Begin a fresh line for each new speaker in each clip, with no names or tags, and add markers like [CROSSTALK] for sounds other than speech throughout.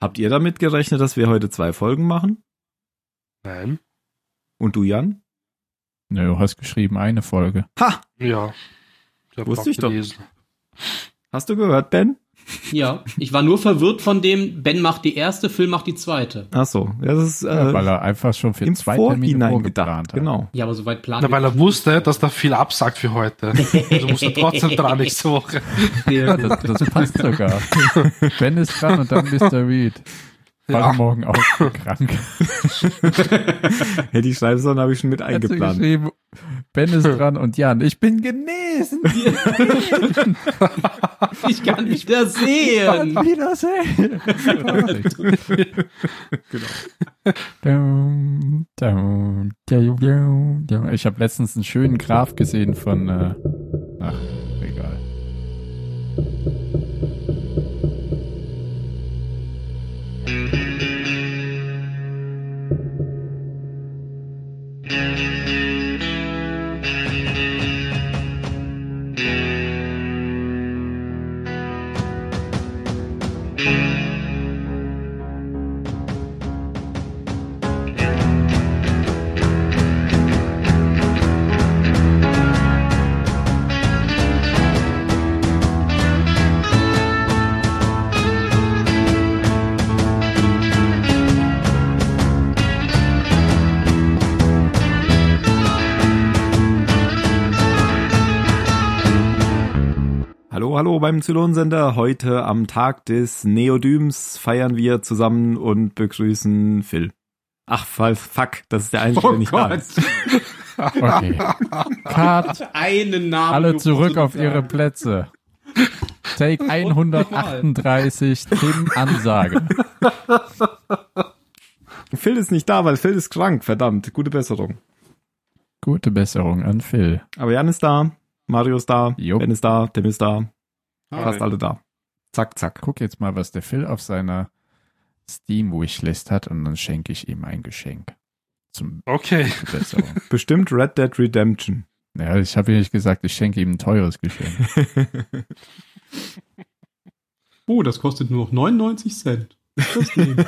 Habt ihr damit gerechnet, dass wir heute zwei Folgen machen?
Nein.
Und du, Jan?
Ja, du hast geschrieben, eine Folge.
Ha!
Ja. hab
Wusste ich doch.
gelesen.
Hast du gehört, Ben?
Ja, ich war nur verwirrt von dem, Ben macht die erste, Phil macht die zweite.
Ach so, ja, das ist
Ja,
äh,
weil er einfach schon für
im
zwei Termine
Vorhinein
vorgeplant
gedacht.
hat.
Genau.
Ja, aber soweit planen
Na, weil er wusste,
[LAUGHS]
dass da viel absagt für heute. Also musste trotzdem dran nächste Woche.
Ja, das,
[LAUGHS]
das passt sogar. Ben ist dran und dann Mr. Reed. War
Ja.
morgen
[LAUGHS]
auch krank.
Hätte ich schreiben sollen, habe ich schon mit
Hat sie
eingeplant.
geschrieben, Ben ist dran und Jan, ich
[LAUGHS]
bin genesen.
ich kann nicht mehr
[LAUGHS] Oh
[LAUGHS]
sehen.
Wiedersehen.
Genau.
Dum, dum, dum, dum, dum. Ich habe letztens einen schönen Graph gesehen von. Äh, ach, egal.
Hallo, hallo beim Zylonsender. Heute am Tag des Neodyms feiern wir zusammen und begrüßen Phil. Ach, fall- fuck, das ist der
Oh
Einzige, der nicht da ist. [LAUGHS]
Okay. Cut.
Einen Namen.
Alle
nur
zurück
zu
auf
sagen.
ihre Plätze. Take 138, Tim Ansage.
Phil ist nicht da, weil Phil ist krank, verdammt. Gute Besserung.
Gute Besserung an Phil.
Aber Jan ist da, Mario ist da,
Jo.
Ben ist da, Tim ist da, fast
Hi.
alle da. Zack, zack.
Guck jetzt mal, was der Phil auf seiner Steam-Wishlist hat und dann schenke ich ihm ein Geschenk. Zum
Okay.
[LAUGHS] zur Besserung.
Bestimmt Red Dead Redemption.
Ja, ich habe ja nicht gesagt, ich schenke ihm ein teures Geschenk.
Oh, das kostet nur noch 99 Cent. Das nehmen.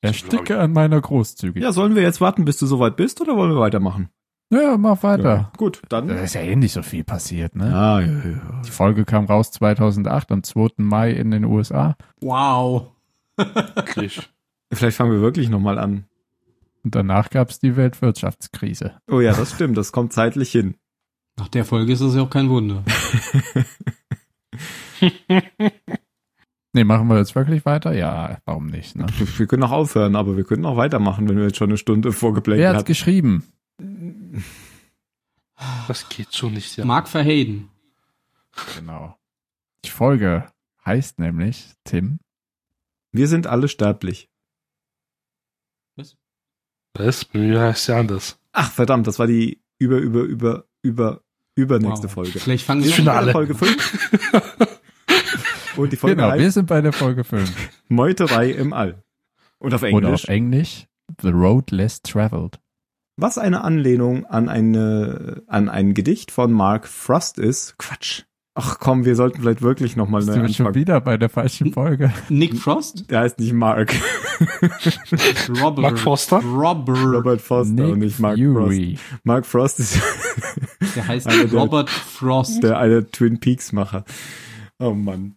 Ersticke an meiner Großzügigkeit.
ja, sollen wir jetzt warten, bis du soweit bist, oder wollen wir weitermachen?
Ja, mach weiter.
Gut, dann.
Da ist ja eh nicht so viel passiert, ne?
Ah, ja, ja.
Die Folge kam raus 2008 am 2. Mai in den USA.
wow.
Krisch.
Vielleicht fangen wir wirklich nochmal an.
Und danach gab es die Weltwirtschaftskrise.
Oh ja, das stimmt, das kommt zeitlich hin.
Nach der Folge ist das ja auch kein Wunder.
Nee, machen wir jetzt wirklich weiter? Ja, warum nicht? Ne?
Wir können auch aufhören, aber wir könnten auch weitermachen, wenn wir jetzt schon eine Stunde
Wer
vorgeblendet
hat's
hatten.
geschrieben?
Das geht so nicht, ja.
Mark Verheyden.
Genau. Die Folge heißt nämlich, Tim,
Wir sind alle sterblich.
Das bei mir heißt ja anders.
Ach verdammt, das war die über, über, über, über, übernächste
[LAUGHS]
Wow.
Folge.
Vielleicht fangen
Die
wir
Finale.
Alle. Folge 5. Und die Folge
genau, wir
heißt
sind bei der Folge
[LAUGHS]
5.
Meuterei im All. Und auf
Oder auf
Englisch.
Englisch, The Road Less Traveled.
Was eine Anlehnung an eine, an ein Gedicht von Mark Frost ist. Quatsch. Ach komm, wir sollten vielleicht wirklich nochmal
Bist
neu
du schon
anfangen.
wieder bei der
[LAUGHS]
falschen Folge?
Nick Frost?
Der heißt nicht
[LAUGHS]
Mark.
Robert.
Mark Foster?
Robert.
Robert Foster und nicht Mark
Fury.
Frost. Mark Frost ist [LAUGHS]
Der heißt
Also der-
Robert Frost.
der eine Twin Peaks Macher. Oh Mann.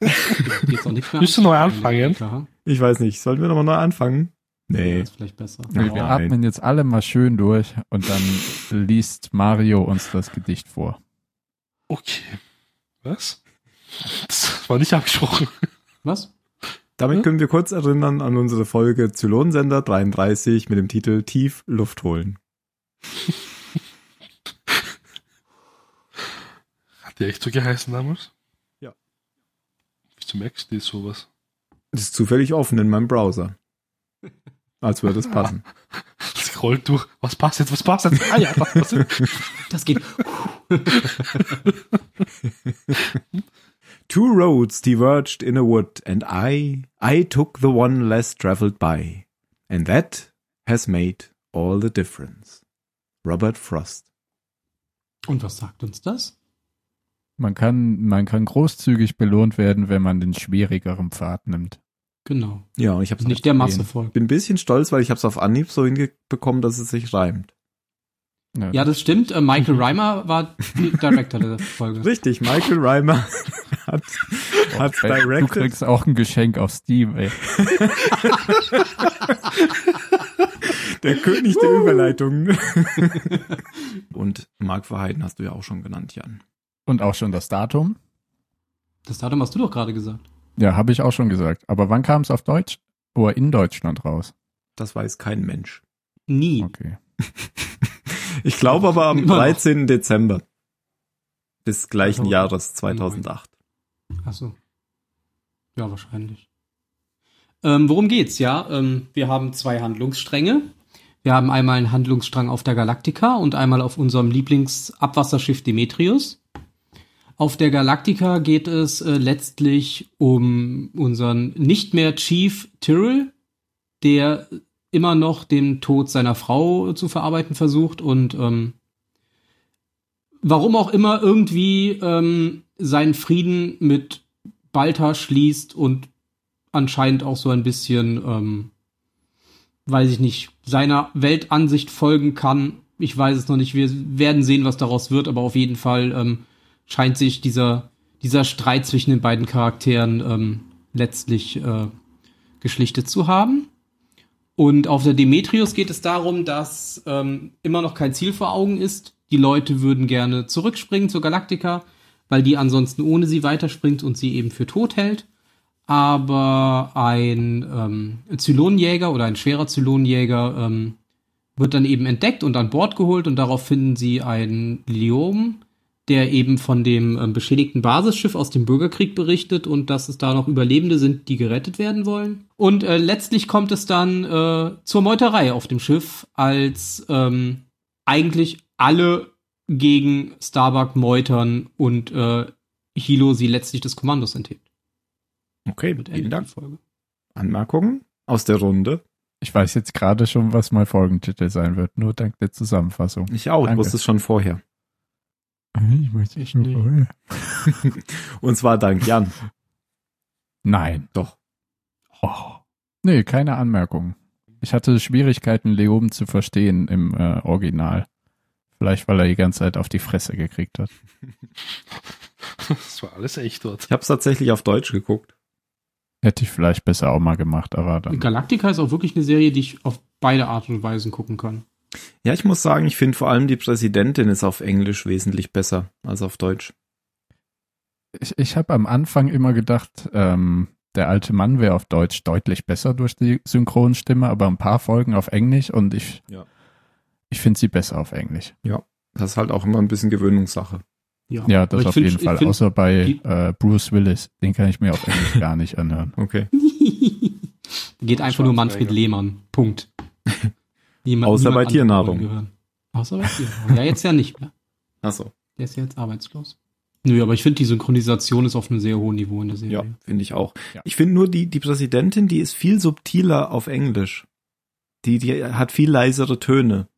Geht's auch nicht mehr
Willst du neu anfangen?
Klar,
Ich weiß nicht. Sollten wir nochmal neu anfangen? Nee.
das ist vielleicht besser.
Wir
Ja.
atmen jetzt alle mal schön durch und dann liest Mario uns das Gedicht vor.
Okay. Was? Das war nicht abgesprochen.
Was?
Damit können wir kurz erinnern an unsere Folge Zylonsender 33 mit dem Titel Tief Luft holen.
Hat die echt so geheißen damals?
Ja.
Wieso merkst du dir sowas?
Das ist zufällig offen in meinem Browser. Als würde es passen.
Scroll durch. Was passt jetzt? Was passt jetzt? Ah ja, was passt jetzt?
Das geht.
Two roads diverged in a wood and I, I took the one less traveled by. And that has made all the difference. Robert Frost.
Und was sagt uns das?
Man kann, man kann großzügig belohnt werden, wenn man den schwierigeren Pfad nimmt.
Genau.
Ja, und ich hab's
Ist nicht der Masse folgt.
bin ein bisschen stolz, weil ich hab's auf Anhieb so hinbekommen, dass es sich reimt.
Ja, das stimmt. Äh, Michael Reimer war Director der Folge.
Richtig, Michael Reimer [LAUGHS] hat, hat
Du
directed.
kriegst auch ein Geschenk auf Steam, ey.
Der König der [LAUGHS] Überleitung. Und Mark Verheiden hast du ja auch schon genannt, Jan.
Und auch schon das Datum.
Das Datum hast du doch gerade gesagt.
Ja, habe ich auch schon gesagt. Aber wann kam es auf Deutsch? Oder in Deutschland raus?
Das weiß kein Mensch.
Nie.
Okay.
Ich glaube aber [LAUGHS] am
Immer noch.
13. Dezember des gleichen
Also,
Jahres 2008.
Ach so. Ja, wahrscheinlich. Ähm, worum geht's? Ja, ähm, wir haben zwei Handlungsstränge. Wir haben einmal einen Handlungsstrang auf der Galaktika und einmal auf unserem Lieblingsabwasserschiff Demetrius. Auf der Galaktika geht es äh, letztlich um unseren nicht mehr Chief Tyrrell, der immer noch den Tod seiner Frau äh, zu verarbeiten versucht und ähm, warum auch immer irgendwie ähm, seinen Frieden mit Balta schließt und anscheinend auch so ein bisschen, ähm, weiß ich nicht, seiner Weltansicht folgen kann. Ich weiß es noch nicht. Wir werden sehen, was daraus wird, aber auf jeden Fall ähm, scheint sich dieser, dieser Streit zwischen den beiden Charakteren ähm, letztlich äh, geschlichtet zu haben. Und auf der Demetrius geht es darum, dass ähm, immer noch kein Ziel vor Augen ist. Die Leute würden gerne zurückspringen zur Galaktika, weil die ansonsten ohne sie weiterspringt und sie eben für tot hält. Aber ein ähm, Zylonenjäger oder ein schwerer Zylonenjäger ähm, wird dann eben entdeckt und an Bord geholt und darauf finden sie einen Liom, der eben von dem ähm, beschädigten Basisschiff aus dem Bürgerkrieg berichtet und dass es da noch Überlebende sind, die gerettet werden wollen. Und äh, letztlich kommt es dann äh, zur Meuterei auf dem Schiff, als ähm, eigentlich alle gegen Starbuck meutern und äh, Hilo sie letztlich des Kommandos enthebt.
Okay,
Damit
vielen
endet
Dank.
die Folge.
Anmerkungen aus der Runde?
Ich weiß jetzt gerade schon, was mein Folgentitel sein wird, nur dank der Zusammenfassung.
Ich auch, ich
Danke.
wusste es schon vorher. [LAUGHS]
Ich weiß
Ich nur nicht.
Und zwar dank Jan.
Nein.
Doch.
Oh. Nee, keine Anmerkung. Ich hatte Schwierigkeiten, Leoben zu verstehen im äh, Original. Vielleicht, weil er die ganze Zeit auf die Fresse gekriegt hat.
[LAUGHS] Das war alles echt dort.
Ich habe es tatsächlich auf Deutsch geguckt.
Hätte ich vielleicht besser auch mal gemacht, aber dann.
Galactica ist auch wirklich eine Serie, die ich auf beide Art und Weisen gucken kann.
Ja, ich muss sagen, ich finde vor allem die Präsidentin ist auf Englisch wesentlich besser als auf Deutsch.
Ich, ich habe am Anfang immer gedacht, ähm, der alte Mann wäre auf Deutsch deutlich besser durch die Synchronstimme, aber ein paar Folgen auf Englisch und ich,
Ja.
ich finde sie besser auf Englisch.
Das ist halt auch immer ein bisschen Gewöhnungssache.
Ja,
Aber
das
ich
auf
find-
jeden
ich
Fall.
find-
Außer bei
die-
äh, Bruce Willis. Den kann ich mir auf
[LAUGHS]
Englisch gar nicht anhören.
Okay.
Geht einfach nur Manfred
Schwarzwälder.
Lehmann. Punkt.
[LAUGHS]
Niemand,
Außer bei
anderen
Tiernahrung.
wollen wir hören. Außer bei Tiernahrung. Ja, jetzt ja nicht mehr.
Ach so.
Der ist ja jetzt arbeitslos. Nö, aber ich finde, die Synchronisation ist auf einem sehr hohen Niveau in der Serie.
Ja, Mhm. finde ich auch.
Ja.
Ich finde nur die, die Präsidentin, die ist viel subtiler auf Englisch. Die, die hat viel leisere Töne.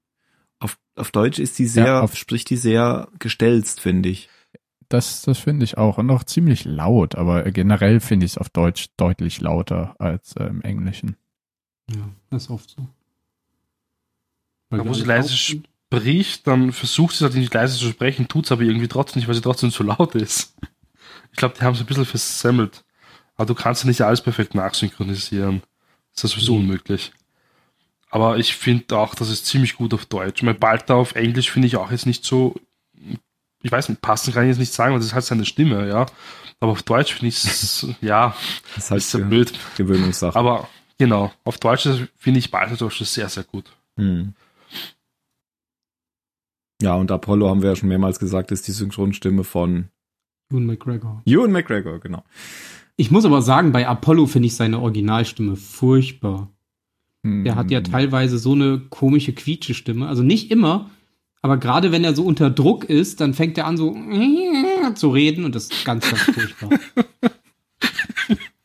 Auf, auf Deutsch ist die sehr,
Ja, auf-
spricht die sehr gestelzt, finde ich.
Das, das finde ich auch. Und auch ziemlich laut, aber generell finde ich es auf Deutsch deutlich lauter als äh, im Englischen.
Ja, das ist oft so.
Da
Weil wir
muss ich
alle
leise
taub sind.
Bricht, dann versucht sie es halt nicht leise zu sprechen, tut's aber irgendwie trotzdem nicht, weil sie trotzdem zu laut ist. Ich glaube, die haben es ein bisschen versemmelt. Aber du kannst ja nicht alles perfekt nachsynchronisieren. Das ist sowieso
Mhm.
unmöglich. Aber ich finde auch, das ist ziemlich gut auf Deutsch. Mein Balta auf Englisch finde ich auch jetzt nicht so. Ich weiß nicht, passend kann ich jetzt nicht sagen, weil das ist halt seine Stimme, ja. Aber auf Deutsch finde ich
[LAUGHS]
es, ja,
Das ist halt
ist ja
Ge-
blöd.
Gewöhnungssache.
Aber genau, auf Deutsch ist- finde ich Balta zum Beispiel sehr, sehr gut.
Hm. Ja, und Apollo haben wir ja schon mehrmals gesagt, ist die Synchronstimme von
Ewan McGregor.
Ewan McGregor, genau.
Ich muss aber sagen, bei Apollo finde ich seine Originalstimme furchtbar.
Hm,
Der hat ja
Mhm.
teilweise so eine komische quietsche Stimme. Also nicht immer, aber gerade wenn er so unter Druck ist, dann fängt er an so [LAUGHS] zu reden und das ist ganz,
[LAUGHS]
ganz furchtbar.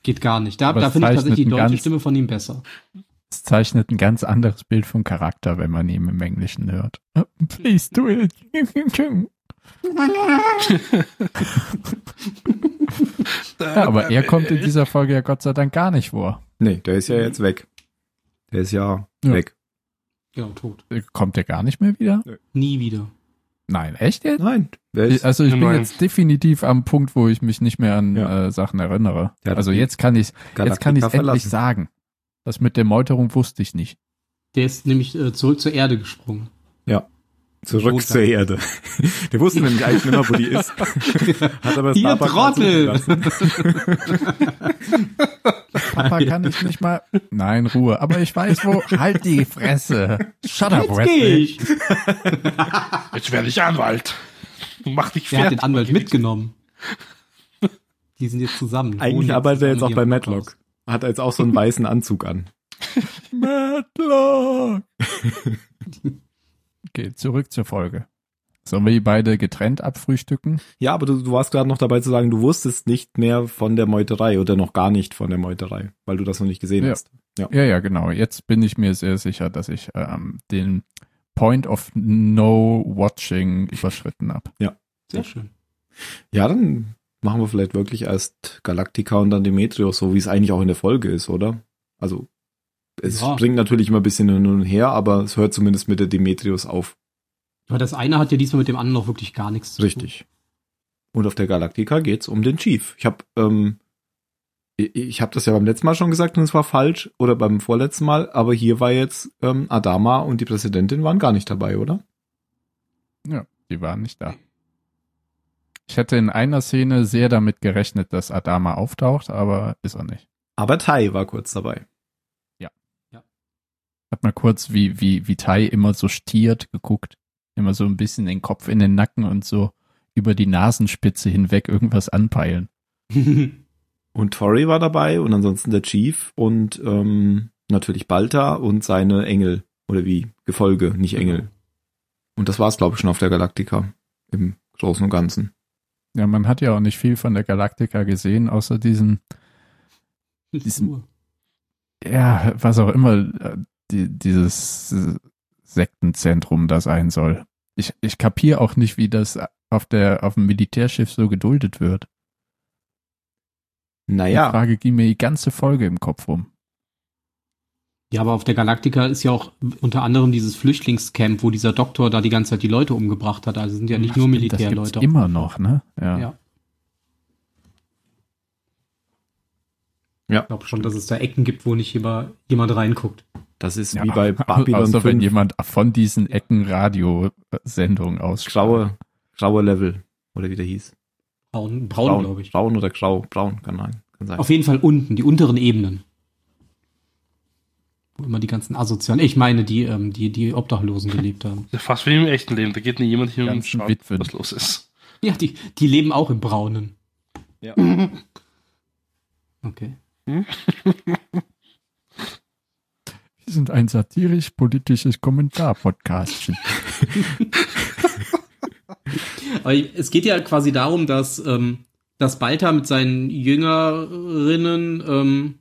Geht gar nicht. Da,
Aber
da
es
finde ich
zeichnet
tatsächlich die
einen
deutsche
ganz-
Stimme von ihm besser.
Es zeichnet ein ganz anderes Bild vom Charakter, wenn man ihn im Englischen hört. Please do Äh, it.
[LAUGHS]
Ja, aber er kommt in dieser Folge ja Gott sei Dank gar nicht vor.
Nee, der ist ja jetzt weg. Der ist Mhm. ja,
Ja.
weg.
Genau, tot.
Kommt er gar nicht mehr wieder?
Nie wieder.
Nein, echt jetzt?
Nein, der ist,
Also ich bin
Nein.
jetzt definitiv am Punkt, wo ich mich nicht mehr an
Ja.
äh, Sachen erinnere.
Ja, das
also jetzt kann ich jetzt kann ich
Galactica
endlich sagen. Das mit der Meuterung wusste ich nicht.
Der ist nämlich äh, zurück zur Erde gesprungen.
Zurück
Wo
zur
dann?
Erde. [LAUGHS] Wir wussten nämlich eigentlich nicht mehr, wo [LAUGHS] die ist. Hat aber
Ihr
Starbuck mal [LAUGHS]
Trottel!
zugelassen.
Papa kann ich nicht mal. Nein, Ruhe. Aber ich weiß wo. halt die Fresse. Shut up,
Jetzt geh
Wesley.
ich.
Jetzt werde ich Anwalt. Mach dich
Der hat
fertig.
[LAUGHS]
den Anwalt mitgenommen. Die sind jetzt zusammen.
Eigentlich
Wohnen
arbeitet er jetzt auch
zusammen
bei
hier im
Matlock. Hat jetzt auch so einen weißen Anzug an.
Matlock. Okay, zurück zur Folge. Sollen wir die beide getrennt abfrühstücken?
Ja, aber du, du warst gerade noch dabei zu sagen, du wusstest nicht mehr von der Meuterei oder noch gar nicht von der Meuterei, weil du das noch nicht gesehen
Ja.
hast.
Ja, ja, genau. Jetzt bin ich mir sehr sicher, dass ich ähm, den Point of No Watching überschritten habe.
Sehr schön.
Ja, dann machen wir vielleicht wirklich erst Galactica und dann Demetrios, so wie es eigentlich auch in der Folge ist, oder? Also, es
Ja.
springt natürlich immer ein bisschen hin und her, aber es hört zumindest mit der Demetrios auf.
Aber das eine hat ja diesmal mit dem anderen auch wirklich gar nichts zu tun.
Richtig. Und auf der Galactica geht's um den Chief. Ich habe ähm, ich, ich habe das ja beim letzten Mal schon gesagt und es war falsch oder beim vorletzten Mal, aber hier war jetzt ähm, Adama und die Präsidentin waren gar nicht dabei, oder?
Die waren nicht da. Ich hätte in einer Szene sehr damit gerechnet, dass Adama auftaucht, aber ist er nicht.
Aber Tai war kurz dabei.
Hat mal kurz wie, wie, wie Tai immer so stiert geguckt. Immer so ein bisschen den Kopf in den Nacken und so über die Nasenspitze hinweg irgendwas anpeilen.
[LAUGHS]
Und Tori war dabei und ansonsten der Chief und ähm, natürlich Balta und seine Engel oder wie Gefolge, nicht
Genau.
Engel. Und das war's glaube ich schon auf der Galactica im Großen und Ganzen.
Ja, man hat ja auch nicht viel von der Galaktika gesehen, außer diesen, Diesen- ja, was auch immer äh, die, dieses äh, Sektenzentrum da sein soll. Ich, ich kapier auch nicht, wie das auf, der, auf dem Militärschiff so geduldet wird. Die
Naja,
Frage ging mir die ganze Folge im Kopf rum.
Ja, aber auf der Galaktika ist ja auch unter anderem dieses Flüchtlingscamp, wo dieser Doktor da die ganze Zeit die Leute umgebracht hat. Also sind ja nicht
Ach,
nur
stimmt, Das
Militärleute.
gibt's immer noch, ne? Ja.
Ja.
Ja.
Ich glaube schon, dass es da Ecken gibt, wo nicht immer jemand reinguckt.
das ist
Ja,
wie
[LAUGHS]
bei Babylon
Außer
5.
wenn jemand von diesen Ecken Radiosendungen ausstrahlt.
graue, graue Level oder wie der hieß.
Braun, braun,
braun,
glaube ich.
braun oder grau, braun kann sein. Kann sein.
Auf jeden Fall unten, die unteren Ebenen. Wo immer die ganzen Asozialen, ich meine, die, ähm, die, die Obdachlosen gelebt haben. [LAUGHS]
Ja, Fast wie im echten Leben. Da geht nie jemand hin und
Ganzen
schaut,
Witwen.
was los ist.
Ja, die, die leben auch im Braunen.
Ja.
Okay.
Wir sind ein satirisch-politisches Kommentar-Podcastchen.
Aber es geht ja quasi darum, dass, ähm, dass Balta mit seinen Jüngerinnen ähm,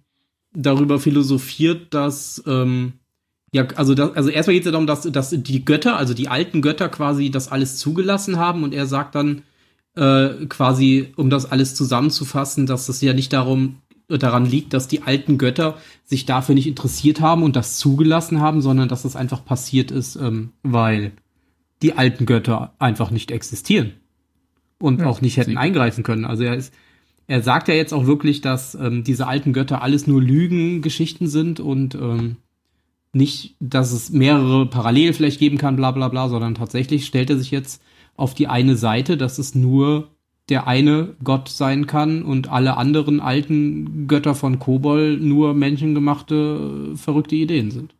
darüber philosophiert, dass ähm, ja, also, das, also erstmal geht es ja darum, dass, dass die Götter, also die alten Götter quasi das alles zugelassen haben und er sagt dann äh, quasi, um das alles zusammenzufassen, dass es ja nicht darum äh, daran liegt, dass die alten Götter sich dafür nicht interessiert haben und das zugelassen haben, sondern dass das einfach passiert ist, ähm, weil die alten Götter einfach nicht existieren und
Ja,
auch nicht hätten
sie-
eingreifen können. Also er ist, er sagt ja jetzt auch wirklich, dass ähm, diese alten Götter alles nur Lügengeschichten sind und ähm, nicht, dass es mehrere parallel vielleicht geben kann, bla bla bla, sondern tatsächlich stellt er sich jetzt auf die eine Seite, dass es nur der eine Gott sein kann und alle anderen alten Götter von Kobol nur menschengemachte, äh, verrückte Ideen sind.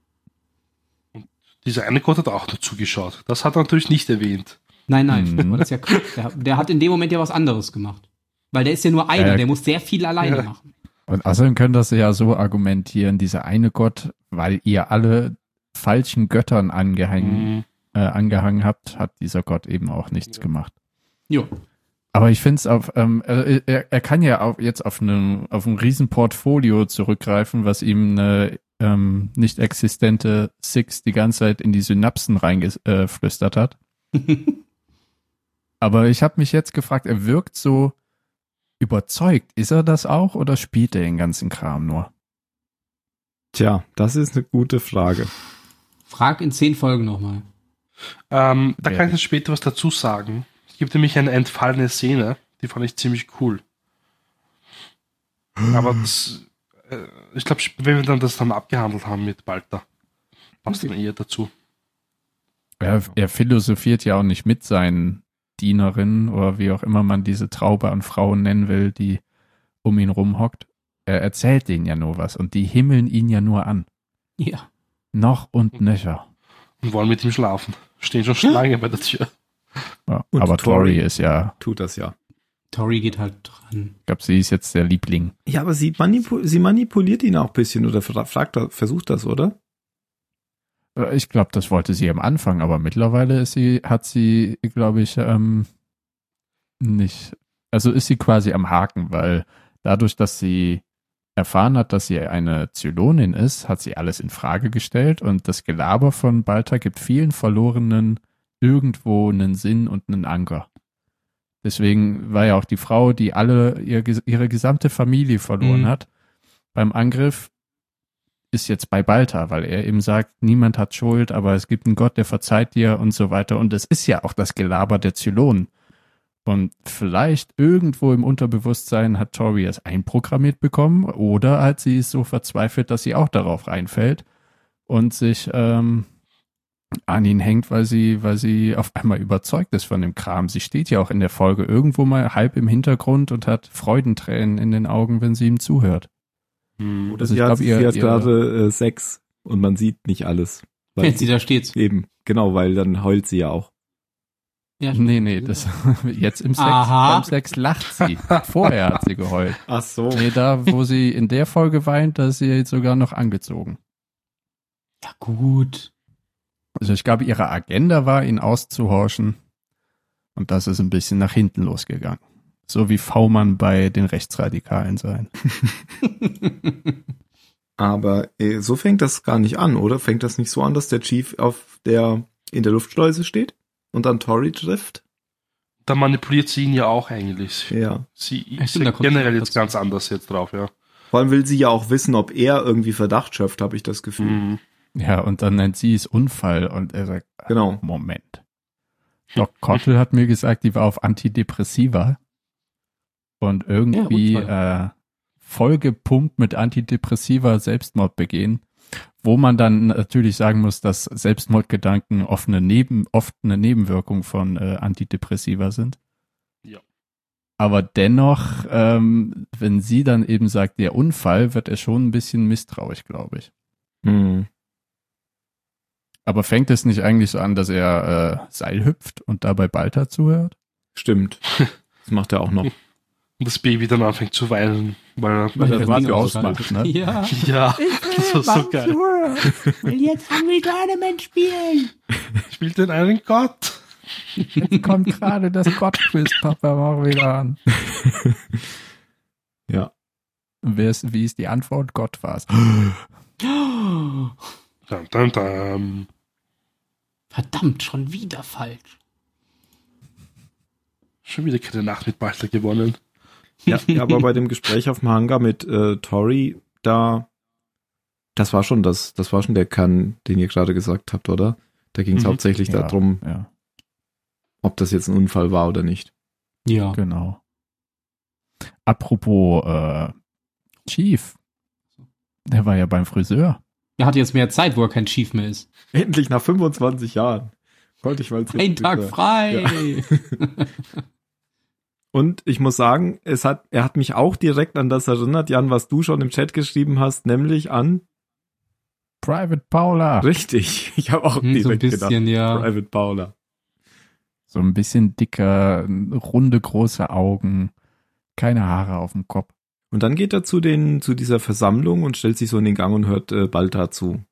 Dieser eine Gott hat auch nur zugeschaut. Das hat er natürlich nicht erwähnt.
Nein, nein,
Mhm.
aber das ist ja Quatsch. Der, der hat in dem Moment ja was anderes gemacht. Weil der ist ja nur einer,
Ja, ja.
der muss sehr viel alleine
Ja.
machen.
Und außerdem könnt ihr das ja so argumentieren, dieser eine Gott, weil ihr alle falschen Göttern angehangen,
Mhm.
äh, angehangen habt, hat dieser Gott eben auch nichts
Ja.
gemacht.
Jo. [LAUGHS]
Aber ich finde es auf, ähm, äh, er, er kann ja auch jetzt auf einem auf ein Riesenportfolio zurückgreifen, was ihm eine ähm, nicht existente Six die ganze Zeit in die Synapsen reingeflüstert äh, flüstert hat. Aber ich habe mich jetzt gefragt, er wirkt so überzeugt. Ist er das auch oder spielt er den ganzen Kram nur?
Tja, das ist eine gute Frage.
Frag in zehn Folgen nochmal.
Ähm, da kann ich dann später was dazu sagen. Es gibt nämlich eine entfallene Szene, die fand ich ziemlich cool. Aber das, äh, ich glaube, wenn wir dann das dann abgehandelt haben mit Walter, passt dann eher dazu.
Er, er philosophiert ja auch nicht mit seinen Dienerinnen oder wie auch immer man diese Traube an Frauen nennen will, die um ihn rumhockt. Er erzählt denen ja nur was und die himmeln ihn ja nur an.
Ja.
Noch und nöcher.
Und wollen mit ihm schlafen. Stehen schon [LAUGHS] Schlange bei der Tür.
Ja,
Und
aber Tori
Tori.
ist ja,
Tut das ja.
Tori geht halt dran.
ich glaube, sie ist jetzt der Liebling.
Ja, aber sie, manipu sie manipuliert ihn auch ein bisschen oder fra fragt, versucht das, oder?
Äh, Ich glaube, das wollte sie am Anfang, aber mittlerweile ist sie, hat sie, glaube ich, ähm, nicht. Also ist sie quasi am Haken, weil dadurch, dass sie erfahren hat, dass sie eine Zylonin ist, hat sie alles in Frage gestellt und das Gelaber von Balta gibt vielen Verlorenen irgendwo einen Sinn und einen Anker. Deswegen war ja auch die Frau, die alle ihr, ges- ihre gesamte Familie verloren
Mhm.
hat, beim Angriff ist jetzt bei Balta, weil er eben sagt, niemand hat Schuld, aber es gibt einen Gott, der verzeiht dir und so weiter. Und es ist ja auch das Gelaber der Zylonen. Und vielleicht irgendwo im Unterbewusstsein hat Tori es einprogrammiert bekommen oder halt sie ist so verzweifelt, dass sie auch darauf reinfällt und sich ähm, an ihn hängt, weil sie, weil sie auf einmal überzeugt ist von dem Kram. Sie steht ja auch in der Folge irgendwo mal halb im Hintergrund und hat Freudentränen in den Augen, wenn sie ihm zuhört.
Mhm.
Hm.
Also
sie
ich
hat,
glaub, ihr-
sie hat
ihr-
gerade äh, Sex und man sieht nicht alles.
[LAUGHS]
Weil,
Jetzt sie da steht.
eben, genau, weil dann heult sie ja auch.
Ja,
Nee, nee, das [LAUGHS] jetzt im Sex,
Aha.
beim Sex lacht sie. Vorher hat sie geheult.
Ach so.
Nee, da, wo sie in der Folge weint, da ist sie jetzt sogar noch angezogen.
ja gut.
Also ich glaube, ihre Agenda war, ihn auszuhorchen. Und das ist ein bisschen nach hinten losgegangen. So wie V-Mann bei den Rechtsradikalen sein.
Aber äh, so fängt das gar nicht an, oder? Fängt das nicht so an, dass der Chief auf der in der Luftschleuse steht und dann Tori trifft?
Da manipuliert sie ihn ja auch eigentlich.
Ja.
Sie
stimmt,
ist
da also.
ja
kommt
generell
sie
jetzt
dazu.
ganz anders jetzt drauf, ja.
Vor allem will sie ja auch wissen, ob er irgendwie Verdacht schöpft, habe ich das Gefühl.
Mhm.
Ja, und dann nennt sie es Unfall und er sagt,
Genau.
Moment. Doc Cottle hat mir gesagt, die war auf Antidepressiva und irgendwie
Ja,
äh, vollgepumpt mit Antidepressiva Selbstmord begehen, wo man dann natürlich sagen muss, dass Selbstmordgedanken oft eine, Neben, oft eine Nebenwirkung von äh, Antidepressiva sind.
Ja.
Aber dennoch, ähm, wenn sie dann eben sagt, der Unfall, wird er schon ein bisschen misstrauisch, glaube ich.
Mhm.
Aber fängt es nicht eigentlich so an, dass er äh, Seil hüpft und dabei Balta zuhört?
Stimmt. Das macht er auch noch.
Und das Baby dann anfängt zu weinen, weil
Weil
das
das
Radio
Ding ausschaltet.
ausmacht, ne?
halt- Ja. [LAUGHS]
[LAUGHS] ja, das war so geil.
Will jetzt Hungry Tournament spielen.
Spielt denn einen Gott?
Jetzt kommt gerade
[LAUGHS]
das Gottquiz, Papa, mach wieder an.
Ja. Ah.
Und Wer ist, wie ist die Antwort? Gott war's.
Dum, dum, dum.
Verdammt, schon wieder falsch.
Schon wieder keine Nacht mit Balter gewonnen.
Ja, ja, aber bei dem Gespräch auf dem Hangar mit äh, Tori, da, das war schon das, das war schon der Kern, den ihr gerade gesagt habt, oder? Da ging es
Mhm.
hauptsächlich
Ja.
darum,
Ja,
ob das jetzt ein Unfall war oder nicht. Ah.
Ja.
genau. Apropos äh, Chief. Der war ja beim Friseur.
Er hat jetzt mehr Zeit, wo er kein Chief mehr ist.
Endlich nach 25 Jahren. Konnte ich mal
Ein Tag frei. Hm,
Und ich muss sagen, es hat, er hat mich auch direkt an das erinnert, Jan, was du schon im Chat geschrieben hast, nämlich an
Private Paula.
richtig. [LAUGHS] Ich habe auch
Hm,
direkt
so ein
gedacht,
bisschen, ja.
Private Paula.
So ein bisschen dicker, runde, große Augen, keine Haare auf dem Kopf.
Und dann geht er zu den zu dieser Versammlung und stellt sich so in den Gang und hört äh, Balta zu.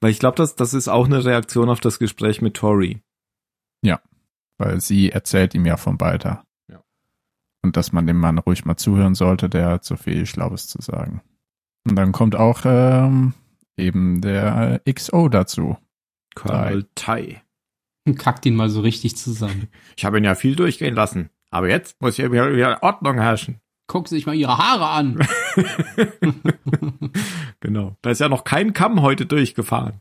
Weil ich glaube, das, das ist auch eine Reaktion auf das Gespräch mit Tori.
weil sie erzählt ihm ja von Balta.
Ja.
Und dass man dem Mann ruhig mal zuhören sollte, der hat so viel Schlaues zu sagen. Und dann kommt auch ähm, eben der äh, XO dazu.
Colonel Tai.
und kackt ihn mal so richtig zusammen.
Ich habe ihn ja viel durchgehen lassen. Aber jetzt muss hier wieder- wieder Ordnung herrschen.
Guck sich mal ihre Haare
[LAUGHS]
an.
Genau. Da ist ja noch kein Kamm heute durchgefahren.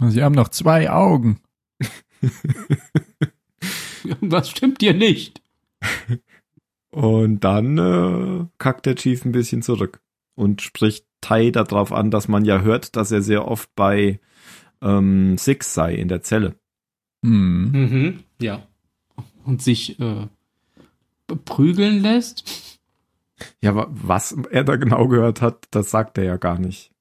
Sie haben noch zwei Augen.
Irgendwas stimmt dir nicht.
Und dann äh, kackt der Chief ein bisschen zurück und spricht Tai darauf an, dass man ja hört, dass er sehr oft bei ähm, Six sei in der Zelle.
Hm.
Mhm, ja. Und sich äh, prügeln lässt?
Ja, wa- was er da genau gehört hat, das sagt er ja gar nicht.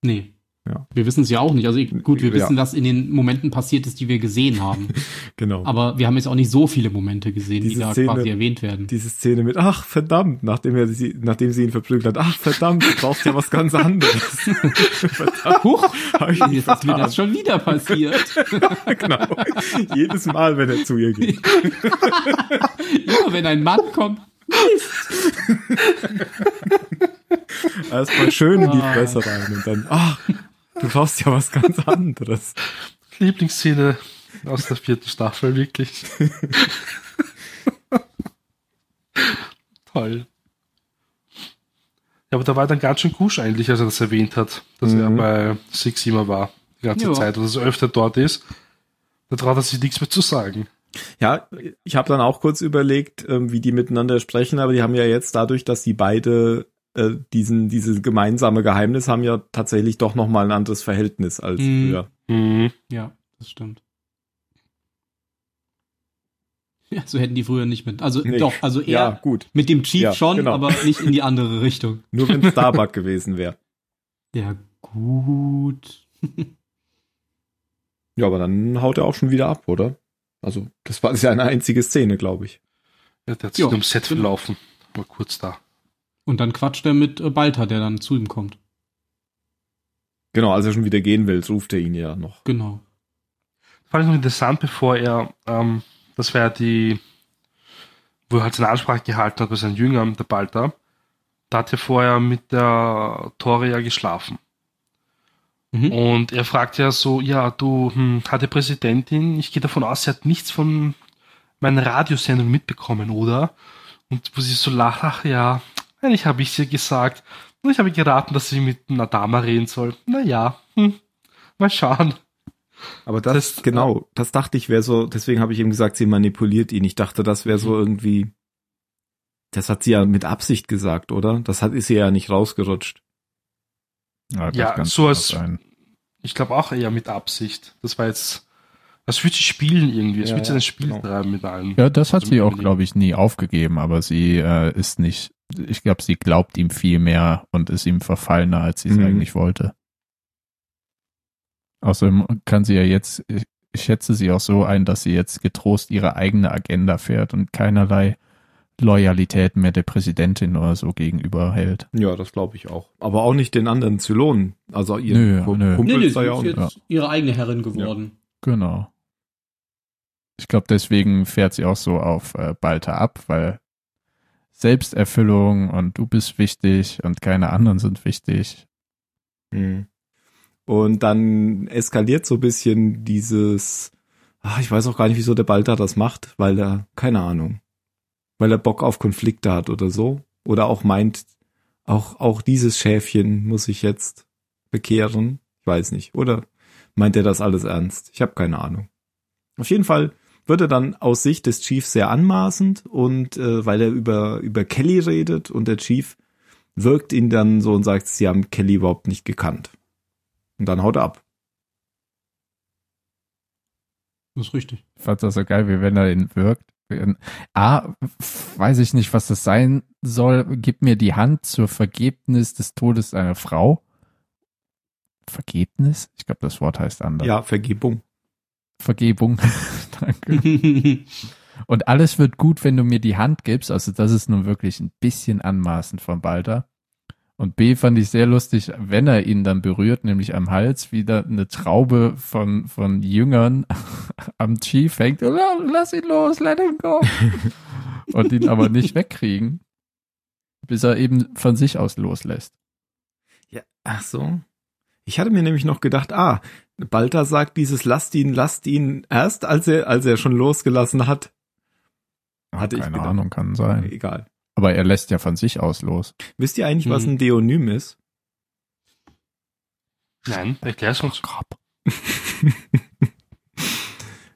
Nee.
Ja.
Wir wissen es ja auch nicht. Also ich- gut, wir
Ja.
wissen, was in den Momenten passiert ist, die wir gesehen haben.
Genau.
Aber wir haben jetzt auch nicht so viele Momente gesehen, die
Diese
da
Szene-
quasi erwähnt werden.
diese Szene mit, ach verdammt, nachdem er sie, nachdem sie ihn verprügelt hat, ach verdammt, du brauchst ja was ganz anderes.
Huch,
Hab ich
[LAUGHS] [LAUGHS] jetzt ist mir das schon
[LAUGHS]
wieder passiert.
genau. Jedes Mal, wenn er zu ihr geht.
Immer wenn ein Mann kommt,
Erstmal schön in die
Ah.
Fresse rein und dann, ach, du brauchst ja was ganz anderes.
Lieblingsszene aus der vierten Staffel,
[LAUGHS]
wirklich. Toll. Ja, aber da war dann ganz schön kusch eigentlich, als er das erwähnt hat, dass er
Mhm.
bei Six immer war, die ganze
Ja.
Zeit, und dass er öfter dort ist. Da traut er sich nichts mehr zu sagen.
Ja, ich habe dann auch kurz überlegt, ähm, wie die miteinander sprechen, aber die haben ja jetzt dadurch, dass die beide äh, diesen dieses gemeinsame Geheimnis haben ja tatsächlich doch noch mal ein anderes Verhältnis als
Mhm.
früher.
Ja, das stimmt. Ja, so hätten die früher nicht mit. Also
Nee.
doch, also
Ja,
eher
gut.
mit dem Chief
Ja,
schon,
genau.
aber nicht in die andere Richtung.
Nur wenn [LAUGHS] Starbuck gewesen wäre.
Ja, gut. [LAUGHS]
Ja, aber dann haut er auch schon wieder ab, oder? Also, das war ja eine einzige Szene, glaube ich.
Ja, der hat sich
Ja,
nur im Set
stimmt.
verlaufen. War kurz da.
Und dann quatscht er mit äh, Balta, der dann zu ihm kommt.
Genau, als er schon wieder gehen will, ruft er ihn ja noch.
Genau.
Fand ich noch interessant, bevor er, ähm, das war ja die, wo er halt seine Ansprache gehalten hat bei seinen Jüngern, der Balta, da hat er vorher mit der Tore ja geschlafen.
Mhm.
Und er fragt ja so, ja, du, hm, hat die Präsidentin, ich gehe davon aus, sie hat nichts von meiner Radiosendung mitbekommen, oder? Und wo sie so lacht, ach ja, eigentlich habe ich ihr gesagt, und ich habe ihr geraten, dass sie mit Nadama reden soll. Naja, hm, mal schauen.
Aber das,
Das-
genau, das dachte ich wäre so, deswegen habe ich eben gesagt, sie manipuliert ihn. Ich dachte, das wäre so irgendwie, das hat sie ja mit Absicht gesagt, oder? Das hat, ist ihr ja nicht rausgerutscht.
das
Ja,
kann
so
schon
als-
sein.
Ich glaube auch eher mit Absicht. Das war jetzt. Das wird sie spielen irgendwie. Es
Ja,
wird sie
ja,
ein Spiel
genau.
treiben mit allen.
Ja, das hat
Also
sie auch,
unbedingt.
glaube ich, nie aufgegeben, aber sie äh, ist nicht, ich glaube, sie glaubt ihm viel mehr und ist ihm verfallener, als sie es
Mhm.
eigentlich wollte. Außerdem kann sie ja jetzt, ich, ich schätze sie auch so ein, dass sie jetzt getrost ihre eigene Agenda fährt und keinerlei Loyalität mehr der Präsidentin oder so gegenüber hält.
Ja, das glaube ich auch. Aber auch nicht den anderen Zylonen. Also ihr
Nö,
Kum-
nö.
Kumpel
nee,
sei
sie
ja
ist
auch
jetzt
nicht.
Ja.
ihre eigene Herrin geworden.
Genau. Ich glaube, deswegen fährt sie auch so auf äh, Balta ab, weil Selbsterfüllung und du bist wichtig und keine anderen sind wichtig.
Mhm. Und dann eskaliert so ein bisschen dieses, ach, ich weiß auch gar nicht, wieso der Balta das macht, weil er, keine Ahnung, weil er Bock auf Konflikte hat oder so. Oder auch meint, auch, auch dieses Schäfchen muss ich jetzt bekehren. Ich weiß nicht. Oder meint er das alles ernst? Ich habe keine Ahnung. Auf jeden Fall wird er dann aus Sicht des Chiefs sehr anmaßend und äh, weil er über, über Kelly redet und der Chief wirkt ihn dann so und sagt, sie haben Kelly überhaupt nicht gekannt. Und dann haut er ab.
Das
[LAUGHS]
ist richtig.
Ich fand das so geil, wie wenn er ihn wirkt. Wenn- A, weiß ich nicht, was das sein soll. Gib mir die Hand zur Vergebnis des Todes einer Frau. Vergebnis? Ich glaube, das Wort heißt anders.
Ja, Vergebung.
Vergebung. [LAUGHS] Danke. Und alles wird gut, wenn du mir die Hand gibst. Also das ist nun wirklich ein bisschen anmaßend von Balder. Und B fand ich sehr lustig, wenn er ihn dann berührt, nämlich am Hals, wieder eine Traube von, von Jüngern [LAUGHS] am Chief hängt. "La- Lass ihn los, let him
[LAUGHS]
go. Und ihn aber nicht wegkriegen, bis er eben von sich aus loslässt.
Ach so. Ich hatte mir nämlich noch gedacht, ah, Balta sagt dieses Lasst ihn, lasst ihn erst, als er, als er schon losgelassen hat. Hatte ich
Keine
gedacht.
Ahnung, kann sein.
Egal.
Aber er lässt ja von sich aus los.
Wisst ihr eigentlich, was
Mhm.
ein Deonym ist?
Nein, erklär's uns.
Ach,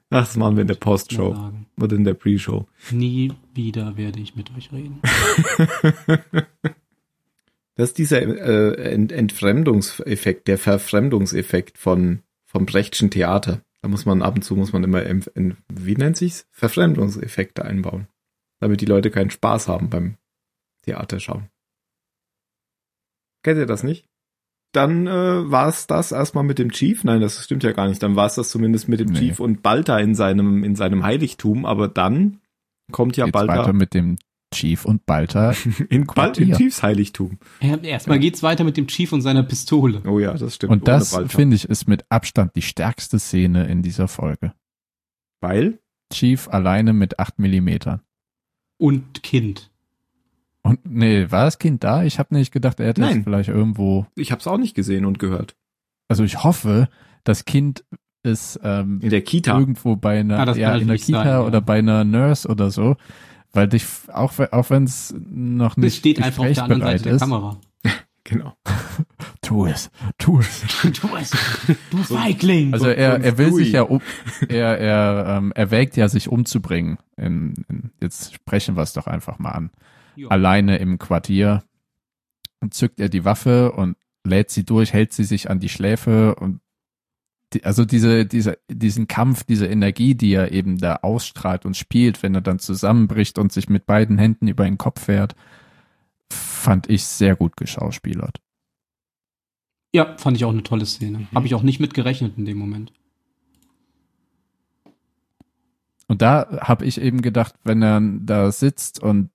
das machen wir in der Postshow
Sagen.
oder in der Pre-Show.
Nie wieder werde ich mit euch reden.
Das ist dieser äh, Ent Entfremdungseffekt, der Verfremdungseffekt von vom Brechtschen Theater. Da muss man ab und zu muss man immer em- en- wie nennt sich's Verfremdungseffekte einbauen, damit die Leute keinen Spaß haben beim Theater schauen. Kennt ihr das nicht? Dann äh, war es das erstmal mit dem Chief. Nein, das stimmt ja gar nicht. Dann war es das zumindest mit dem
Nee.
Chief und Balta in seinem in seinem Heiligtum. Aber dann kommt ja
Geht's
Balta
weiter mit dem Chief und Balta.
in, Bal in
Quartier.
Chiefs Heiligtum.
Ja, Erstmal geht's weiter mit dem Chief und seiner Pistole.
Oh ja, das stimmt.
Und das,
Ohne Balta.
finde ich, ist mit Abstand die stärkste Szene in dieser Folge.
weil
Chief alleine mit 8 Millimetern.
Und Kind.
Und nee, war das Kind da? Ich habe nicht gedacht, er hätte
Nein.
es vielleicht irgendwo.
Ich habe es auch nicht gesehen und gehört.
Also ich hoffe, das Kind ist ähm,
In der Kita.
irgendwo bei einer
Ah, das
ja,
kann
in der
natürlich
Kita
sein, ja.
oder bei einer Nurse oder so, weil dich f- auch we- auch wenn es noch
Das
nicht
steht einfach auf der anderen
gesprächsbereit
Seite der
ist,
Kamera.
Genau.
Tu es, tu es.
[LAUGHS] Du, weißt, [LAUGHS] du Feigling!
Also er, er will
Pfui.
sich ja um, er er ähm, erwägt ja sich umzubringen. In, in, jetzt sprechen wir es doch einfach mal an.
Ja.
Alleine im Quartier und zückt er die Waffe und lädt sie durch, hält sie sich an die Schläfe und die, also diese, diese, diesen Kampf, diese Energie, die er eben da ausstrahlt und spielt, wenn er dann zusammenbricht und sich mit beiden Händen über den Kopf fährt, fand ich sehr gut geschauspielert.
Ja, fand ich auch eine tolle Szene. Habe ich auch nicht mit gerechnet in dem Moment.
Und da habe ich eben gedacht, wenn er da sitzt und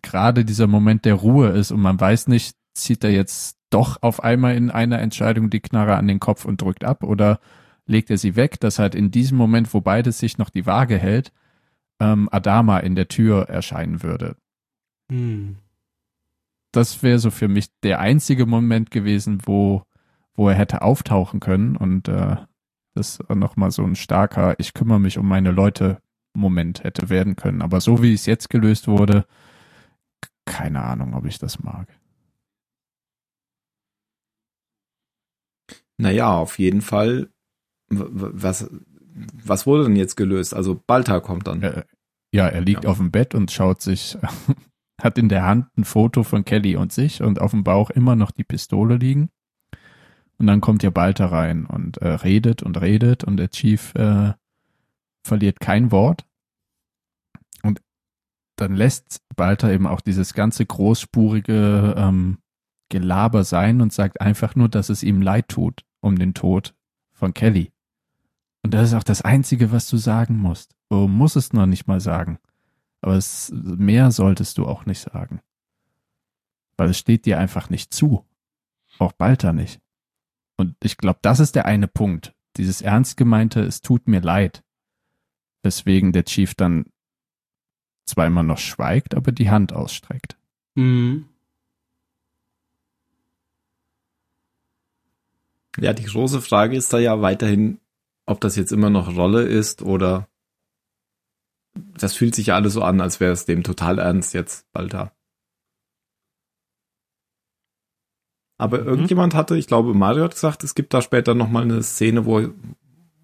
gerade dieser Moment der Ruhe ist und man weiß nicht, zieht er jetzt doch auf einmal in einer Entscheidung die Knarre an den Kopf und drückt ab oder legt er sie weg, dass halt in diesem Moment, wo beides sich noch die Waage hält, ähm, Adama in der Tür erscheinen würde.
Hm.
Das wäre so für mich der einzige Moment gewesen, wo, wo er hätte auftauchen können und äh, das nochmal so ein starker, ich kümmere mich um meine Leute Moment hätte werden können. Aber so wie es jetzt gelöst wurde, k- keine Ahnung, ob ich das mag.
Naja, auf jeden Fall. w- w- Was, was wurde denn jetzt gelöst? Also Balta kommt dann.
Äh, ja, er liegt
Ja.
auf dem Bett und schaut sich, [LAUGHS] hat in der Hand ein Foto von Kelly und sich und auf dem Bauch immer noch die Pistole liegen. Und dann kommt ja Balta rein und äh, redet und redet und der Chief äh, verliert kein Wort. Und dann lässt Balta eben auch dieses ganze großspurige ähm, Gelaber sein und sagt einfach nur, dass es ihm leid tut um den Tod von Kelly. Und das ist auch das Einzige, was du sagen musst. Du musst es noch nicht mal sagen. Aber es, mehr solltest du auch nicht sagen. Weil es steht dir einfach nicht zu. Auch Balta nicht. Und ich glaube, das ist der eine Punkt. Dieses ernst gemeinte, es tut mir leid. Weswegen der Chief dann zweimal noch schweigt, aber die Hand ausstreckt.
Hm.
Ja, die große Frage ist da ja weiterhin, ob das jetzt immer noch Rolle ist oder. Das fühlt sich ja alles so an, als wäre es dem total ernst jetzt, Balta. Aber irgendjemand hatte, ich glaube, Mario hat gesagt, es gibt da später nochmal eine Szene, wo,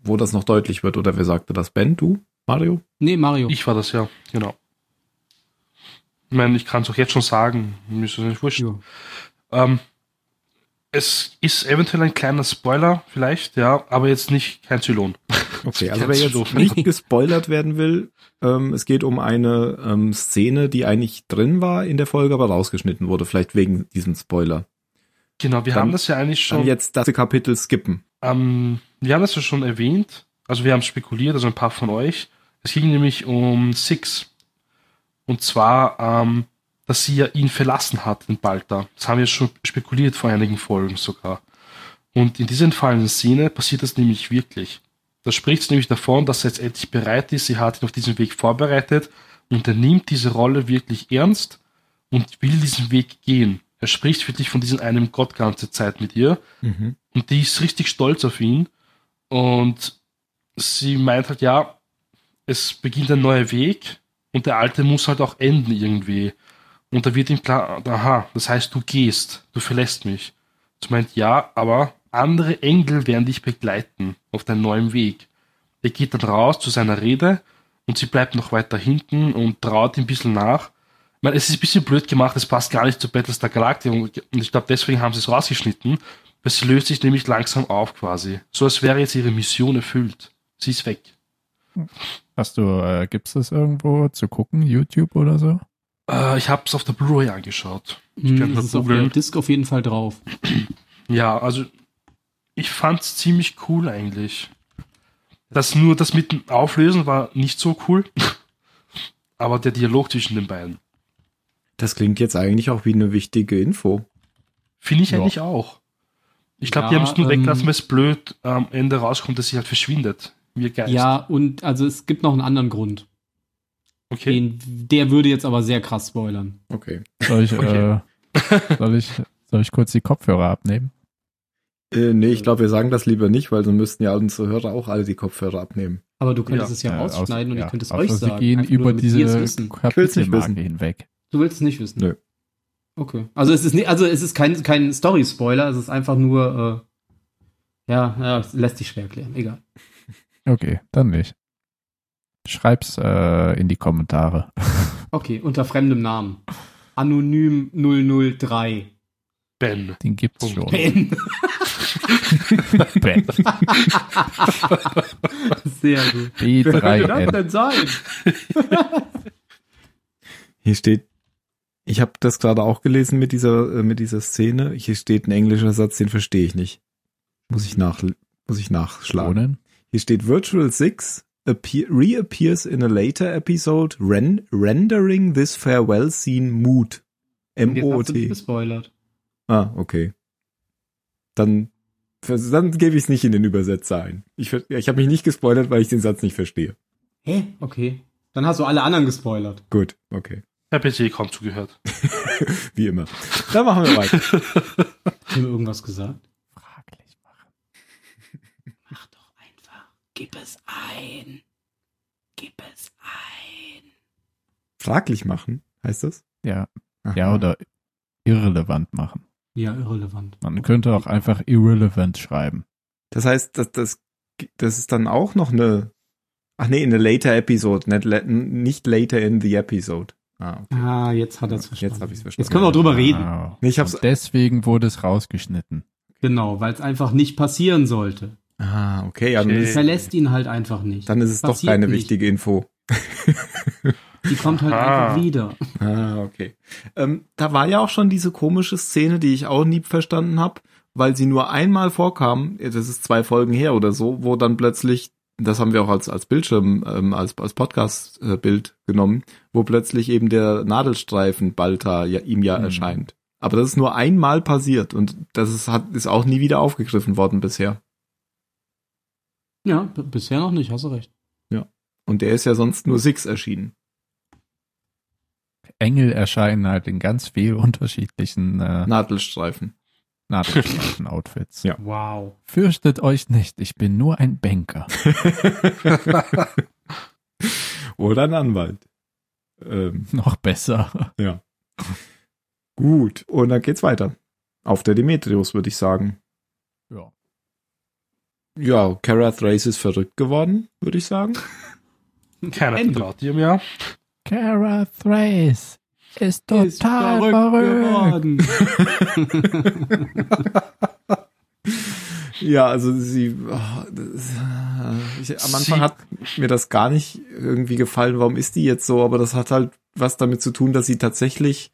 wo das noch deutlich wird. Oder wer sagte das? Ben, du? Mario?
Nee, Mario.
Ich war das ja, genau. Ich meine, ich kann es auch jetzt schon sagen. Mir ist das nicht wurscht.
Ja.
Ähm, es ist eventuell ein kleiner Spoiler, vielleicht, ja, aber jetzt nicht kein Zylon.
Okay,
Das
also
ist
wer
ganz
jetzt
doof.
nicht gespoilert werden will, ähm, es geht um eine ähm, Szene, die eigentlich drin war in der Folge, aber rausgeschnitten wurde, vielleicht wegen diesem Spoiler.
Genau, wir
Dann-
haben das ja eigentlich
Dann
schon.
jetzt das Kapitel skippen.
Ähm, wir haben das ja schon erwähnt. Also wir haben spekuliert, also ein paar von euch. Es ging nämlich um Six. Und zwar, ähm, dass sie ja ihn verlassen hat, den Balta. Das haben wir schon spekuliert vor einigen Folgen sogar. Und in dieser entfallenen Szene passiert das nämlich wirklich. Da spricht es nämlich davon, dass er jetzt endlich bereit ist, sie hat ihn auf diesen Weg vorbereitet und er nimmt diese Rolle wirklich ernst und will diesen Weg gehen. Er spricht wirklich von diesem einem Gott ganze Zeit mit ihr.
Mhm.
Und die ist richtig stolz auf ihn. Und sie meint halt, ja, es beginnt ein neuer Weg und der alte muss halt auch enden irgendwie. Und da wird ihm klar, aha, das heißt, du gehst, du verlässt mich. Sie meint, ja, aber andere Engel werden dich begleiten auf deinem neuen Weg. Er geht dann raus zu seiner Rede und sie bleibt noch weiter hinten und trauert ihm ein bisschen nach. Ich meine, es ist ein bisschen blöd gemacht, es passt gar nicht zu Battlestar Galactica und und ich glaube, deswegen haben sie es rausgeschnitten, weil sie löst sich nämlich langsam auf quasi. So als wäre jetzt ihre Mission erfüllt. Sie ist weg.
Hast du, äh, gibt's das irgendwo zu gucken? YouTube oder so?
Äh, ich habe es auf der Blu-ray angeschaut.
Ich
kann
hm,
mal
das ist auf
googeln.
der Disc auf jeden Fall drauf.
Ja, also ich fand's ziemlich cool eigentlich. Das nur das mit dem Auflösen war nicht so cool, [LAUGHS] aber der Dialog zwischen den beiden
Das klingt jetzt eigentlich auch wie eine wichtige Info.
finde ich
Ja.
eigentlich auch. Ich glaube, die
Ja,
haben es nur
ähm,
weggelassen, weil es blöd am Ende rauskommt, dass sie halt verschwindet. Wie Geist.
Ja, und also es gibt noch einen anderen Grund.
okay.
Den, der würde jetzt aber sehr krass spoilern.
Okay.
Soll ich,
Okay.
äh, soll ich, soll ich kurz die Kopfhörer abnehmen?
Äh, nee, ich glaube, wir sagen das lieber nicht, weil so müssten ja unsere Hörer auch alle die Kopfhörer abnehmen.
Aber du könntest
Ja,
es ja
Äh, aus-
rausschneiden und
ja,
ihr könnt es
außer
euch
sie
sagen.
gehen
einfach nur,
über
damit ihr es
diese
wissen.
will's nicht
Kapitelmarke
wissen.
hinweg.
Du willst es nicht wissen.
Nö.
Okay. Also es ist nicht, also es ist kein, kein Story-Spoiler, es ist einfach nur, äh, ja, ja, es lässt sich schwer erklären, egal.
Okay, dann nicht. Schreib's äh, in die Kommentare.
Okay, unter fremdem Namen. Anonym 003.
Ben.
Den gibt's
Oh.
[LAUGHS]
[LAUGHS]
Punkt.
schon.
Ben.
Ben.
Sehr
[LAUGHS]
gut.
B3N.
denn sein?
Hier steht, ich habe das gerade auch gelesen mit dieser, äh, mit dieser Szene. Hier steht ein englischer Satz, den verstehe ich nicht. Muss ich nach, muss ich nachschlagen.
Klonen?
Hier steht Virtual Six appear, reappears in a later episode, ren, rendering this farewell scene mood.
Jetzt hast du dich
M-O-T.
gespoilert.
Ah, okay. Dann, dann gebe ich es nicht in den Übersetzer ein. Ich, ver- ich habe mich nicht gespoilert, weil ich den Satz nicht verstehe.
Hä? Okay. Dann hast du alle anderen gespoilert.
Gut, okay.
Ich habe jetzt eh kaum [LAUGHS] zugehört.
Wie immer. Dann machen wir
[LAUGHS]
weiter.
Hat mir irgendwas gesagt?
Fraglich machen.
Mach doch einfach. Gib es ein. Gib es ein.
Fraglich machen, heißt das?
Ja,
Aha.
ja, oder irrelevant machen.
Ja, irrelevant.
Man könnte auch einfach irrelevant schreiben.
Das heißt, das, das, das ist dann auch noch eine. Ach nee, eine later episode, nicht, la- nicht later in the episode. Ah, okay.
Ah, jetzt hat er es
Jetzt
verstanden.
hab ich's verstanden.
Jetzt können wir auch drüber reden.
Wow.
Nee, ich hab's-
Ah, Und deswegen wurde es rausgeschnitten.
Genau, weil es einfach nicht passieren sollte.
Ah, okay. Ja, dann,
Okay.
ist,
Es verlässt ihn halt einfach nicht.
dann ist es doch
Passiert
keine
nicht.
wichtige Info.
Die kommt halt
Aha.
einfach wieder.
Ah, okay. Ähm, da war ja auch schon diese komische Szene, die ich auch nie verstanden habe, weil sie nur einmal vorkam, das ist zwei Folgen her oder so, wo dann plötzlich, das haben wir auch als, als Bildschirm, ähm, als, als Podcast-Bild genommen, wo plötzlich eben der Nadelstreifen Balta ja, ihm ja
Mhm.
erscheint. Aber das ist nur einmal passiert und das ist, hat, ist auch nie wieder aufgegriffen worden bisher.
Ja, b- bisher noch nicht, hast du recht.
Und der ist ja sonst nur Six erschienen.
Engel erscheinen halt in ganz viel unterschiedlichen
[LAUGHS]
äh,
Nadelstreifen.
nadelstreifen Outfits.
Ja.
Wow.
Fürchtet euch nicht, ich bin nur ein Banker.
Oder ein Anwalt. Ähm.
[LAUGHS] Noch besser.
Gut, und dann geht's weiter. Auf der Demetrius, würde ich sagen.
Ja.
Ja, Kara Thrace ist verrückt geworden, würde ich sagen.
Keiner
Ende.
traut ihm ja.
Cara Thrace ist total
Ist verrückt
verrückt.
geworden.
Ja, also sie. ah, das, ah, ich, am
Sie-
Anfang hat mir das gar nicht irgendwie gefallen, warum ist die jetzt so, aber das hat halt was damit zu tun, dass sie tatsächlich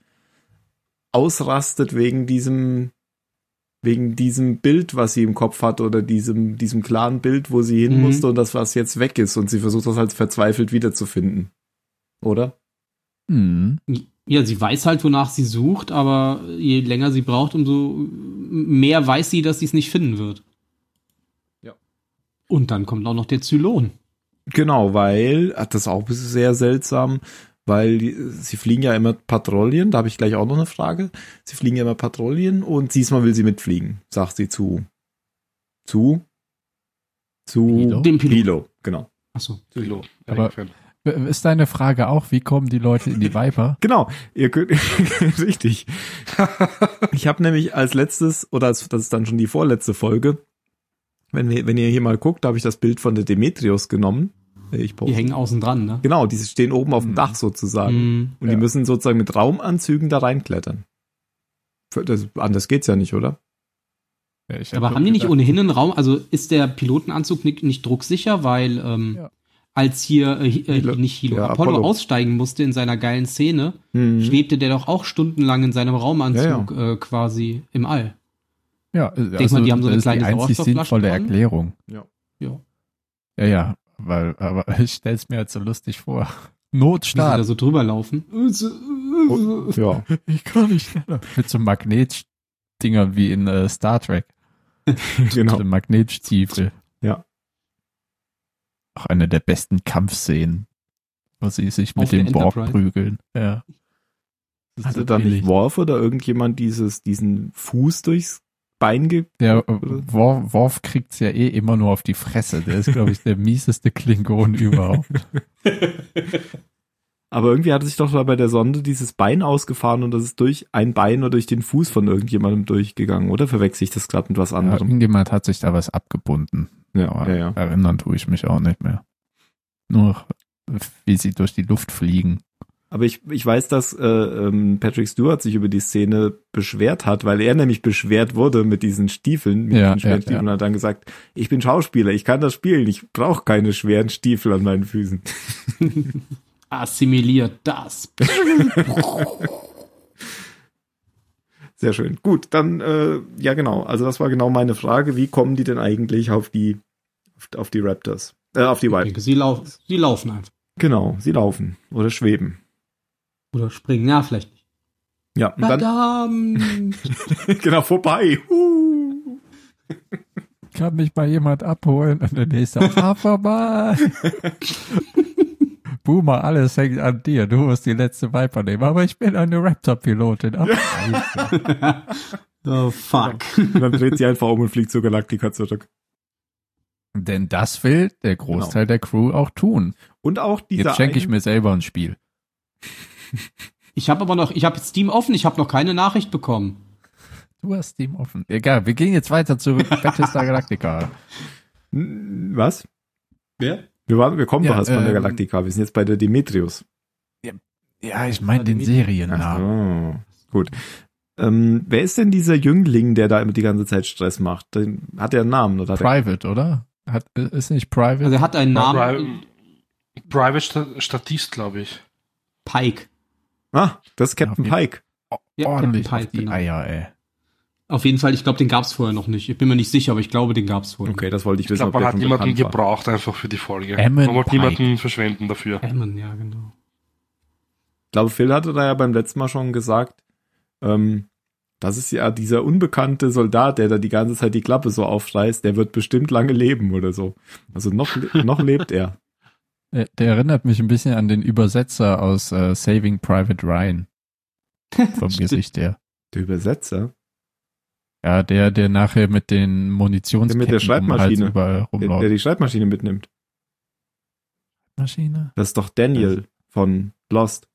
ausrastet wegen diesem wegen diesem Bild, was sie im Kopf hat oder diesem diesem klaren Bild, wo sie hin
Mhm.
musste und das was jetzt weg ist und sie versucht das halt verzweifelt wiederzufinden. Oder?
Hm.
Ja, sie weiß halt, wonach sie sucht, aber je länger sie braucht, umso mehr weiß sie, dass sie es nicht finden wird.
Ja.
Und dann kommt auch noch der Zylon.
Genau, weil, ah, das ist auch ein bisschen sehr seltsam, weil die, sie fliegen ja immer Patrouillen, da habe ich gleich auch noch eine Frage. Sie fliegen ja immer Patrouillen und diesmal will sie mitfliegen, sagt sie zu. Zu? Zu
Pilo?
Dem Pilot.
Pilo, genau.
Achso.
Silo.
Aber- Ist deine Frage auch, wie kommen die Leute in die Viper?
Genau, ihr könnt [LAUGHS] richtig. ich habe nämlich als letztes oder als, das ist dann schon die vorletzte Folge. Wenn, wir, wenn ihr hier mal guckt, da habe ich das Bild von der Demetrius genommen. Ich
Die
poste.
hängen außen dran, ne?
Genau, die stehen oben auf dem
Mhm.
Dach sozusagen
Mhm.
und die
Ja.
müssen sozusagen mit Raumanzügen da reinklettern. Für- Das, anders geht's ja nicht, oder?
[LAUGHS] Ja, ich hab
Aber
doch
haben die nicht
gedacht-
ohnehin einen Raum? Also ist der Pilotenanzug nicht, nicht drucksicher, weil ähm,
Ja.
als hier äh, hi-
Hilo-
äh, nicht Hilo,
ja,
Apollo,
Apollo.
aussteigen musste in seiner geilen Szene,
Hm.
schwebte der doch auch stundenlang in seinem Raumanzug Äh, quasi im All.
Ja, also
denk mal, die haben so eine
das ist die
kleine
einzig
Sauerstoffflasche
sinnvolle
dran.
Erklärung.
Ja.
Ja.
Ja, ja, weil, aber [LAUGHS] ich stell's mir jetzt so lustig vor. [LAUGHS]
Wie sie da
Notstart.
so drüber laufen.
[LAUGHS]
ja.
Ich kann nicht schneller.
[LAUGHS]
Mit so Magnetdingern wie in äh, Star Trek.
[LAUGHS] genau.
So Magnetstiefel.
Ja.
Auch eine der besten Kampfszenen, wo sie sich
Auf
mit
der
dem Borg
Enterprise.
prügeln. Ja. Oh, Das ist
Hatte
so
da nicht
billig.
Worf oder irgendjemand dieses, diesen Fuß durchs Bein ge
Der äh, Worf, Worf kriegt's ja eh immer nur auf die Fresse. Der ist, glaube ich,
[LAUGHS]
der mieseste Klingon überhaupt.
Aber irgendwie hatte sich doch da bei der Sonde dieses Bein ausgefahren und das ist durch ein Bein oder durch den Fuß von irgendjemandem durchgegangen, oder? Verwechsel ich das gerade mit was
Ja,
anderem?
irgendjemand hat sich da was abgebunden.
Ja,
Aber
ja, ja.
erinnern tue ich mich auch nicht mehr. Nur, wie sie durch die Luft fliegen.
Aber ich, ich weiß, dass äh, ähm, Patrick Stewart sich über die Szene beschwert hat, weil er nämlich beschwert wurde mit diesen Stiefeln, mit
Ja,
diesen schweren
ja,
Stiefeln und hat dann gesagt, ich bin Schauspieler, ich kann das spielen, ich brauche keine schweren Stiefel an meinen Füßen. [LAUGHS]
Assimiliert das.
Sehr schön. Gut, dann, äh, ja genau, also das war genau meine Frage, wie kommen die denn eigentlich auf die, auf, auf die Raptors? Äh, auf die
Ich
Wild.
denke, sie, lau sie laufen einfach.
Genau, sie laufen oder schweben.
Oder springen. Ja, vielleicht nicht.
Ja, und dann, [LAUGHS]
Verdammt.
genau, vorbei. Huh.
Kann mich mal jemand abholen? Und der nächste, fahr vorbei. Boomer, alles hängt an dir. Du musst die letzte Viper nehmen. Aber ich bin eine Raptor-Pilotin. Ach, scheiße.
oh, fuck.
Und dann dreht sie einfach um und fliegt zur Galaktika zurück.
Denn das will der Großteil der Crew auch tun.
Und auch dieser
Jetzt schenke ich
eine-
mir selber ein Spiel.
Ich habe aber noch, ich habe Steam offen, ich habe noch keine Nachricht bekommen.
Du hast Steam offen. Egal, wir gehen jetzt weiter zurück. Battlestar Galactica.
N- Was?
Wer?
Wir, waren, wir kommen
Ja,
doch erst von der
ähm,
Galaktika. Wir sind jetzt bei der Demetrius.
Ja, ich meine den Seriennamen.
Ach so. Gut. Ähm, wer ist denn dieser Jüngling, der da immer die ganze Zeit Stress macht? Den, hat er einen Namen oder? Hat er,
Private, oder? Hat, ist nicht Private?
Also er hat einen Namen.
Pri Private Sta- Statist, glaube ich.
Pike.
ah, das ist Captain
Ja,
Pike.
Ja,
ordentlich
Captain
auf die
genau.
Eier, ey.
Auf jeden Fall, ich glaube, den gab es vorher noch nicht. Ich bin mir nicht sicher, aber ich glaube, den gab es vorher.
Okay, das wollte ich
Ich
wissen.
glaube, man
der
hat
schon
jemanden
bekannt war.
gebraucht einfach für die Folge.
Ammon
man wollte
Pike.
niemanden verschwenden dafür.
Hammond, ja, genau.
Ich glaube, Phil hatte da ja beim letzten Mal schon gesagt, ähm, das ist ja dieser unbekannte Soldat, der da die ganze Zeit die Klappe so aufreißt, der wird bestimmt lange leben oder so. Also noch, le- noch lebt er.
Der, Äh, der erinnert mich ein bisschen an den Übersetzer aus äh, Saving
[LAUGHS]
Private Ryan. Vom
Stimmt.
Gesicht her.
Der Übersetzer.
Ja, der, der nachher mit den Munitionsketten
Der mit der
um den Hals
Schreibmaschine.
überall
Der, der
rumläuft.
die Schreibmaschine mitnimmt.
Maschine?
Das ist doch Daniel
Also-
von Lost.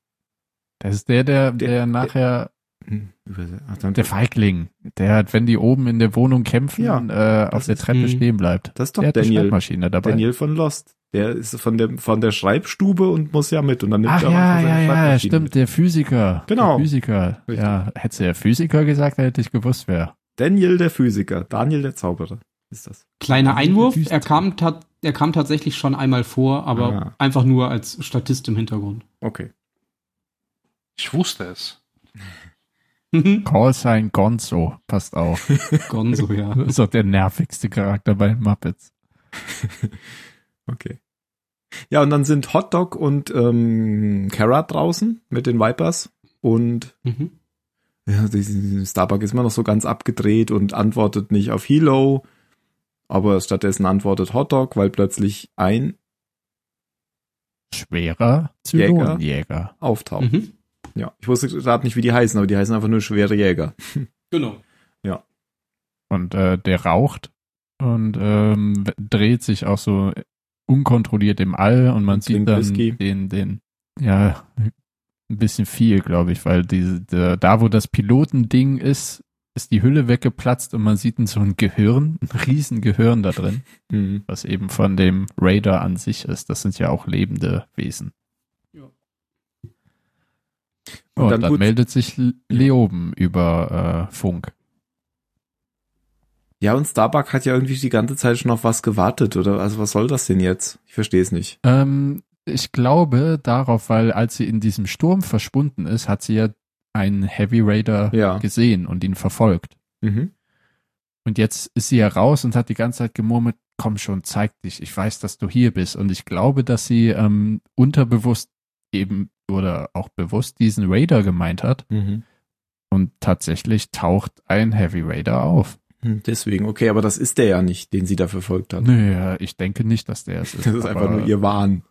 Das ist der, der, der,
Der-
nachher,
Hm, Überse- Ach, dann-
der Feigling, der hat, wenn die oben in der Wohnung kämpfen, äh, auf
das
der
ist-
Treppe
mh.
stehen bleibt.
Das ist doch
Der hat eine
Daniel.
Schreibmaschine dabei.
Daniel von Lost. Der ist von der, von der Schreibstube und muss ja mit. Und dann nimmt
Ach
er auch
ja,
seine
ja, ja,
Schreibmaschine
stimmt,
mit.
der Physiker.
Genau.
Der Physiker.
Richtig.
Ja, hättest du ja Physiker gesagt, dann hätte ich gewusst, wer.
Daniel der Physiker. Daniel der Zauberer. Ist das.
Kleiner Einwurf,
Düster.
er kam, tat, er kam tatsächlich schon einmal vor, aber
Ah.
einfach nur als Statist
[LAUGHS]
im Hintergrund.
Okay.
Ich wusste es.
Call sign Gonzo. Passt auch. [LAUGHS]
Gonzo, ja.
Das ist doch der nervigste Charakter bei den Muppets.
Okay. Ja, und dann sind Hotdog und ähm, Carrot draußen mit den Vipers. Und
Mhm.
ja, diesen- Starbuck ist immer noch so ganz abgedreht und antwortet nicht auf Hilo. Aber stattdessen antwortet Hotdog, weil plötzlich ein
Schwerer Zylonjäger.
auftauchen.
Mhm.
Ja, ich wusste gerade nicht, wie die heißen, aber die heißen einfach nur schwere Jäger.
Genau.
Und äh, der raucht und ähm, w- dreht sich auch so unkontrolliert im All und man
Und
sieht
trinkt
dann
Whisky.
den, den, ja, ein bisschen viel, glaube ich, weil diese, der, da, wo das Pilotending ist, ist die Hülle weggeplatzt und man sieht dann so ein Gehirn, ein riesen Gehirn da drin,
Mhm.
was eben von dem Raider an sich ist. Das sind ja auch lebende Wesen. Und,
dann
dann,
tut-
meldet sich L- Leoben über äh, Funk.
Ja, und Starbuck hat ja irgendwie die ganze Zeit schon auf was gewartet, oder? Also was soll das denn jetzt? Ich verstehe es nicht.
Ähm, ich glaube darauf, weil als sie in diesem Sturm verschwunden ist, hat sie ja einen Heavy Raider
Ja.
gesehen und ihn verfolgt.
Mhm.
Und jetzt ist sie ja raus und hat die ganze Zeit gemurmelt, komm schon, zeig dich, ich weiß, dass du hier bist. Und ich glaube, dass sie ähm, unterbewusst eben oder auch bewusst diesen Raider gemeint hat.
Mhm.
Und tatsächlich taucht ein Heavy Raider auf.
Hm, Deswegen, okay, aber das ist der ja nicht, den sie da verfolgt hat.
Naja, ich denke nicht, dass der es
[LAUGHS]
ist.
Das ist einfach
aber
nur ihr Wahn.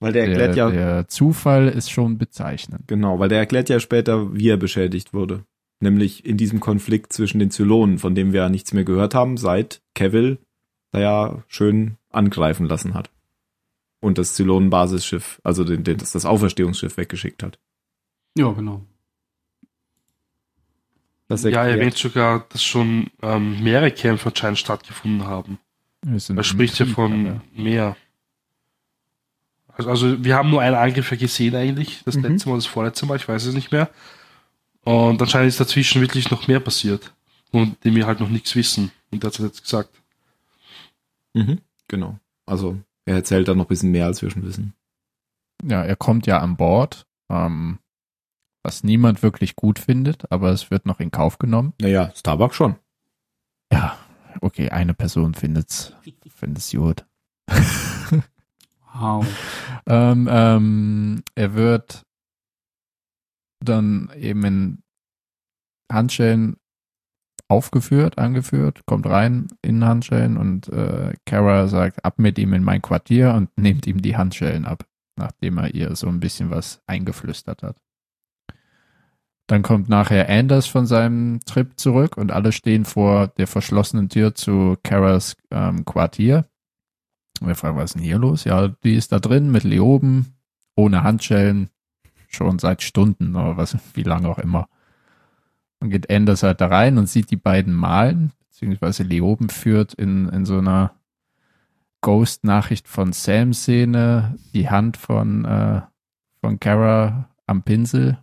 Weil der
Der,
erklärt ja,
der Zufall ist schon bezeichnend.
genau, weil der erklärt ja später, wie er beschädigt wurde. Nämlich in diesem Konflikt zwischen den Zylonen, von dem wir ja nichts mehr gehört haben, seit Cavill da ja schön angreifen lassen hat. Und das Zylonen-Basisschiff, also den, den, das, das Auferstehungsschiff weggeschickt hat.
Ja, genau.
Das
Ja,
erklärt-
er erwähnt sogar, dass schon ähm, mehrere Kämpfe anscheinend stattgefunden haben.
Wir sind
Er
im
spricht ja
Krieg, ne?
von
aber-
mehr. Also, also wir haben nur einen Angriff ja gesehen eigentlich, das
Mhm.
letzte Mal, das vorletzte Mal, ich weiß es nicht mehr. Und anscheinend ist dazwischen wirklich noch mehr passiert, und dem wir halt noch nichts wissen. Und das hat er jetzt gesagt.
Mhm, genau. Also er erzählt dann noch ein bisschen mehr, als wir schon wissen.
Ja, er kommt ja an Bord, ähm, was niemand wirklich gut findet, aber es wird noch in Kauf genommen.
Naja, Starbuck schon. [LAUGHS]
Ja, okay, eine Person findet's, findet's
[LAUGHS]
gut. [LAUGHS]
Wow. [LAUGHS]
ähm, ähm, er wird dann eben in Handschellen aufgeführt, angeführt, kommt rein in Handschellen und äh, Kara sagt, ab mit ihm in mein Quartier und [LAUGHS] nimmt ihm die Handschellen ab, nachdem er ihr so ein bisschen was eingeflüstert hat. Dann kommt nachher Anders von seinem Trip zurück und alle stehen vor der verschlossenen Tür zu Caras ähm, Quartier. Und wir fragen, was ist denn hier los? Ja, die ist da drin mit Leoben, ohne Handschellen, schon seit Stunden oder was, wie lange auch immer. Und geht Anders halt da rein und sieht die beiden malen, beziehungsweise Leoben führt in, in so einer Ghost-Nachricht von Sam-Szene die Hand von, äh, von Kara am Pinsel,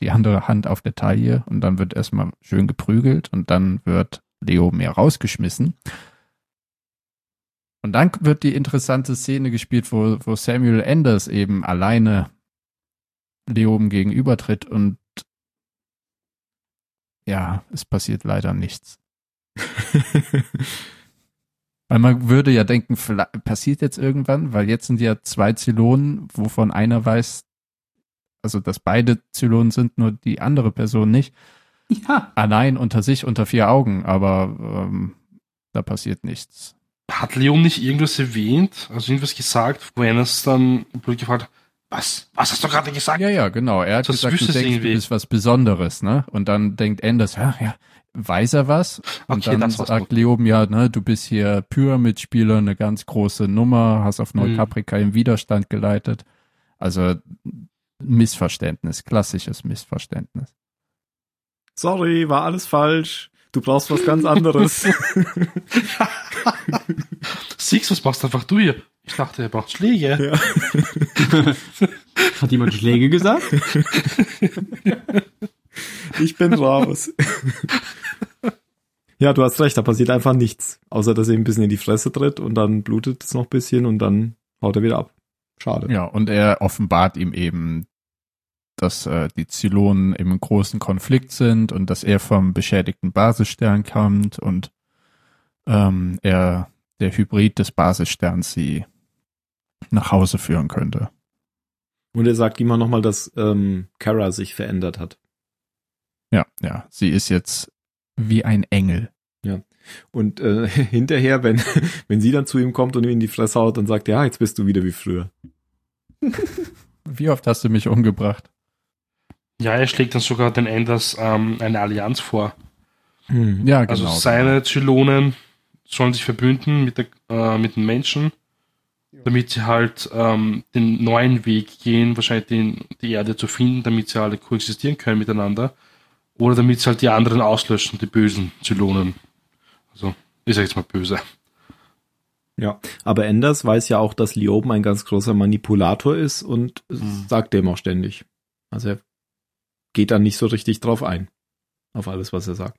die andere Hand auf der Taille und dann wird erstmal schön geprügelt und dann wird Leoben ja rausgeschmissen. Und dann wird die interessante Szene gespielt, wo, wo Samuel Anders eben alleine Leoben gegenübertritt und ja, es passiert leider nichts. Weil man würde ja denken, vielleicht passiert jetzt irgendwann, weil jetzt sind ja zwei Zylonen, wovon einer weiß, also dass beide Zylonen sind, nur die andere Person nicht.
Ja.
Allein unter sich, unter vier Augen, aber ähm, da passiert nichts.
Hat Leon nicht irgendwas erwähnt, also irgendwas gesagt, wo Enes dann blöd gefragt hat, was? Was hast du gerade gesagt?
Ja, ja, genau. Er hat
Das
gesagt, du
wüsste es
denkst, du
irgendwie.
bist was Besonderes, ne? Und dann denkt Anders, ja, ja, weiß er was? Und
Okay,
dann
das war's
sagt Leoben, ja, ne, du bist hier Pyramidspieler, eine ganz große Nummer, hast auf
Mhm.
Neukaprika im Widerstand geleitet. Also Missverständnis, klassisches Missverständnis.
Sorry, war alles falsch. Du brauchst was ganz anderes.
Six, was machst einfach du hier? Ich dachte, er braucht Schläge.
ja.
Hat jemand Schläge gesagt?
Ich bin raus. [LAUGHS] ja, du hast recht, da passiert einfach nichts. Außer, dass er ihm ein bisschen in die Fresse tritt und dann blutet es noch ein bisschen und dann haut er wieder ab. Schade.
Ja, und er offenbart ihm eben, dass äh, die Zylonen im großen Konflikt sind und dass er vom beschädigten Basisstern kommt und ähm, er der Hybrid des Basissterns sie nach Hause führen könnte.
Und er sagt immer nochmal, dass ähm, Kara sich verändert hat.
Ja, ja, sie ist jetzt wie ein Engel.
Und äh, [LAUGHS] hinterher, wenn, wenn sie dann zu ihm kommt und ihm in die Fresse haut und sagt, ja, jetzt bist du wieder wie früher.
Wie oft hast du mich umgebracht?
Ja, er schlägt dann sogar den Enders ähm, eine Allianz vor.
Hm.
Ja, genau.
Also seine Zylonen sollen sich verbünden mit, der, äh, mit den Menschen, damit sie halt ähm, den neuen Weg gehen, wahrscheinlich den, die Erde zu finden, damit sie alle koexistieren können miteinander. Oder damit sie halt die anderen auslöschen, die bösen Zylonen. Also, ich sag jetzt mal böse.
Ja, aber Anders weiß ja auch, dass Lioben ein ganz großer Manipulator ist und
Hm.
sagt dem auch ständig. Also er geht dann nicht so richtig drauf ein. Auf alles, was er sagt.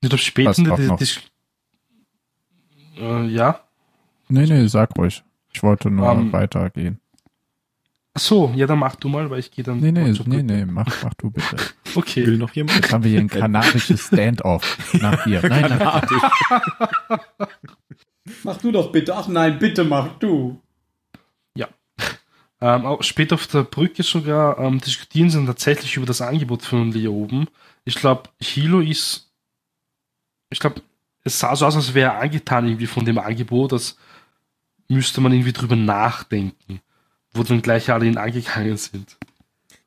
Ich glaube, später in
Passt
der
auch noch.
Dis- äh, ja.
Nee, nee, sag ruhig. Ich wollte nur
Ähm,
weitergehen.
Ach so, ja, dann mach du mal, weil ich gehe dann.
Nee, nee,
zurück.
nee, nee, mach, mach
[LAUGHS]
du bitte.
Okay.
noch jemand?
Jetzt haben wir hier ein kanadisches Stand-off
[LAUGHS]
nach dir. Nein, nein,
[LAUGHS] Mach du doch bitte. Ach nein, bitte mach du.
Ähm, auch später auf der Brücke sogar ähm, diskutieren sie dann tatsächlich über das Angebot von Leo oben. Ich glaube, Hilo ist. Ich glaube, es sah so aus, als wäre er angetan irgendwie von dem Angebot, als müsste man irgendwie drüber nachdenken, wo dann gleich alle ihn angegangen sind.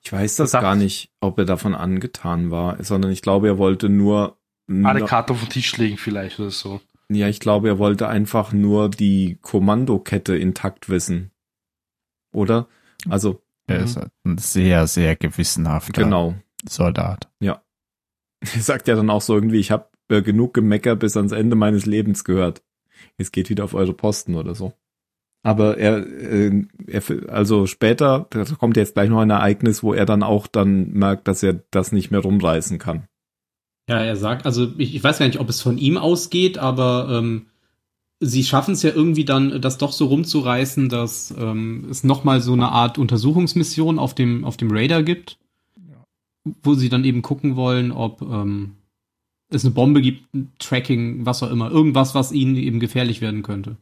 Ich weiß das
Das-
gar nicht, ob er davon angetan war, sondern ich glaube, er wollte nur.
Alle
na-
Karten auf den Tisch legen vielleicht oder so.
Ja, ich glaube, er wollte einfach nur die Kommandokette intakt wissen. Oder? Also,
er ist halt ein sehr, sehr gewissenhafter
genau.
Soldat.
Er sagt ja dann auch so irgendwie, ich habe äh, genug Gemecker bis ans Ende meines Lebens gehört. Jetzt geht wieder auf eure Posten oder so. Aber er, äh, er also später, da kommt jetzt gleich noch ein Ereignis, wo er dann auch dann merkt, dass er das nicht mehr rumreißen kann.
Ja, er sagt, also ich, ich weiß gar nicht, ob es von ihm ausgeht, aber ähm, sie schaffen es ja irgendwie dann, das doch so rumzureißen, dass ähm, es nochmal so eine Art Untersuchungsmission auf dem, auf dem Radar gibt, wo sie dann eben gucken wollen, ob ähm, es eine Bombe gibt, ein Tracking, was auch immer, irgendwas, was ihnen eben gefährlich werden könnte.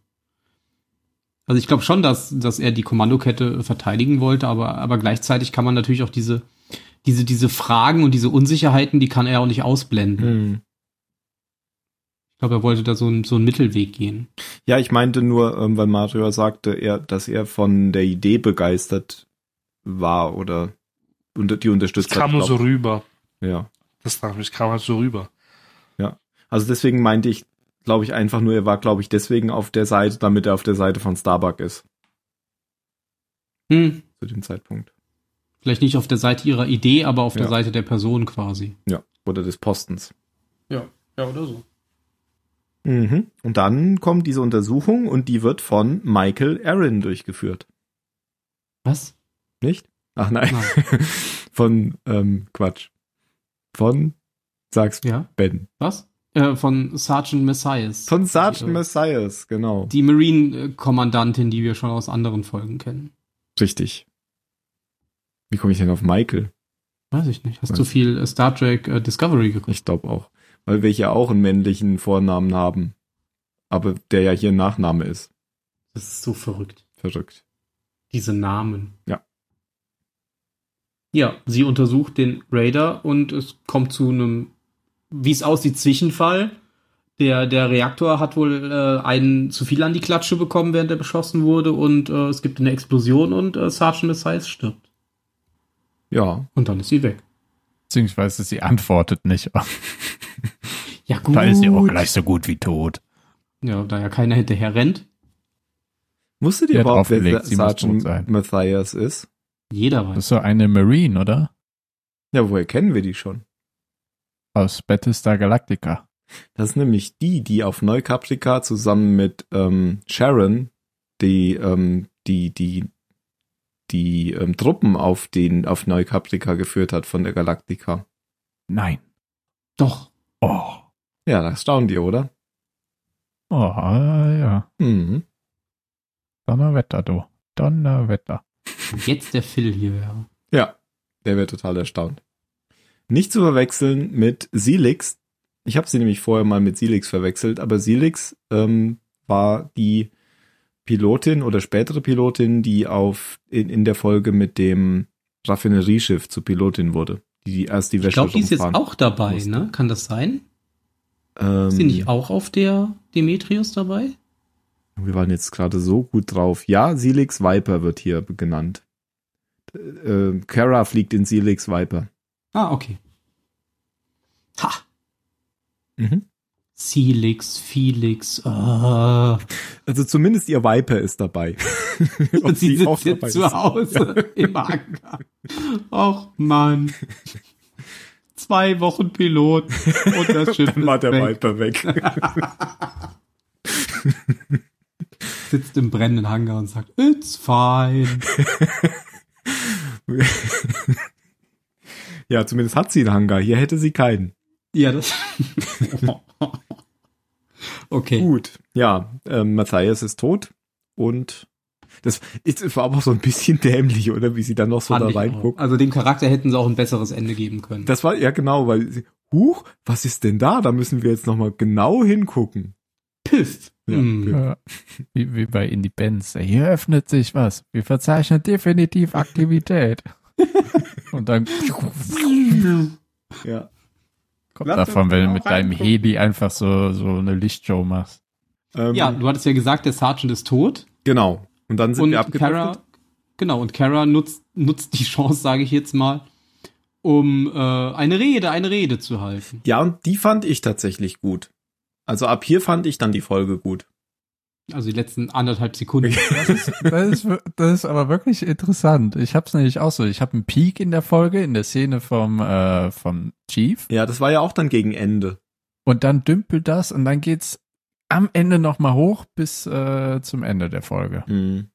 Also ich glaube schon, dass, dass er die Kommandokette verteidigen wollte, aber, aber gleichzeitig kann man natürlich auch diese, diese, diese Fragen und diese Unsicherheiten, die kann er auch nicht ausblenden.
Mhm.
Ich glaube, er wollte da so, einen- so einen Mittelweg gehen.
Ja, ich meinte nur, ähm, weil Mario sagte, er, dass er von der Idee begeistert war oder unter, die
Das
unterstützt
kam nur so
glaub-
rüber.
Ja.
Das, das kam halt so rüber.
Also deswegen meinte ich, glaube ich, einfach nur, er war, glaube ich, deswegen auf der Seite, damit er auf der Seite von Starbuck ist.
Hm,
zu dem Zeitpunkt.
vielleicht nicht auf der Seite ihrer Idee, aber auf der
Ja.
Seite der Person quasi.
Ja. Oder des Postens.
Ja, ja, oder so.
Mhm. Und dann kommt diese Untersuchung und die wird von Michael Aaron durchgeführt.
Was?
Nicht? Ach nein.
Nein.
[LAUGHS] von ähm, Quatsch. Von sag's
Ja,
Ben.
was? Äh, von Sergeant Messias.
Von
Die,
Sergeant
äh,
Messias, genau.
Die Marine-Kommandantin, die wir schon aus anderen Folgen kennen.
Richtig. Wie komme ich denn auf Michael?
Weiß ich nicht. Hast
Weiß
du
ich
viel äh, Star Trek äh, Discovery geguckt?
Ich glaube auch. Weil wir ja auch einen männlichen Vornamen haben. Aber der ja hier ein Nachname ist.
Das ist so verrückt.
Verrückt.
diese Namen.
Ja.
Ja, sie untersucht den Raider und es kommt zu einem, wie es aussieht, Zwischenfall. Der, der Reaktor hat wohl äh, einen zu viel an die Klatsche bekommen, während er beschossen wurde und äh, es gibt eine Explosion und äh, Sergeant Messias stirbt.
Ja.
Und dann ist sie weg.
Beziehungsweise sie antwortet nicht. [LAUGHS]
Ja, gut.
Da ist sie auch gleich so gut wie tot.
Ja, da ja keiner hinterher rennt.
Wusstet ihr
Der hat
überhaupt, wer
aufgelegt, sie muss tot sein.
Sergeant Matthias ist?
Jeder
Das
weiß.
ist so eine Marine, oder?
Ja, woher kennen wir die schon?
Aus Battlestar Galactica.
Das ist nämlich die, die auf Neukaprika zusammen mit ähm, Sharon die, ähm, die, die, die ähm, Truppen auf den, auf Neukaprika geführt hat von der Galaktika.
Nein.
Doch.
Oh.
Ja, das staunt ihr, oder?
Oh, ja.
Mhm.
Donnerwetter, du. Donnerwetter.
Wenn Jetzt der Phil hier wäre.
Ja, der wäre total erstaunt. Nicht zu verwechseln mit Silix. Ich habe sie nämlich vorher mal mit Silix verwechselt, aber Silix ähm, war die Pilotin oder spätere Pilotin, die auf in, in der Folge mit dem Raffinerieschiff zur Pilotin wurde, die, die erst die Wäsche
Ich glaube, die ist jetzt
rumfahren
auch dabei,
musste.
ne? Kann das sein?
Ähm,
Ist die nicht auch auf der Demetrius dabei?
Wir waren jetzt gerade so gut drauf. Ja, Silix Viper wird hier genannt. Äh, Kara fliegt in Silix Viper.
Ah, okay. Ha!
Mhm.
Silix, Felix, äh.
Also zumindest ihr Viper ist
[LAUGHS]
dabei. Ob
sie
sie auch
sitzt jetzt
dabei
zu
ist. [LAUGHS]
Hause im Anker. Och Mann. Zwei Wochen Pilot
[LAUGHS]
und das Schiff
Dann war
ist
der
weg,
Viper weg. [LAUGHS]
sitzt im brennenden Hangar und sagt, it's fine.
ja, zumindest hat sie einen Hangar. Hier hätte sie keinen.
Ja, das. [LAUGHS] okay.
Gut. Ja, ähm, Matthias ist tot und das ist das war aber auch so ein bisschen dämlich, oder wie sie dann noch so
Fand ich
da
auch.
reinguckt.
Also dem Charakter hätten sie auch ein besseres Ende geben können.
Das war ja genau, weil sie, huch, was ist denn da? Da müssen wir jetzt noch mal genau hingucken.
Piff.
Ja,
Hm.
Ja. Wie, wie bei Indie Bands. Hier öffnet sich was. Wir verzeichnen
[LAUGHS]
definitiv Aktivität. Und dann
Ja.
kommt
Lass
davon,
uns
wenn du
auch
mit deinem
reingucken.
Heli einfach so, so eine Lichtshow machst.
Ähm,
Ja, du hattest ja gesagt, der Sergeant ist tot.
Genau. Und dann sind
und
wir abgedriftet.
Kara, genau, und Kara nutzt, nutzt die Chance, sage ich jetzt mal, um äh, eine Rede, eine Rede zu halten.
Ja, und die fand ich tatsächlich gut. Also ab hier fand ich dann die Folge gut.
Also die letzten
[LAUGHS]
anderthalb Sekunden.
Das ist, wir- das ist aber wirklich interessant. Ich hab's nämlich auch so. Ich habe einen Peak in der Folge, in der Szene vom, äh, vom Chief.
Ja, das war ja auch dann gegen Ende.
Und dann dümpelt das und dann geht's am Ende nochmal hoch bis äh, zum Ende der Folge.
Mhm.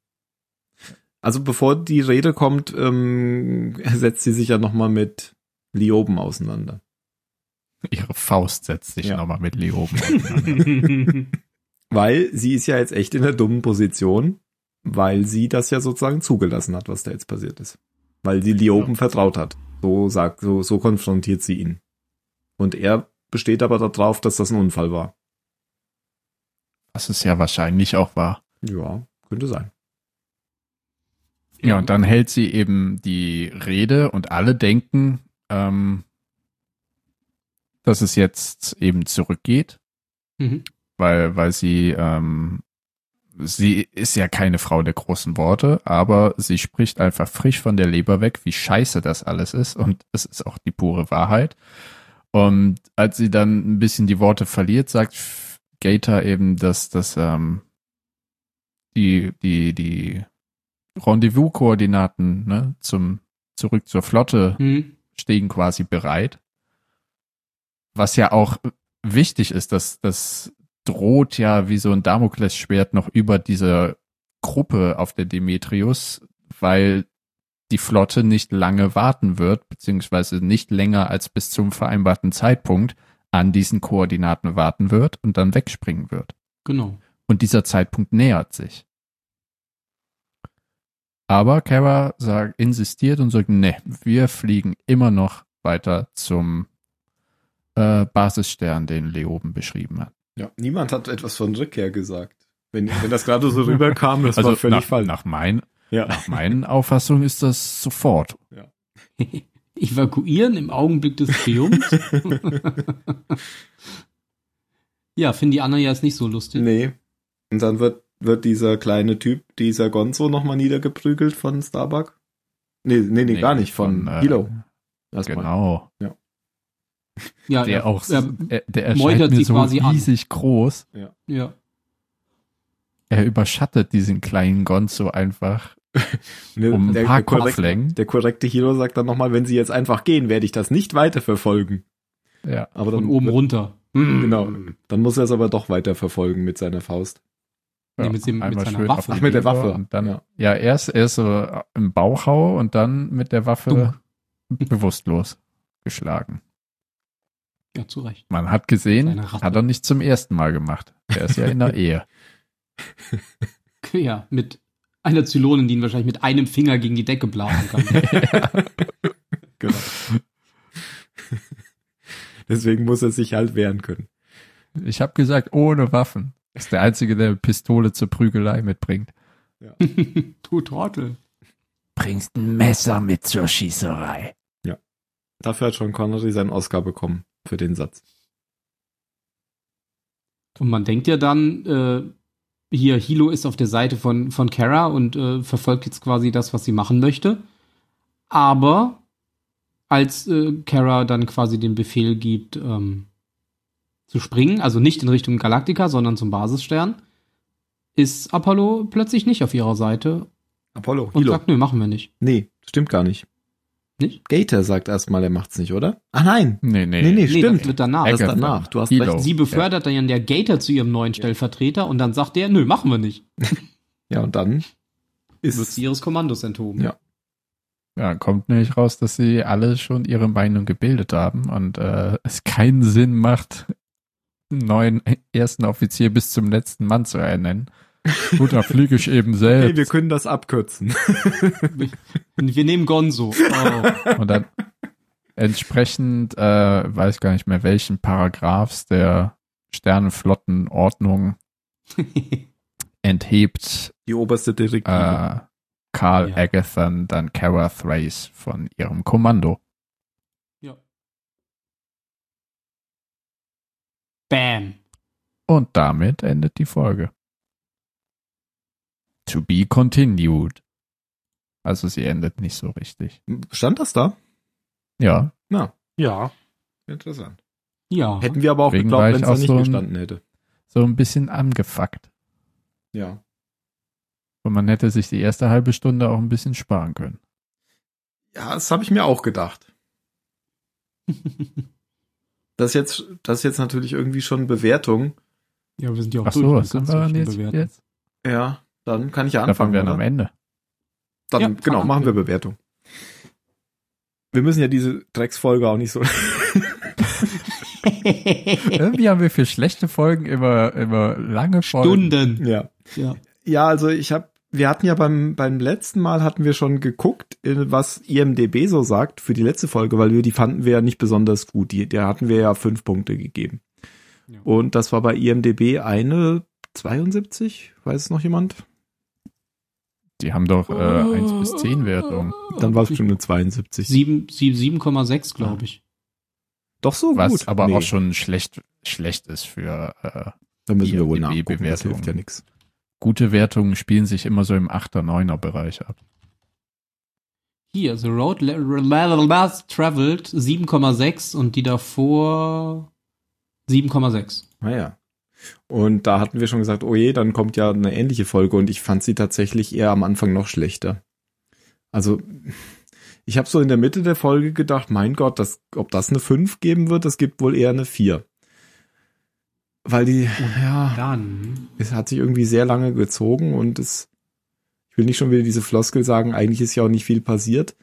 Also bevor die Rede kommt, ähm, setzt sie sich ja nochmal mit Lioben auseinander.
Ihre Faust setzt sich
Ja.
nochmal mit Leoben. [LAUGHS]
Weil sie ist ja jetzt echt in der dummen Position, weil sie das ja sozusagen zugelassen hat, was da jetzt passiert ist. Weil sie Lioben vertraut hat. So sagt, so, so konfrontiert sie ihn. Und er besteht aber darauf, dass das ein Unfall war.
Was es ja wahrscheinlich auch war.
Ja, könnte sein.
Ja, und dann hält sie eben die Rede und alle denken, ähm, dass es jetzt eben zurückgeht,
Mhm.
weil, weil sie, ähm, sie ist ja keine Frau der großen Worte, aber sie spricht einfach frisch von der Leber weg, wie scheiße das alles ist und es ist auch die pure Wahrheit. Und als sie dann ein bisschen die Worte verliert, sagt Gator eben, dass, dass ähm, die, die, die Rendezvous-Koordinaten ne, zum zurück zur Flotte
Mhm.
stehen quasi bereit. Was ja auch wichtig ist, dass das droht ja wie so ein Damoklesschwert noch über diese Gruppe auf der Demetrius, weil die Flotte nicht lange warten wird, beziehungsweise nicht länger als bis zum vereinbarten Zeitpunkt an diesen Koordinaten warten wird und dann wegspringen wird.
Genau. [LAUGHS]
Und dieser Zeitpunkt nähert sich. Aber Kara sagt, insistiert und sagt, nee, wir fliegen immer noch weiter zum äh, Basisstern, den Leoben beschrieben hat.
Ja. Niemand hat etwas von Rückkehr gesagt. Wenn, wenn das gerade so rüberkam, das war völlig falsch.
Also nach, nach, mein,
Ja.
nach meinen [LAUGHS] Auffassung ist das sofort.
Evakuieren im Augenblick des Triumphs. [LAUGHS] ja, finden die anderen ja jetzt nicht so lustig.
Nee. Und dann wird, wird dieser kleine Typ, dieser Gonzo, nochmal niedergeprügelt von Starbuck. Nee, nee, nee, gar nicht, von,
äh,
Hilo. Erstmal.
Genau.
Ja,
Der
ja,
auch,
Ja,
äh, der erscheint
meutert
mir
sie
so
quasi an.
riesig groß.
ja.
Er überschattet diesen kleinen Gonzo einfach
Ne,
um ein paar
korrekte-
Kopflängen.
der korrekte Hilo sagt dann nochmal, wenn sie jetzt einfach gehen, werde ich das nicht weiterverfolgen.
Ja.
Aber dann,
Von oben runter.
Genau. Dann muss er es aber doch weiterverfolgen mit seiner Faust.
Nee, mit dem- mit
einmal
seiner
schön
Waffe.
auf die
Ach, mit der
Leber
Waffe.
Und dann,
Ja.
ja. erst, erst so äh, im Bauch hau und dann mit der Waffe bewusstlos geschlagen.
Ja, zu Recht. [LAUGHS]
Man hat gesehen,
Kleine Ratte.
hat er nicht zum ersten Mal gemacht. Er ist ja in der Ehe.
Ja, mit einer Zylonin, die ihn wahrscheinlich mit einem Finger gegen die Decke blasen kann.
Genau. [LAUGHS] Deswegen muss er sich halt wehren können.
Ich habe gesagt, ohne Waffen.
[LAUGHS]
Ist der Einzige, der Pistole zur Prügelei mitbringt.
du Trottel.
bringst ein Messer mit zur Schießerei.
Dafür hat Sean Connery seinen Oscar bekommen für den Satz.
Und man denkt ja dann, äh, hier, Hilo ist auf der Seite von, von Kara und äh, verfolgt jetzt quasi das, was sie machen möchte. Aber als äh, Kara dann quasi den Befehl gibt, ähm, zu springen, also nicht in Richtung Galactica, sondern zum Basisstern, ist Apollo plötzlich nicht auf ihrer Seite
Apollo,
und
Hilo.
sagt, nö, machen wir nicht.
Nee, stimmt gar nicht.
Nicht?
Gator sagt erstmal, er macht's nicht, oder? Ah nein,
Nee, nee.
nee, nee,
das
stimmt.
wird danach.
das ist
Eckert.
danach, du hast
Hilo.
recht.
Sie befördert dann der Gator zu ihrem neuen Stellvertreter und dann sagt der, nö, machen wir nicht.
Ja, und dann
Wird
ist
sie ihres Kommandos enthoben.
Ja.
Ja, kommt nämlich raus, dass sie alle schon ihre Meinung gebildet haben und äh, es keinen Sinn macht, einen neuen ersten Offizier bis zum letzten Mann zu ernennen. Gut, da fliege ich eben
Hey, [LAUGHS] wir
selbst.
können das abkürzen.
Und wir nehmen Gonzo.
[LAUGHS]
Oh.
Und dann entsprechend, äh, weiß gar nicht mehr, welchen Paragraphs der Sternenflottenordnung enthebt
Die oberste Direktive.
äh, Karl
Ja.
Agathon dann Kara Thrace von ihrem Kommando.
[LAUGHS] Bam.
Und damit endet die Folge. To be continued. Also sie endet nicht so richtig.
Stand das da?
Ja,
Ja.
Interessant.
Ja.
Hätten wir aber auch
Wegen war
geglaubt, wenn es
ich
da
auch
nicht
so ein-
gestanden hätte.
so ein bisschen angefuckt.
Ja.
Und man hätte sich die erste halbe Stunde auch ein bisschen sparen können.
Ja, das habe ich mir auch
[LAUGHS]
gedacht. Das ist jetzt, das ist jetzt natürlich irgendwie schon Bewertung.
ja, wir sind ja auch
Ach so,
durch.
was können wir dann jetzt, jetzt?
Ja, dann kann ich ja
Davon
anfangen.
wären
oder?
am Ende.
Dann,
Ja,
genau,
fang
machen
an.
wir Bewertung. Wir müssen ja diese Drecksfolge auch nicht so. [LAUGHS]
[LAUGHS]
Irgendwie haben wir für schlechte Folgen immer, immer lange Folgen.
Stunden.
ja.
Ja.
Ja, also ich habe, wir hatten ja beim, beim letzten Mal hatten wir schon geguckt, in was IMDB so sagt für die letzte Folge, weil wir die fanden wir ja nicht besonders gut. Die, der hatten wir ja fünf Punkte gegeben.
Ja.
Und das war bei IMDB eine 72, weiß es noch jemand?
Die haben doch äh,
Oh,
1 bis 10 Wertungen.
Dann war es bestimmt eine 72.
Sieben- sieben- 7,6, glaube ich.
Doch so
Was
gut.
aber
Nee,
auch schon schlecht, schlecht ist für äh,
Da müssen wir wohl
IMDb
nachgucken, das hilft ja
Bewertungen.
nichts.
gute Wertungen spielen sich immer so im 8er, 9er Bereich ab.
Hier, The Road Le- Le- Last Traveled 7,6 und die davor 7,6.
Naja. Ah Und da hatten wir schon gesagt, oh je, dann kommt ja eine ähnliche Folge und ich fand sie tatsächlich eher am Anfang noch schlechter. Also ich habe so in der Mitte der Folge gedacht, mein Gott, das, ob das eine 5 geben wird, es gibt wohl eher eine 4. Weil die, ja,
Dann.
es hat sich irgendwie sehr lange gezogen und es, ich will nicht schon wieder diese Floskel sagen, eigentlich ist ja auch nicht viel passiert,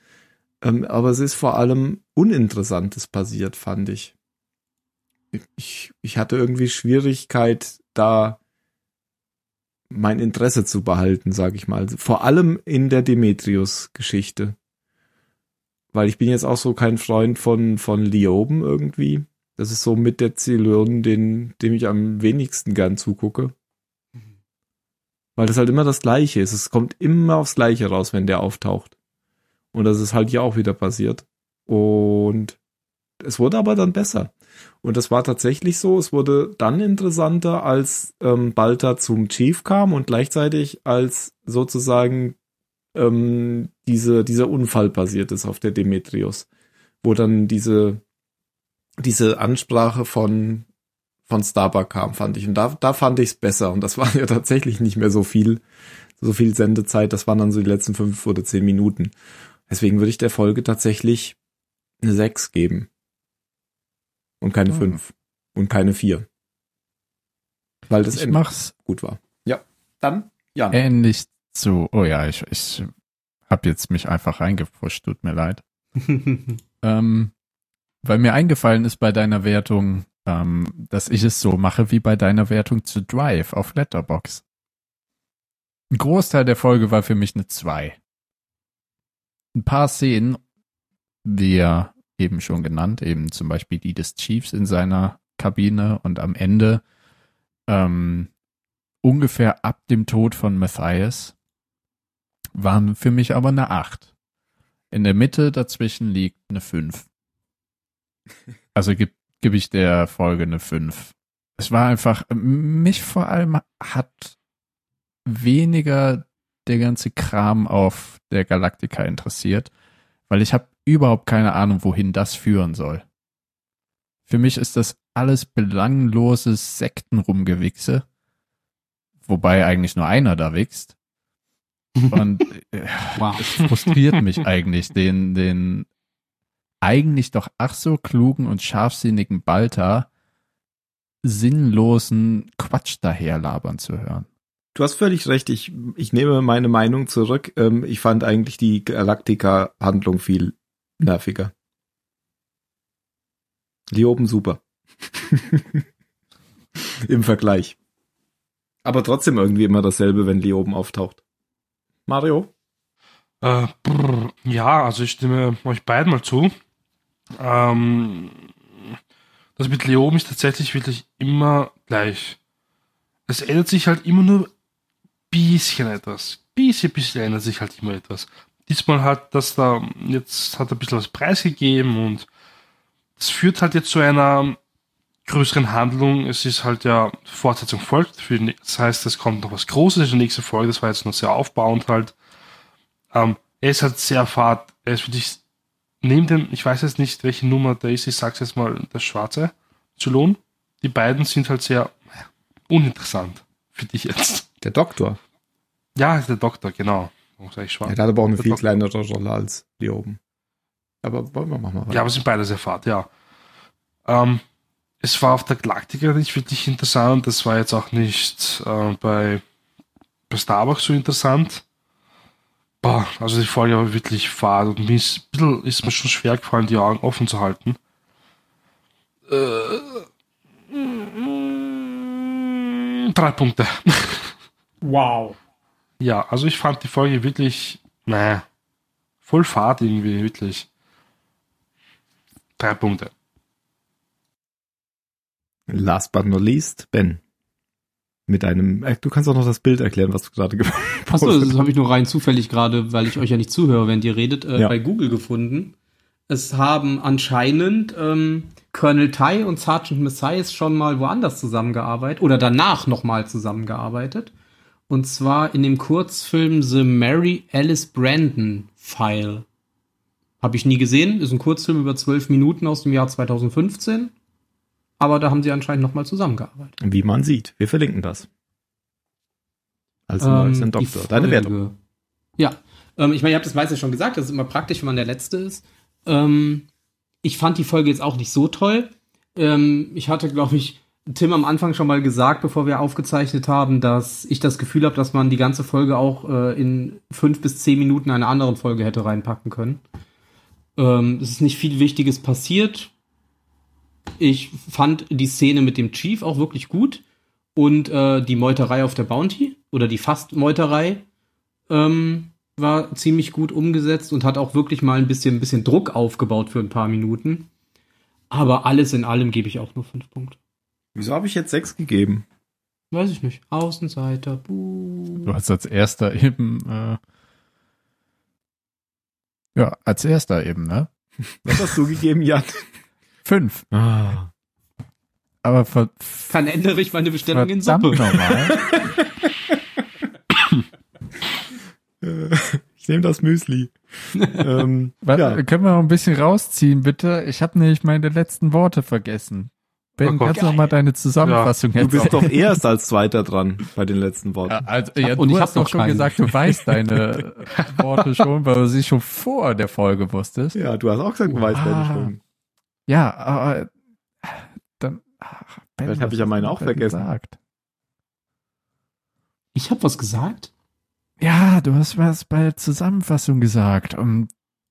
ähm, aber es ist vor allem Uninteressantes passiert, fand ich ich, ich hatte irgendwie Schwierigkeit, da mein Interesse zu behalten, sage ich mal. Vor allem in der Demetrius-Geschichte. Weil ich bin jetzt auch so kein Freund von, von Lioben irgendwie. Das ist so mit der Zylon, den, dem ich am wenigsten gern zugucke. Weil das halt immer das Gleiche ist. Es kommt immer aufs Gleiche raus, wenn der auftaucht. Und das ist halt hier auch wieder passiert. Und es wurde aber dann besser. Und das war tatsächlich so. Es wurde dann interessanter, als ähm, Balta zum Chief kam und gleichzeitig als sozusagen ähm, diese, dieser Unfall passiert ist auf der Demetrius, wo dann diese, diese Ansprache von, von Starbuck kam, fand ich. Und da, da fand ich es besser. Und das [LAUGHS] war ja tatsächlich nicht mehr so viel, so viel Sendezeit. Das waren dann so die letzten fünf oder zehn Minuten. Deswegen würde ich der Folge tatsächlich eine sechs geben. Und keine
Hm.
fünf. Und keine vier. Weil das
ich
Ende
mach's
gut war. Ja. Dann? Ja.
ähnlich zu. Oh ja, ich, ich hab jetzt mich einfach reingepusht, tut mir leid. Ähm, weil mir eingefallen ist bei deiner Wertung, ähm, dass ich es so mache wie bei deiner Wertung zu Drive auf Letterbox. Ein Großteil der Folge war für mich eine 2. Ein paar Szenen, wie ja eben schon genannt, eben zum Beispiel die des Chiefs in seiner Kabine und am Ende ähm, ungefähr ab dem Tod von Matthias waren für mich aber eine 8. In der Mitte dazwischen liegt eine 5. Also gebe geb ich der Folge eine 5. Es war einfach, mich vor allem hat weniger der ganze Kram auf der Galaktika interessiert, weil ich habe überhaupt keine Ahnung, wohin das führen soll. Für mich ist das alles belangloses Sektenrumgewichse, wobei eigentlich nur einer da wächst. Und äh,
Wow.
es frustriert mich eigentlich, den, den eigentlich doch ach so klugen und scharfsinnigen Balta sinnlosen Quatsch daherlabern zu hören.
Du hast völlig recht. Ich, ich nehme meine Meinung zurück. Ähm, ich fand eigentlich die Galactica-Handlung viel nerviger. Lioben super. [LAUGHS] Im Vergleich. Aber trotzdem irgendwie immer dasselbe, wenn Lioben auftaucht. Mario?
Äh, brr, ja, also ich stimme euch beiden mal zu. Ähm, das mit Leoben ist tatsächlich wirklich immer gleich. Es ändert sich halt immer nur bisschen etwas. Bisschen, bisschen ändert sich halt immer etwas. Diesmal hat das da, jetzt hat er ein bisschen was preisgegeben und das führt halt jetzt zu einer größeren Handlung. Es ist halt ja Fortsetzung folgt. Für, die- das heißt, es kommt noch was Großes in der nächsten Folge. Das war jetzt noch sehr aufbauend halt. Ähm, er ist halt sehr fad. Er ist wirklich, neben dem, ich weiß jetzt nicht, welche Nummer da ist, ich sag's jetzt mal, das Schwarze, Zulon. Die beiden sind halt sehr uninteressant für dich jetzt.
Der Doktor.
Ja, ist der Doktor, genau. Warum sag ich schwarz?
Ja, der hat aber auch eine
Der
viel
Doktor.
kleinere Rolle als Lioben. Aber wollen wir machen mal
Ja, aber es sind beide sehr fad, ja. Ähm, es war auf der Galaktika nicht wirklich interessant. Das war jetzt auch nicht äh, bei, bei Starbucks so interessant. Boah, also die Folge war wirklich fad und mir ist, ein bisschen, ist mir schon schwer gefallen, die Augen offen zu halten. Äh, drei Punkte. [LAUGHS]
Wow.
Ja, also ich fand die Folge wirklich, naja, voll fad irgendwie, wirklich. Drei Punkte.
Last but not least, Ben. Mit einem, äh, du kannst auch noch das Bild erklären, was du gerade gemacht hast. [LAUGHS]
Achso, das habe ich nur rein zufällig gerade, weil ich euch ja nicht zuhöre, wenn ihr redet, äh,
Ja.
bei Google gefunden. Es haben anscheinend ähm, Colonel Tai und Sergeant Messias schon mal woanders zusammengearbeitet oder danach nochmal zusammengearbeitet. Und zwar in dem Kurzfilm The Mary Alice Brandon File. Habe ich nie gesehen, ist ein Kurzfilm über zwölf Minuten aus dem Jahr 2015. Aber da haben sie anscheinend nochmal zusammengearbeitet.
Wie man sieht, wir verlinken das. Als neues
Ähm,
im
die
Doktor. Deine
Folge.
Wertung.
Ja, ähm, ich meine, ihr habt das meistens schon gesagt, das ist immer praktisch, wenn man der Letzte ist. Ähm, ich fand die Folge jetzt auch nicht so toll. Ähm, ich hatte, glaube ich, Tim am Anfang schon mal gesagt, bevor wir aufgezeichnet haben, dass ich das Gefühl habe, dass man die ganze Folge auch äh, in fünf bis zehn Minuten einer anderen Folge hätte reinpacken können. Ähm, es ist nicht viel Wichtiges passiert. Ich fand die Szene mit dem Chief auch wirklich gut und äh, die Meuterei auf der Bounty oder die Fastmeuterei ähm, war ziemlich gut umgesetzt und hat auch wirklich mal ein bisschen, ein bisschen Druck aufgebaut für ein paar Minuten. Aber alles in allem gebe ich auch nur fünf Punkte.
Wieso habe ich jetzt sechs gegeben?
Weiß ich nicht. Außenseiter. Buh.
Du hast als erster eben, äh, ja, als erster eben, ne?
Was hast du gegeben, Jan?
Fünf.
Ah.
Aber ver
Dann ändere ich meine Bestellung in
verdammt
Suppe.
nochmal.
Äh, [LAUGHS] Ich nehme das Müsli. ähm,
Warte, Können wir noch ein bisschen rausziehen, bitte? Ich habe nämlich meine letzten Worte vergessen. Ben,
Oh Gott.
kannst du nochmal deine Zusammenfassung
du
jetzt
bist doch erst als Zweiter dran bei den letzten Worten.
Ja, also, ja,
Und
du
ich hab
hast doch
noch
schon
keine.
gesagt, du weißt [LAUGHS] deine Worte schon, weil du sie schon vor der Folge wusstest.
Ja, du hast auch gesagt, du weißt, wer
Ah.
nicht schon.
Ja, aber äh, dann. ach, Ben,
Vielleicht hab
was
ich ja
hast
meine
du
auch
denn
vergessen.
Gesagt?
Ich habe was gesagt?
Ja, du hast was bei der Zusammenfassung gesagt. Und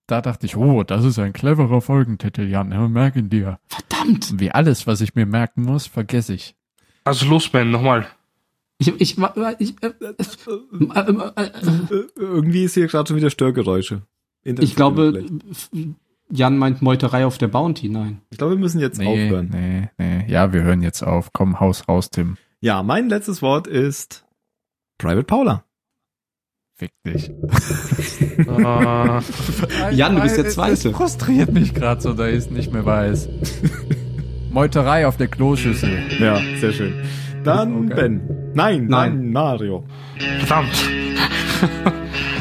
da dachte ich, oh, das ist ein cleverer Folgentitel, Jan. Ja, Merk ihn dir.
Verdammt!
Wie alles, was ich mir merken muss, vergesse ich.
Also los, Ben, nochmal.
Ich, ich, war- ich, äh, äh, äh, äh, äh,
Äh, Irgendwie ist hier gerade schon wieder Störgeräusche. Internet
ich glaube,
vielleicht.
f- Jan meint Meuterei auf der Bounty. Nein.
Ich glaube, wir müssen jetzt aufhören.
nee, nee. Ja, wir hören jetzt auf. Komm, haus raus, Tim.
Ja, mein letztes Wort ist Private Paula.
Fick dich.
[LAUGHS] Äh,
Jan, du bist der
Es-
Zweite.
Es frustriert mich gerade so, da ich es nicht mehr [LAUGHS] weiß. Meuterei auf der Kloschüssel.
Ja, sehr schön. Dann
Okay.
Ben. Nein, nein,
Nein.
Mario.
verdammt.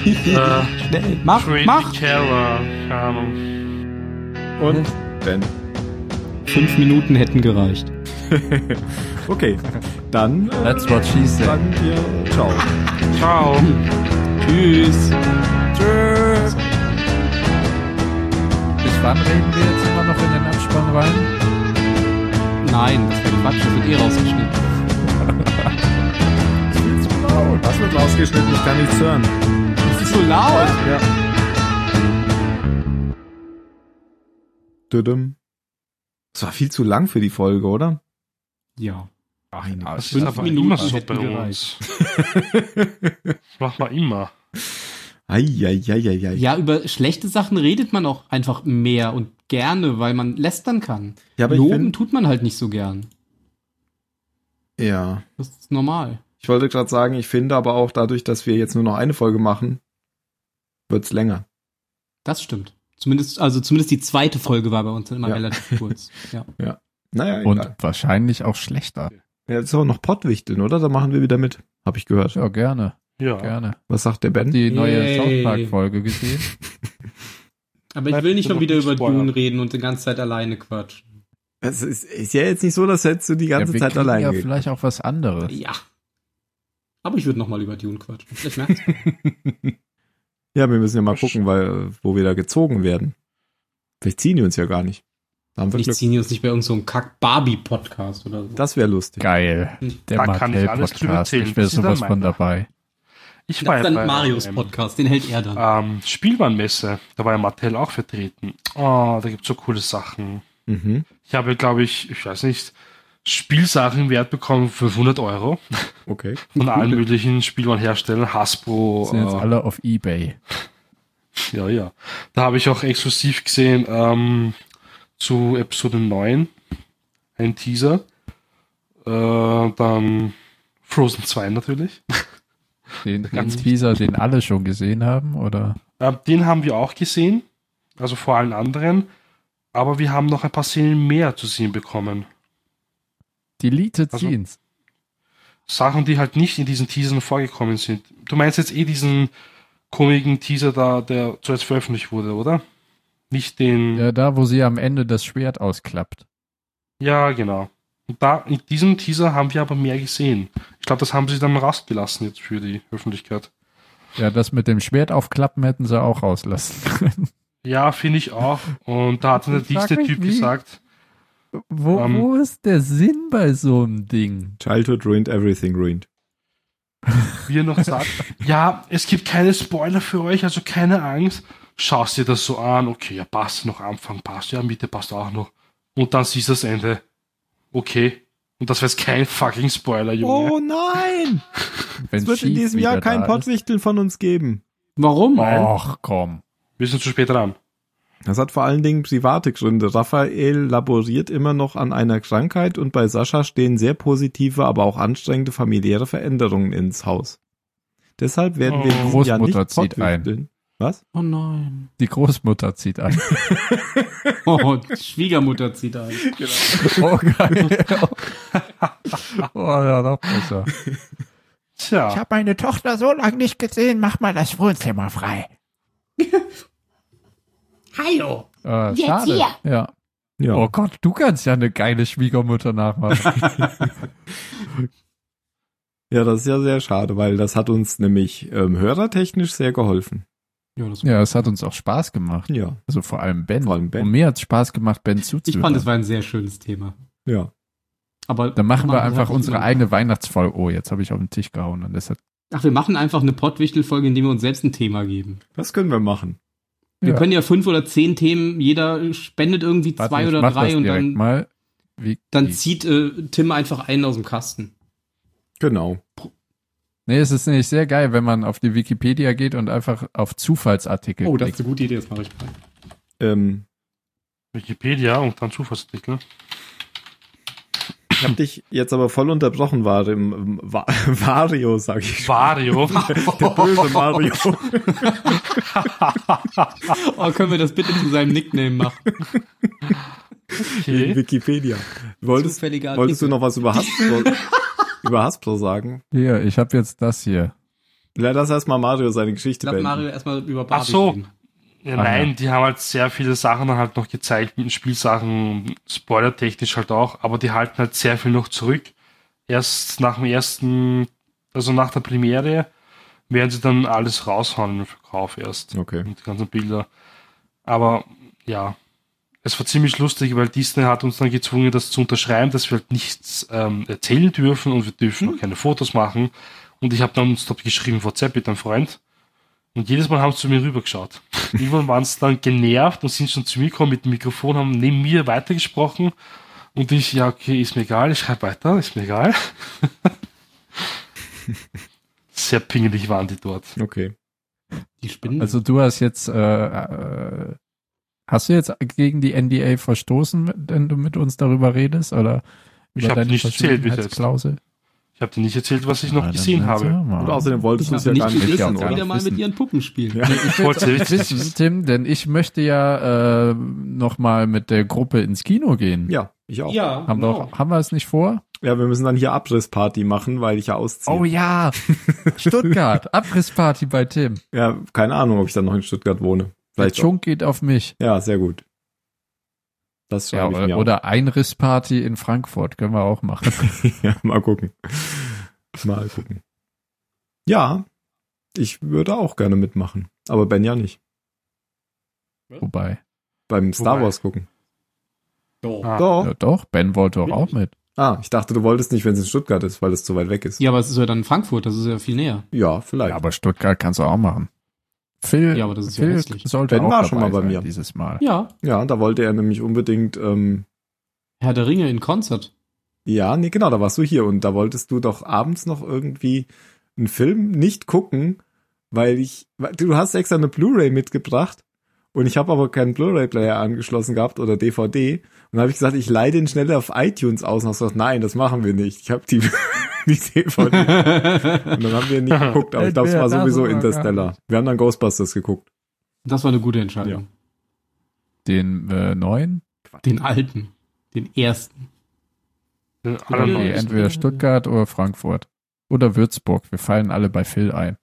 äh,
Schnell, mach,
Pretty
mach.
Terror. Keine Ahnung.
Und
Mhm.
Ben.
Fünf Minuten hätten gereicht.
Okay, dann äh,
That's what she said.
sagen wir Ciao.
Ciao.
Tschüss.
Bis wann reden wir jetzt immer noch in den Abspann rein?
Nein, das war Quatsch, das wird eh rausgeschnitten.
Das wird rausgeschnitten, ich kann nichts hören.
Das ist so laut.
Düdüm. Das war viel zu lang für die Folge, oder?
Ja.
Ach, das ist
fünf
aber
Minuten
immer so
hätten
bei uns.
gereicht.
[LAUGHS] Das macht man immer.
Eieieiei.
Ja, über schlechte Sachen redet man auch einfach mehr und gerne, weil man lästern kann.
ja, aber ich
Loben
bin,
tut man halt nicht so gern.
ja.
Das ist normal.
Ich wollte gerade sagen, ich finde aber auch dadurch, dass wir jetzt nur noch eine Folge machen, wird's länger.
Das stimmt. Zumindest, also zumindest die zweite Folge war bei uns immer
Ja.
relativ kurz. Ja.
Naja,
Und
egal.
wahrscheinlich auch schlechter.
Ja, jetzt ist auch noch Pottwichteln, oder? Da machen wir wieder mit. Habe ich gehört.
Ja, gerne,
Ja.
gerne.
Was sagt der Ben?
Die neue
Yay.
South Park-Folge [LAUGHS] gesehen?
Aber
Bleibt
ich will nicht
mir
schon
noch
wieder
nicht
über
spoilern.
Dune reden und die ganze Zeit alleine quatschen.
Es ist, ist ja jetzt nicht so, dass hättest du die ganze
wir
Zeit
kriegen
allein
ja
geht.
vielleicht auch was anderes.
Ja. Aber ich würde nochmal über Dune quatschen. Vielleicht merkt's.
Ja, wir müssen ja mal gucken, weil, äh, wo wir da gezogen werden. Vielleicht ziehen die uns ja gar nicht. Da haben wir
Nicht
Glück.
ziehen die uns nicht bei irgendeinem Kack-Barbie-Podcast oder so.
Das wäre lustig.
Geil. Der
Da kann ich alles drüber
Mattel-Podcast.
erzählen.
Ich wäre
Das ist
sowas
dann
von
meiner.
dabei.
Ich
Das
war ja
ist dann
bei
Marios
einem,
Podcast, den hält er dann.
ähm, Spielwarenmesse. Da war ja Mattel auch vertreten. Oh, da gibt's so coole Sachen.
Mhm.
Ich habe, glaube ich, ich weiß nicht, Spielsachen im Wert bekommen, 500 Euro.
Okay.
Von
[LAUGHS]
allen möglichen Spielwarenherstellern, Hasbro.
Sind jetzt
äh,
alle auf Ebay.
Ja, ja. Da habe ich auch exklusiv gesehen ähm, zu Episode 9 ein Teaser. Äh, dann Frozen 2 natürlich.
Den, den
Ganz-
Teaser, den alle schon gesehen haben, oder?
Äh, den haben wir auch gesehen, also vor allen anderen. Aber wir haben noch ein paar Szenen mehr zu sehen bekommen.
Deleted
Also-
Scenes.
Sachen, die halt nicht in diesen Teasern vorgekommen sind. Du meinst jetzt eh diesen komischen Teaser da, der zuerst veröffentlicht wurde, oder? Nicht den.
Ja, da, wo sie am Ende das Schwert ausklappt.
Ja, genau. Und da, in diesem Teaser haben wir aber mehr gesehen. Ich glaube, das haben sie dann rausgelassen jetzt für die Öffentlichkeit.
Ja, das mit dem Schwert aufklappen hätten sie auch rauslassen
[LAUGHS]
können.
Ja, finde ich auch. Und da hat dann der
Ich frag
dickste
mich,
Typ
wie.
gesagt,
Wo,
Ähm.
wo ist der Sinn bei so einem Ding?
Childhood ruined everything ruined.
wie er noch sagt, ja, es gibt keine Spoiler für euch, also keine Angst. Schaust dir das so an, okay, ja, passt noch Anfang, passt, ja, Mitte passt auch noch. Und dann siehst du das Ende. Okay. Und das war jetzt kein fucking Spoiler, Junge.
Oh nein!
Wenn
[LAUGHS] Es wird in
Sheep
diesem
wieder
Jahr kein
da ist.
Pottwichteln von uns geben.
Warum?
Och, komm.
Wir sind zu spät dran.
Das hat vor allen Dingen private Gründe. Raphael laboriert immer noch an einer Krankheit und bei Sascha stehen sehr positive, aber auch anstrengende familiäre Veränderungen ins Haus. Deshalb werden wir
Oh,
in diesem Jahr nicht
Großmutter zieht ein.
Pottwichteln. Was?
Oh nein.
Die Großmutter zieht ein.
Oh, die Schwiegermutter zieht ein.
[LAUGHS] Oh,
[LAUGHS]
geil. oh, ja, noch besser.
Ich
Tja,
habe meine Tochter so lange nicht gesehen, mach mal das Wohnzimmer frei.
[LAUGHS] Hallo.
Äh,
Jetzt
schade.
hier.
Ja.
Ja.
Oh Gott, du kannst ja eine geile
[LAUGHS]
Schwiegermutter nachmachen.
ja, das ist ja sehr schade, weil das hat uns nämlich ähm, hörertechnisch sehr geholfen.
Ja, das
ja, es hat uns auch Spaß gemacht.
Ja,
Also vor allem Ben.
Vor allem Ben.
Und mir hat Spaß gemacht, Ben
ich
zuzuhören.
fand, es war ein sehr schönes Thema.
ja.
Aber
Dann machen wir
Mann, das
einfach
hab ich
unsere
immer-
eigene Weihnachtsfolge. Oh, jetzt habe ich auf den Tisch gehauen und das hat.
Ach, wir machen einfach eine Pottwichtel-Folge, indem wir uns selbst ein Thema geben.
Das können wir machen.
Wir
Ja.
können ja fünf oder zehn Themen, jeder spendet irgendwie
Warte,
zwei
ich
oder
mach das
drei und
direkt
dann,
mal. Wie,
dann
wie-
zieht äh, Tim einfach einen aus dem Kasten.
Genau.
Nee, es ist nämlich sehr geil, wenn man auf die Wikipedia geht und einfach auf Zufallsartikel
Oh, das ist
klickt.
eine gute Idee, das mache ich mal.
Ähm,
Wikipedia und dann Zufallsartikel.
Ich hab dich jetzt aber voll unterbrochen, Varim, [LAUGHS] Va- Vario, sag ich.
Wario.
Der böse
[LAUGHS]
Mario.
Oh, können wir das bitte zu seinem
[LAUGHS]
Nickname machen?
In
Okay.
Wikipedia. Wolltest,
Zufälliger Artikel.
wolltest du noch was über
[LAUGHS]
Hasbro, über Hasbro sagen?
Hier, ich habe jetzt das hier.
Ja, lass erstmal Mario seine
Ich
Geschichte
glaube, Mario
beenden.
erstmal über Barbie
Ach so.
reden.
Ja,
Ah,
nein,
ja.
die haben halt sehr viele Sachen dann halt noch gezeigt, mit den Spielsachen, spoilertechnisch halt auch, aber die halten halt sehr viel noch zurück. Erst nach dem ersten, also nach der Premiere, werden sie dann alles raushauen im Verkauf erst.
Okay.
und die ganzen Bilder. Aber ja, es war ziemlich lustig, weil Disney hat uns dann gezwungen, das zu unterschreiben, dass wir halt nichts ähm, erzählen dürfen und wir dürfen auch keine Fotos machen. Und ich habe dann uns dort geschrieben, WhatsApp mit einem Freund. Und jedes Mal haben sie zu mir rübergeschaut. Irgendwann waren sie dann genervt und sind schon zu mir gekommen mit dem Mikrofon, haben neben mir weitergesprochen. Und ich, ja, okay, ist mir egal, ich schreibe weiter, ist mir egal. Sehr pingelig waren die dort.
Okay.
Die Spinnen.
Also du hast jetzt, äh, äh, hast du jetzt gegen die NDA verstoßen, wenn du mit uns darüber redest? Oder
Ich
über
hab
deine
nicht erzählt bis jetzt.
Verschwiegenheitsklausel?
Ich habe dir nicht erzählt, was ich noch
Na, dann
gesehen
erzähl
habe.
mal.
Und außerdem wolltest du es
ich
ja
habe
gar
nicht
nicht
gelesen,
wissen,
dass sie
oder?
wieder mal mit
Wissen.
ihren Puppen spielen.
Ja.
Wollt
Ich wollte
ihr
es wissen, Tim, denn ich möchte ja äh, nochmal mit der Gruppe ins Kino gehen.
Ja, Genau. ich auch.
Ja,
Haben, wir auch, haben wir es nicht vor?
Ja, wir müssen dann hier Abrissparty machen, weil ich ja ausziehe.
Oh ja,
[LAUGHS]
Stuttgart, Abrissparty bei Tim.
Ja, keine Ahnung, ob ich dann noch in Stuttgart wohne.
Der
Vielleicht
Schunk geht auf mich.
auch. Ja, sehr gut. Das
Ja,
schreibe ich
oder,
mir
oder Einrissparty in Frankfurt können wir
[LAUGHS]
auch machen.
auf. [LAUGHS] Ja, mal gucken. Mal gucken. Ja, ich würde auch gerne mitmachen. Aber Ben ja nicht.
Wobei,
Beim Star
Wobei-
Wars gucken.
Doch.
Ah.
Doch.
ja, doch, Ben wollte doch auch mit.
Ah, Oh. ich dachte, du wolltest nicht, wenn es in Stuttgart ist, weil es zu weit weg ist.
Ja, aber es ist ja dann Frankfurt, das ist ja viel näher.
Ja, vielleicht.
Ja, aber Stuttgart kannst du auch machen. Phil,
Ja, aber das ist ja
Phil
hässlich.
sollte
Ben
auch
war
dabei
schon mal bei
sein
mir.
dieses Mal.
Ja,
Ja, da wollte er nämlich unbedingt, ähm,
Herr der Ringe in Konzert. [LAUGHS]
ja, nee, genau, da warst du hier und da wolltest du doch abends noch irgendwie einen Film nicht gucken, weil ich, weil- du hast extra eine Blu-ray mitgebracht und ich habe aber keinen Blu-ray-Player angeschlossen gehabt oder DVD und habe ich gesagt, ich leih den schnell auf iTunes aus und hast gesagt, nein, das machen wir nicht. Ich habe die, [LAUGHS] die DVD.
das
Und dann haben wir nicht geguckt, aber ich glaube, es war
Entweder das
sowieso
oder gar
Interstellar.
nicht.
Wir haben dann Ghostbusters geguckt.
war eine gute Entscheidung.
Den äh, neuen?
Den alten. Den ersten.
Den
Nee,
allerneuesten.
entweder Stuttgart oder Frankfurt. Oder Würzburg. Wir fallen alle bei Phil ein.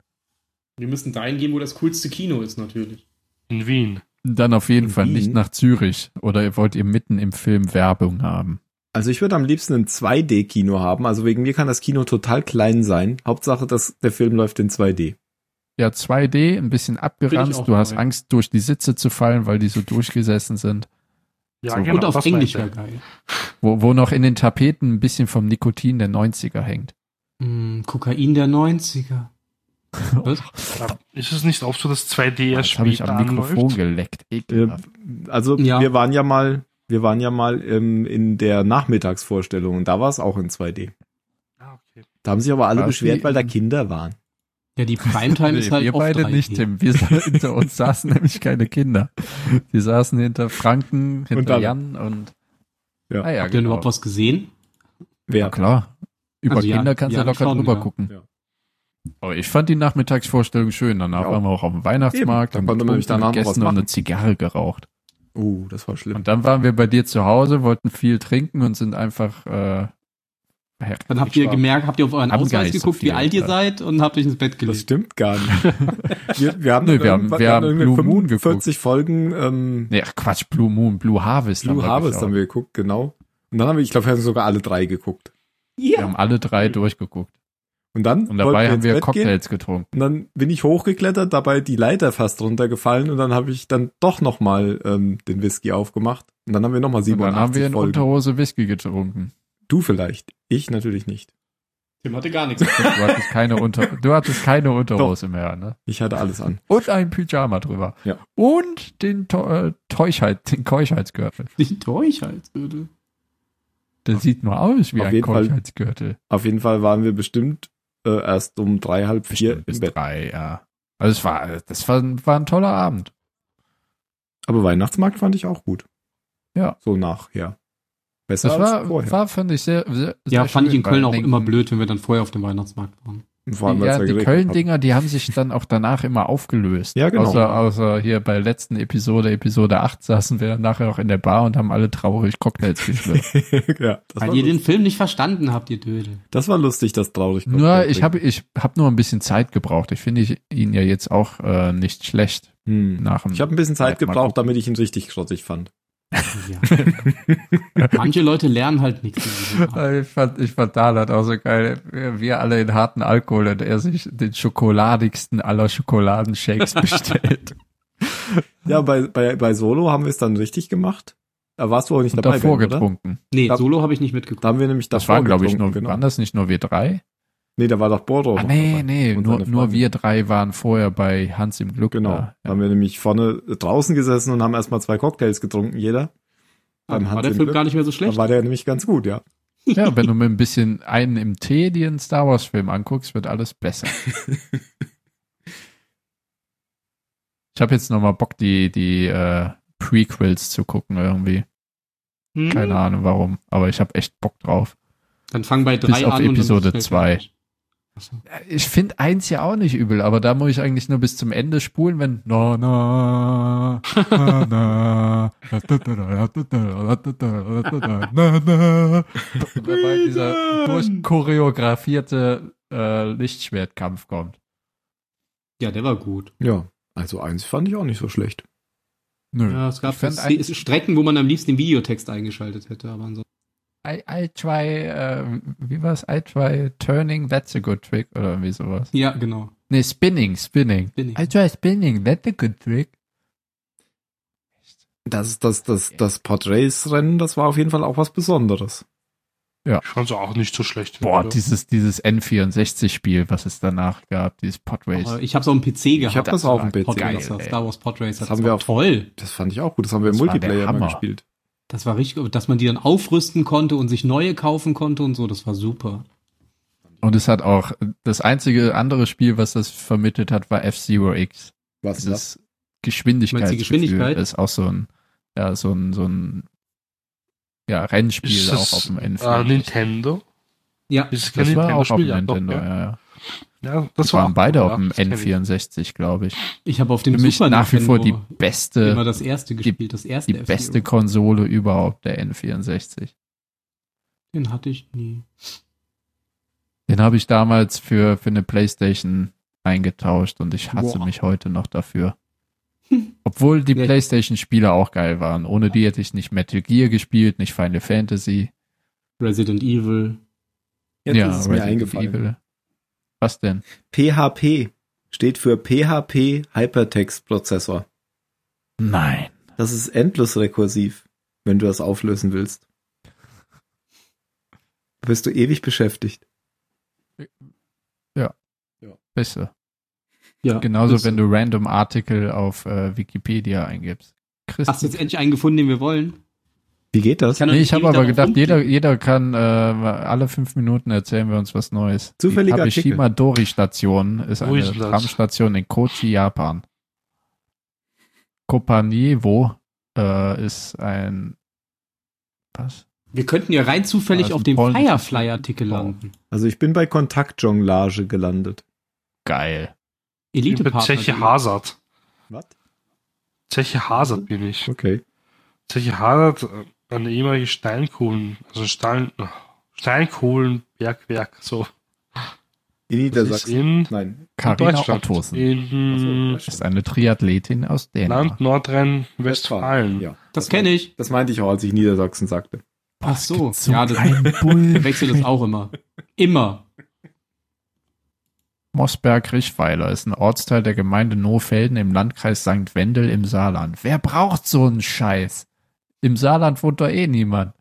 Wir müssen dahin gehen, wo das coolste Kino ist, natürlich.
In Wien.
Dann auf jeden
In
Fall nicht
Wien?
nach Zürich. Oder ihr wollt ihr mitten im Film Werbung haben?
Also ich würde am liebsten ein 2D-Kino haben. Also wegen mir kann das Kino total klein sein. Hauptsache, dass der Film läuft in 2D.
Ja, 2D, ein bisschen
Bin ich auch
abgeranzt. Du hast
dabei.
Angst, durch die Sitze zu fallen, weil die so durchgesessen sind.
Ja,
So.
genau.
Und auf
das
Englisch wäre
meinte
geil.
Wo, wo noch in den Tapeten ein bisschen vom Nikotin der 90er hängt.
Hm, Kokain der 90er. Was?
ich. Ja, Ist es nicht oft so, dass 2D erst
Das habe Ah, ich
später
am Mikrofon
anläuft?
geleckt.
Äh,
Ekelhaft.
Also
Ja.
wir waren ja mal, wir waren ja mal ähm, in der Nachmittagsvorstellung und da war es auch in 2D.
Ah, okay.
Da haben sich aber alle
War es
beschwert,
die-
weil da Kinder waren.
Ja,
[LAUGHS]
die Primetime ist halt
wir
oft
beide
3D.
nicht, Tim. [LAUGHS] Wir sa- hinter uns saßen nämlich keine Kinder. Die saßen hinter Franken, hinter
dann-
Jan und
Ja.
Ah, ja,
Habt ihr denn überhaupt was gesehen?
Wer?
Ja, klar. Über
Also Jan-
Kinder kannst
Jan
du locker
schon,
drüber
ja.
gucken.
Ja.
Aber ich fand die Nachmittagsvorstellung schön. Danach
Ja.
waren wir auch auf dem Weihnachtsmarkt
Eben, da
haben
konnte man nämlich
getrunken,
danach noch was
gegessen und eine
machen.
Zigarre geraucht.
Oh, das war schlimm.
Und dann waren wir bei dir zu Hause, wollten viel trinken und sind einfach äh,
Dann habt ihr gemerkt, habt ihr auf euren
Haben gar
Ausweis
nicht so
geguckt, wie
viel,
alt ihr
ja.
seid und habt euch ins Bett
Das
gelegt.
stimmt gar
[LAUGHS]
nicht. Wir, wir haben,
Nö,
dann
wir haben-
irgendwann-
wir
dann
haben
irgendwie
Blue Moon
45 Folgen ähm,
Nee, ach Quatsch, Blue Moon, Blue Harvest.
Blue Harvest
geschaut.
haben wir geguckt, genau. Und dann haben wir, ich glaube, wir haben sogar alle drei geguckt.
Wir haben alle drei durchgeguckt.
Und dann
Und
wollten
dabei haben
ins
wir
Bett gehen.
Cocktails getrunken.
Und dann bin ich hochgeklettert, dabei die Leiter fast runtergefallen und dann habe ich dann doch nochmal ähm, den Whisky aufgemacht. Und dann haben wir nochmal
Und dann haben
87
wir in
Folgen.
Unterhose Whisky getrunken.
du vielleicht. Ich natürlich nicht.
Tim hatte gar [LAUGHS] nichts.
Du hattest keine, Unter du hattest keine Unterhose mehr, ne?
Ich hatte alles an.
Und ein Pyjama drüber.
Ja.
Und den Teu- äh, Teuchheit, den Keuschheitsgürtel.
Ich täusche halt. würde.
Der sieht nur aus wie
Auf
ein
jeden Fall
Keuschheitsgürtel.
Auf jeden Fall waren wir bestimmt äh, erst um drei, halb vier
Bestimmt
im
bis
Bett.
drei, ja. Also es war, das war, ein- war ein toller Abend.
Aber Weihnachtsmarkt fand ich auch gut.
Ja.
So nachher. Besser
Das
als
war,
vorher.
war fand ich sehr, sehr
Ja,
sehr
fand ich
schön,
in Köln
weil
auch
den-
immer blöd, wenn wir dann vorher auf dem Weihnachtsmarkt waren.
Vor allem, weil's
ja, die
geregnet hat.
Köln-Dinger, die haben sich dann auch danach immer aufgelöst.
Ja, genau.
Außer, außer hier bei der letzten Episode, Episode 8, saßen wir dann nachher noch in der Bar und haben alle traurig
[LAUGHS]
Cocktails geschlürft.
[LAUGHS] ja, das,
Weil
war
ihr den
lustig.
Film nicht verstanden habt, ihr Dödel.
das war lustig, das traurig.
nur, ich habe ich hab nur ein bisschen Zeit gebraucht. Ich finde ich- ihn ja jetzt auch äh, nicht schlecht
Hm.
nach dem
Ich habe ein bisschen Zeit
Mal gucken.
gebraucht, damit ich ihn richtig schrottig fand.
Ja. [LAUGHS] Manche Leute lernen halt nichts. in diesem Alter.
Ich fand, ich fand Dalat auch so geil. Wir, wir alle in harten Alkohol und er sich den schokoladigsten
[LAUGHS]
aller Schokoladenshakes bestellt.
Ja, bei, bei, bei Solo haben wir es dann richtig gemacht. Da warst du auch nicht
und
dabei,
davor
Ben, oder?
getrunken.
Nee,
Da-
Solo habe ich nicht mitgeguckt.
Da haben wir nämlich
Das
davor
waren, glaube ich, nur,
getrunken,
waren
genau.
das nicht nur wir drei?
Nee, da war doch Bordeaux.
Ah,
noch
nee,
dabei.
nee,
Und
nur,
seine
nur
Freundin.
wir drei waren vorher bei Hans im Glück.
Genau.
da.
Da haben wir nämlich vorne draußen gesessen und haben erstmal zwei Cocktails getrunken, jeder. Beim
war
Hans
der
im
Film
Glück.
gar nicht mehr so
Da
schlecht?
war der nämlich ganz gut, ja.
Ja, wenn du mir ein bisschen einen im Tee dir einen Star Wars Film anguckst, wird alles
[LAUGHS]
besser. ich habe jetzt nochmal Bock, die, die äh, Prequels zu gucken irgendwie.
Hm?
Keine Ahnung warum, aber ich habe echt Bock drauf.
Dann fang bei
Bis
drei
auf
an. und dann
Episode
schnell
zwei.
fertig.
Ich finde eins ja auch nicht übel, aber da muss ich eigentlich nur bis zum Ende spulen, wenn na na na na na na na na na und dabei dieser durchchoreografierte äh, Lichtschwertkampf kommt.
Ja, der war gut.
Ja. Also eins fand ich auch nicht so schlecht. Hm.
Nö.
Ja, es gab
Ich fand
Se-
eigentlich-
Strecken, wo man am liebsten den Videotext eingeschaltet hätte, aber ansonsten.
I, I try, äh, wie war's? I try turning, that's a good trick oder irgendwie sowas.
Ja, genau.
Nee, spinning, spinning.
Bin ich.
I try spinning, that's a good trick.
Das, das, das, das Portraits-Rennen, das war auf jeden Fall auch was Besonderes.
Ich fand es auch nicht so schlecht.
Boah,
Ja.
dieses, dieses N64-Spiel, was es danach gab, dieses
Aber
Podrace.
Oh, ich hab's auf dem PC gehabt.
Ich habe das auf dem PC.
geil,
Podracer,
ey.
Star Wars Podracer.
Das haben wir
war
auf-
toll.
Das fand ich auch gut. Das haben wir im
Das war der
Multiplayer immer
Hammer.
gespielt.
Das war richtig, dass man die dann aufrüsten konnte und sich neue kaufen konnte und so, das war super.
Und es hat auch, das einzige andere Spiel, was das vermittelt hat, war F-Zero X.
Was
Das
ist das?
ist Geschwindigkeit.
Meinst du die Geschwindigkeit?
Das ist auch so ein, ja, so ein, so ein, ja, Rennspiel
Ist
auch
das,
auf dem
äh,
N64.
Nintendo?
Ja,
Ist es kein
das war auch auf dem
Nintendo-Spiel? Ja, doch,
Nintendo,
ja.
ja, ja.
Ja,
Das
das war
waren
auch
beide
gut,
auf
ja.
dem
Das kenn ich.
N64, glaube ich.
ich habe auf dem
Für mich
Super
nach wie vor die
Nintendo immer
beste,
das erste gespielt, das erste
die
F-Zero.
beste Konsole überhaupt, der N64.
Den hatte ich nie.
Den habe ich damals für, für eine Playstation eingetauscht und ich hasse
Boah.
mich heute noch dafür. Obwohl die
Ja.
Playstation-Spiele auch geil waren. Ohne die hätte ich nicht Metal Gear gespielt, nicht Final Fantasy.
Resident Evil.
Jetzt ist es mir
Resident
eingefallen.
Evil. Was denn?
PHP steht für PHP Hypertext Prozessor.
Nein.
Das ist endlos rekursiv, wenn du das auflösen willst. Da bist du ewig beschäftigt.
Besser.
Ja,
Genauso,
das-
wenn du random Artikel auf äh, Wikipedia eingibst.
Hast du jetzt
Christen.
endlich einen gefunden, den wir wollen?
Wie geht das?
kann doch
Nee,
nicht
ich habe
ewig
aber
darauf
gedacht,
rumklicken.
jeder, jeder kann äh, alle fünf Minuten erzählen wir uns was Neues.
Zufälliger
Die
Artikel.
Dori-Station ist
Wo
eine
ist das?
Tramstation in Kochi, Japan. Kopaniewo äh, ist ein was?
Wir könnten ja rein zufällig
Also
auf dem
polnisches
Firefly-Artikel
Wow.
landen.
Also ich bin bei Kontaktjonglage gelandet.
Geil.
Ich bin
Elite-Partner.
Zeche Hazard.
Was?
Zeche Hazard bin ich.
Okay.
Zeche Hazard, äh, eine ehemalige Steinkohlen, also Stein, Steinkohlenbergwerk, so.
In
Das ist eh
Niedersachsen.
in
Nein.
Karina
Deutschland.
Ottosen
In
Ach so,
ist eine Triathletin aus Dänemark.
Land Nordrhein-Westfalen.
Ja.
Das kenne ich.
Das meinte ich auch, als ich Niedersachsen sagte.
Ach so.
So
Ja, das [LAUGHS]
ein Bull.
wechselt das auch immer. Immer.
Mossberg-Richweiler ist ein Ortsteil der Gemeinde Nohfelden im Landkreis St. Wendel im Saarland. Wer braucht so einen Scheiß? Im Saarland wohnt doch eh niemand.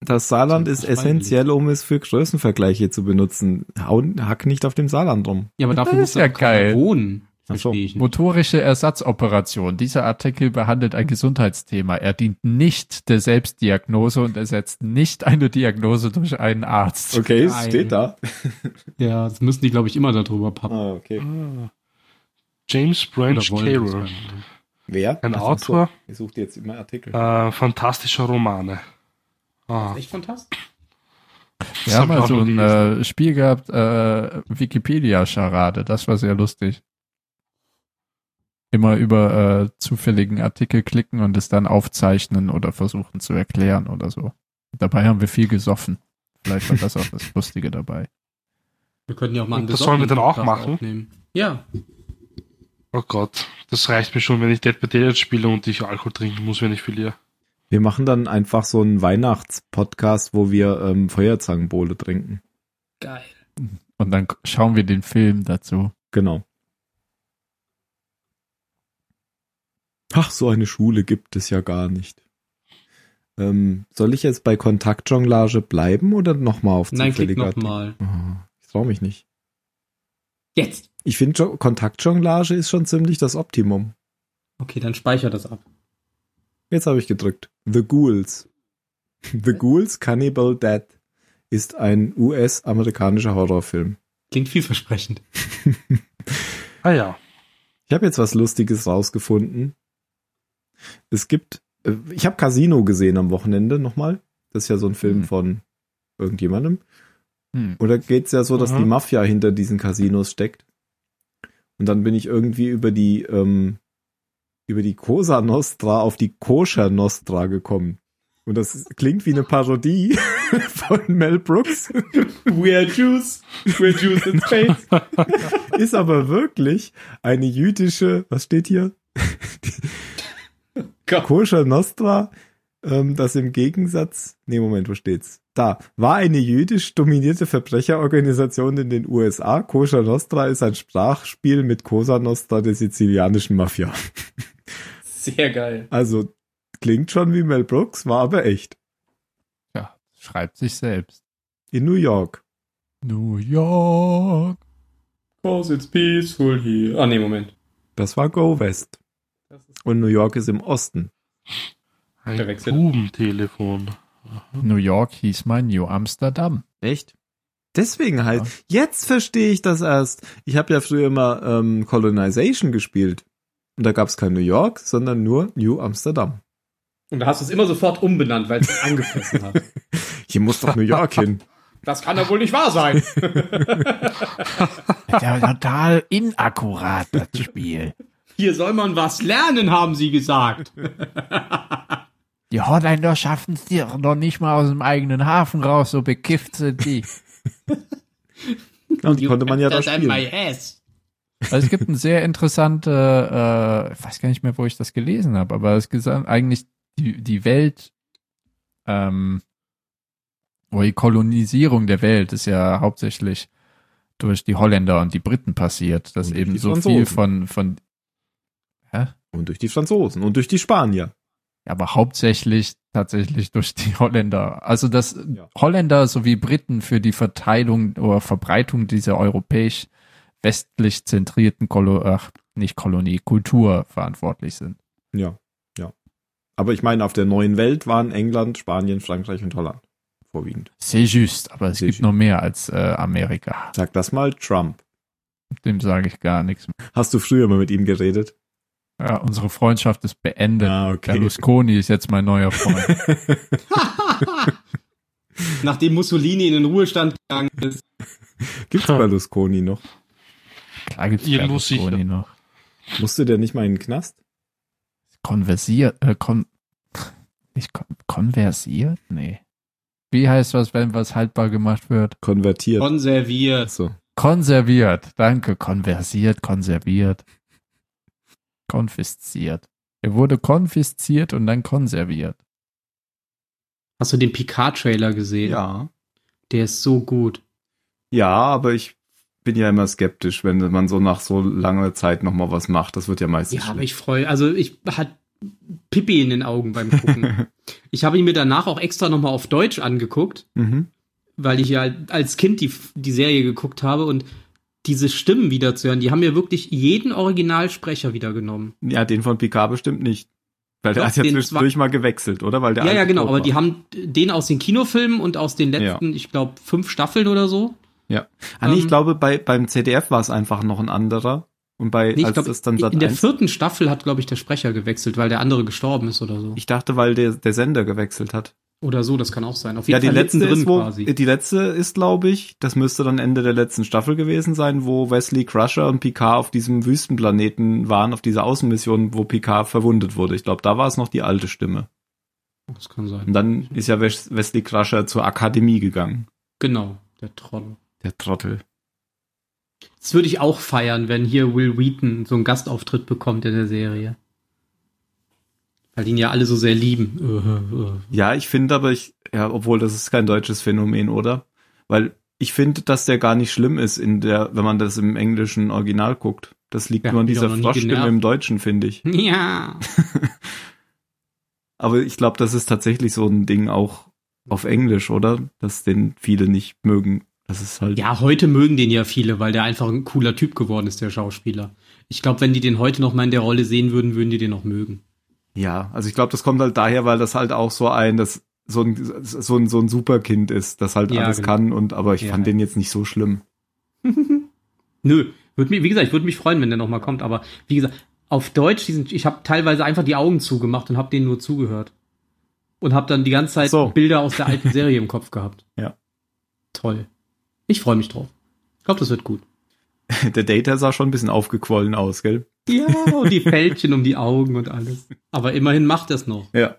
Das Saarland
Das
ist
ist peinlich.
essentiell, um es für Größenvergleiche zu benutzen. Hau- Hack nicht auf dem Saarland rum.
Ja, aber dafür
Das
muss
ist ja
doch keiner
geil.
wohnen.
Ach so.
Verstehe ich nicht.
Motorische Ersatzoperation. Dieser Artikel behandelt ein Gesundheitsthema. Er dient nicht der Selbstdiagnose und ersetzt nicht eine Diagnose durch einen Arzt.
Okay,
Geil.
da.
Ja, das müssen die, glaube ich, immer darüber pappen.
Ah, okay.
Ah. James Branch
Oder wollen das
Carroll.
beim-
Wer?
Ein
Ach so,
Autor
Ihr sucht jetzt immer Artikel.
äh, fantastischer Romane. Ah,
Das ist echt fantastisch.
das
Wir haben
hab ich
mal
auch
so
noch nie
ein
gesehen.
äh, Spiel gehabt, äh, Wikipedia-Scharade. Das war sehr lustig. Immer über äh, zufälligen Artikel klicken und es dann aufzeichnen oder versuchen zu erklären oder so. Dabei haben wir viel gesoffen. Vielleicht war das auch das Lustige dabei.
Wir könnten ja auch mal einen
Und das sollen wir dann auch
Podcast
machen?
Aufnehmen. Ja,
Oh Gott, das reicht mir schon, wenn ich Dead by Daylight spiele und ich Alkohol trinken muss, wenn ich verliere.
Wir machen dann einfach so einen Weihnachtspodcast, wo wir ähm, Feuerzangenbowle trinken.
geil.
Und dann k- schauen wir den Film dazu.
Genau. Ach, so eine Schule gibt es ja gar nicht. Ähm, soll ich jetzt bei Kontaktjonglage bleiben oder nochmal auf
Nein, klick
zufälliger-
nochmal.
Oh, ich traue mich nicht.
Jetzt.
Ich finde, Jo- Kontaktjonglage ist schon ziemlich das Optimum.
Okay, dann speicher das ab.
Jetzt habe ich gedrückt. The Ghouls. [LAUGHS] The Ghouls Cannibal Dead ist ein US-amerikanischer Horrorfilm.
Klingt vielversprechend.
Ah ja,
Ich habe jetzt was Lustiges rausgefunden. Es gibt, äh, ich habe Casino gesehen am Wochenende nochmal. Das ist ja so ein Film
Mhm.
von irgendjemandem.
Hm.
Oder geht's ja so, dass
Mhm.
die Mafia hinter diesen Casinos steckt. Und dann bin ich irgendwie über die ähm, über die Cosa Nostra auf die Koscher Nostra gekommen. Und das klingt wie eine Parodie [LAUGHS] von Mel Brooks.
We're Jews. We're Jews in space.
[LAUGHS] ist aber wirklich eine jüdische, was steht hier?
Gott.
Koscher Nostra, ähm, das im Gegensatz, nee, Moment, wo steht's? Da, war eine jüdisch dominierte Verbrecherorganisation in den USA. Koscher Nostra ist ein Sprachspiel mit Cosa Nostra der sizilianischen Mafia.
Sehr geil.
Also, klingt schon wie Mel Brooks, war aber echt.
Ja, schreibt sich selbst.
In New York.
New York.
Cause it's peaceful here. Ah, nee, Moment.
Das war Go West.
Das ist
Und New York ist im Osten.
ein
Verwechselt.
Bubentelefon.
New York hieß mal New [LAUGHS] Amsterdam.
Echt? Deswegen halt. Jetzt verstehe ich das erst. Ich habe ja früher immer ähm, Colonization gespielt. Und da gab es kein New York, sondern nur New Amsterdam.
Und da hast du es immer sofort umbenannt, weil es dich angefressen hat.
Hier muss doch New York hin.
[LAUGHS] Das kann doch wohl nicht wahr sein.
Das ist ja total inakkurat, das Spiel.
Hier soll man was lernen, haben sie gesagt.
Die Holländer schaffen es dir.
Noch nicht mal aus dem eigenen Hafen raus, so bekifft sind die.
Und die konnte man ja da spielen.
ass.
Also es gibt ein sehr interessante, äh, ich weiß gar nicht mehr, wo ich das gelesen habe, aber es ist eigentlich die, die Welt, ähm, oder die Kolonisierung der Welt ist ja hauptsächlich durch die Holländer und die Briten passiert, dass
Und
eben
die
so
Franzosen.
viel von, von,
Und durch die Franzosen und durch die Spanier.
aber hauptsächlich tatsächlich durch die Holländer. Also dass
Ja.
Holländer sowie Briten für die Verteilung oder Verbreitung dieser europäisch westlich zentrierten Kolo ach, nicht Kolonie, Kultur verantwortlich sind.
Ja, ja. Aber ich meine, auf der neuen Welt waren England, Spanien, Frankreich und Holland vorwiegend.
C'est juste, aber es
C'est
gibt
juste.
noch mehr als äh, Amerika.
Sag das mal Trump.
Dem sage ich gar nichts
Hast du früher mal mit ihm geredet?
mehr. Ja, unsere Freundschaft ist beendet.
Ah,
Berlusconi ist jetzt mein neuer Freund.
Nachdem Mussolini in den Ruhestand gegangen ist.
[LAUGHS] Gibt's Berlusconi noch?
[LAUGHS] Klar gibt's
Ja, nur
Berlusconi
sicher.
noch.
Musste der nicht mal in den Knast?
Konversiert, äh, kon nicht kon konversiert? Nee. Wie heißt was, wenn was haltbar gemacht wird?
Konvertiert.
Konserviert.
So.
Konserviert. Danke. Konversiert, konserviert. Konfisziert. Er wurde konfisziert und dann konserviert.
Hast du den Picard-Trailer gesehen?
Ja.
Der ist so gut.
Ja, aber ich bin ja immer skeptisch, wenn man so nach so langer Zeit nochmal was macht. Das wird ja meistens
Ja, aber
schlecht.
ich freue, also ich hat Pippi in den Augen
[LAUGHS]
beim Gucken. ich habe ihn mir danach auch extra nochmal auf Deutsch angeguckt,
Mhm.
weil ich ja als Kind die, die Serie geguckt habe und diese Stimmen wieder zu hören, die haben ja wirklich jeden Originalsprecher wiedergenommen.
Ja, den von Picard bestimmt nicht. Weil der
Doch,
hat ja
den
zwischendurch mal gewechselt, oder? Weil der
ja,
alte
ja, genau,
tot
aber
war.
die haben den aus den Kinofilmen und aus den letzten, ich glaube, fünf Staffeln oder so.
Ah, nee, ich
ähm,
glaube, bei, beim CDF war es einfach noch ein anderer. Und bei,
Nee, ich
als
glaub,
das dann Sat
in der
1
vierten Staffel hat, glaube ich, der Sprecher gewechselt, weil der andere gestorben ist oder so.
ich dachte, weil der, der Sender gewechselt hat.
Oder so, das kann auch sein. Auf
Ja,
jeden
die
Fall
letzte,
mittendrin
ist, wo,
quasi.
die letzte ist, glaube ich, das müsste dann Ende der letzten Staffel gewesen sein, wo Wesley Crusher und Picard auf diesem Wüstenplaneten waren, auf dieser Außenmission, wo Picard verwundet wurde. Ich glaube, da war es noch die alte Stimme.
Das kann
Und
sein.
dann ist ja Wes- Wesley Crusher zur Akademie gegangen.
Genau, der Troll.
Der Trottel.
Das würde ich auch feiern, wenn hier Will Wheaton so einen Gastauftritt bekommt in der Serie. Weil ihn ja alle so sehr lieben.
Ja, ich finde aber, ich, ja, obwohl das ist kein deutsches Phänomen, oder? Weil ich finde, dass der gar nicht schlimm ist, in der, wenn man das im englischen Original guckt. Das liegt
Ja,
nur an
die doch
dieser
noch nie
Froschstimme
genervt.
im Deutschen, finde ich.
Ja.
Aber ich glaube, das ist tatsächlich so ein Ding auch auf Englisch, oder? Dass den viele nicht mögen. Das ist halt.
Ja, heute mögen den ja viele, weil der einfach ein cooler Typ geworden ist, der Schauspieler. Ich glaube, wenn die den heute noch mal in der Rolle sehen würden, würden die den noch mögen.
Ja, also ich glaube, das kommt halt daher, weil das halt auch so ein, das so ein, so ein, so ein Superkind ist, das halt
Ja,
alles
genau.
kann und, aber ich
Ja.
fand den jetzt nicht so schlimm.
Nö, würd mich, wie gesagt, ich würde mich freuen, wenn der noch mal kommt, aber wie gesagt, auf Deutsch, diesen, ich habe teilweise einfach die Augen zugemacht und habe denen nur zugehört. Und habe dann die ganze Zeit
So.
Bilder aus der alten Serie im Kopf gehabt.
[LAUGHS] Ja.
Toll. Ich freue mich drauf. Ich glaube, das wird gut.
Der Data sah schon ein bisschen aufgequollen aus, gell? [LAUGHS]
Ja, und die Fältchen um die Augen und alles. Aber immerhin macht er es noch.
Ja.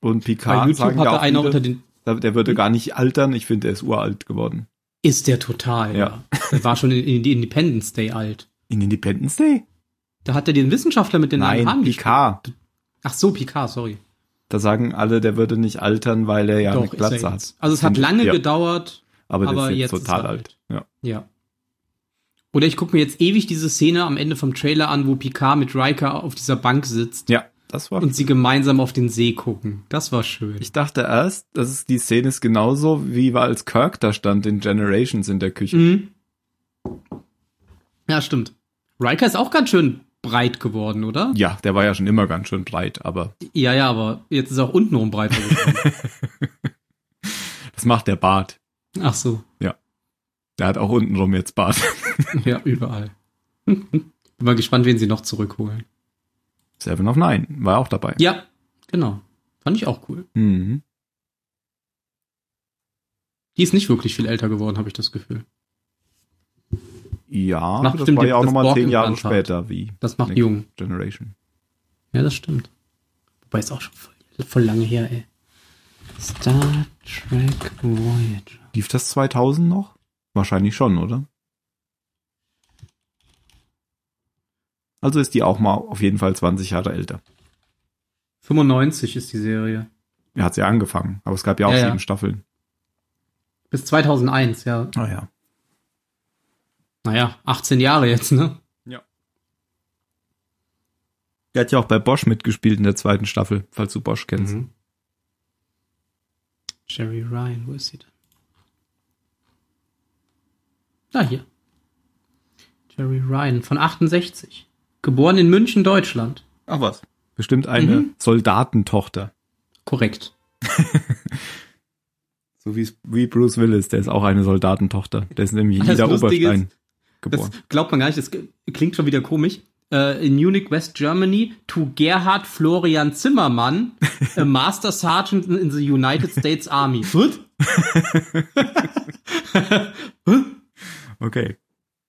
Und Picard,
Bei YouTube
sagen
hatte
ja auch
einer
viele,
unter den
da- der würde gar nicht altern. Ich finde, der ist uralt geworden.
Ist der total, ja. Der war schon in, in die Independence Day alt.
In Independence Day?
Da hat er den Wissenschaftler mit den langen
Nein,
Haaren gespielt.
Picard.
Ach so, Picard, sorry.
Da sagen alle, der würde nicht altern, weil er ja eine
Doch, ist
Glatze
er
hat.
jetzt. Also es hat
Finde ich-
lange
ja.
gedauert,
Aber,
aber
der ist
jetzt
jetzt
ist
total
er
alt. Ja.
ja. Oder ich gucke mir jetzt ewig diese Szene am Ende vom Trailer an, wo Picard mit Riker auf dieser Bank sitzt
ja, das war.
und sie gemeinsam auf den See gucken. Das war schön.
ich dachte erst, dass es die Szene ist genauso, wie war als Kirk da stand in Generations in der Küche.
Mhm. Ja, stimmt. Riker ist auch ganz schön breit geworden, oder?
Ja, der war ja schon immer ganz schön breit, aber
Ja, ja, aber jetzt ist er auch untenrum
[LAUGHS]
breiter geworden.
das macht der Bart.
Ach so.
Der hat auch untenrum jetzt Bart. [LAUGHS]
Ja, überall. [LAUGHS] Bin mal gespannt, wen sie noch zurückholen.
Seven of Nine war auch dabei.
Ja, genau. Fand ich auch cool.
Mhm.
Die ist nicht wirklich viel älter geworden, habe ich das Gefühl.
Ja,
Macht
das
bestimmt
war ja
das
auch nochmal zehn Jahre
Borg-Implantat.
später wie
Das macht
Next
jung.
Generation.
Ja, das stimmt. Wobei ist auch schon voll, voll lange her, ey. Star Trek Voyager.
Lief das 2000 noch? Wahrscheinlich schon, oder? Also ist die auch mal auf jeden Fall 20 Jahre älter.
95 ist die Serie.
Er hat sie ja angefangen, aber es gab ja auch
Ja, ja.
sieben Staffeln.
Bis 2001, ja.
Ah ja.
Naja, 18 Jahre jetzt, ne?
Er hat ja auch bei Bosch mitgespielt in der zweiten Staffel, falls du Bosch kennst.
Mhm. Jerry Ryan, wo ist sie denn? Da hier. Jerry Ryan von 68. Geboren in München, Deutschland.
Ach was. Bestimmt eine
Mhm.
Soldatentochter.
Korrekt.
So wie, wie Bruce Willis, der ist auch eine Soldatentochter. Der ist nämlich in
Das
Ida
Lustige
Oberstein
Das
geboren.
glaubt man gar nicht, das ge- klingt schon wieder komisch. Äh, in Munich, West Germany, to Gerhard Florian Zimmermann, a Master Sergeant in the United States Army. What?
Okay.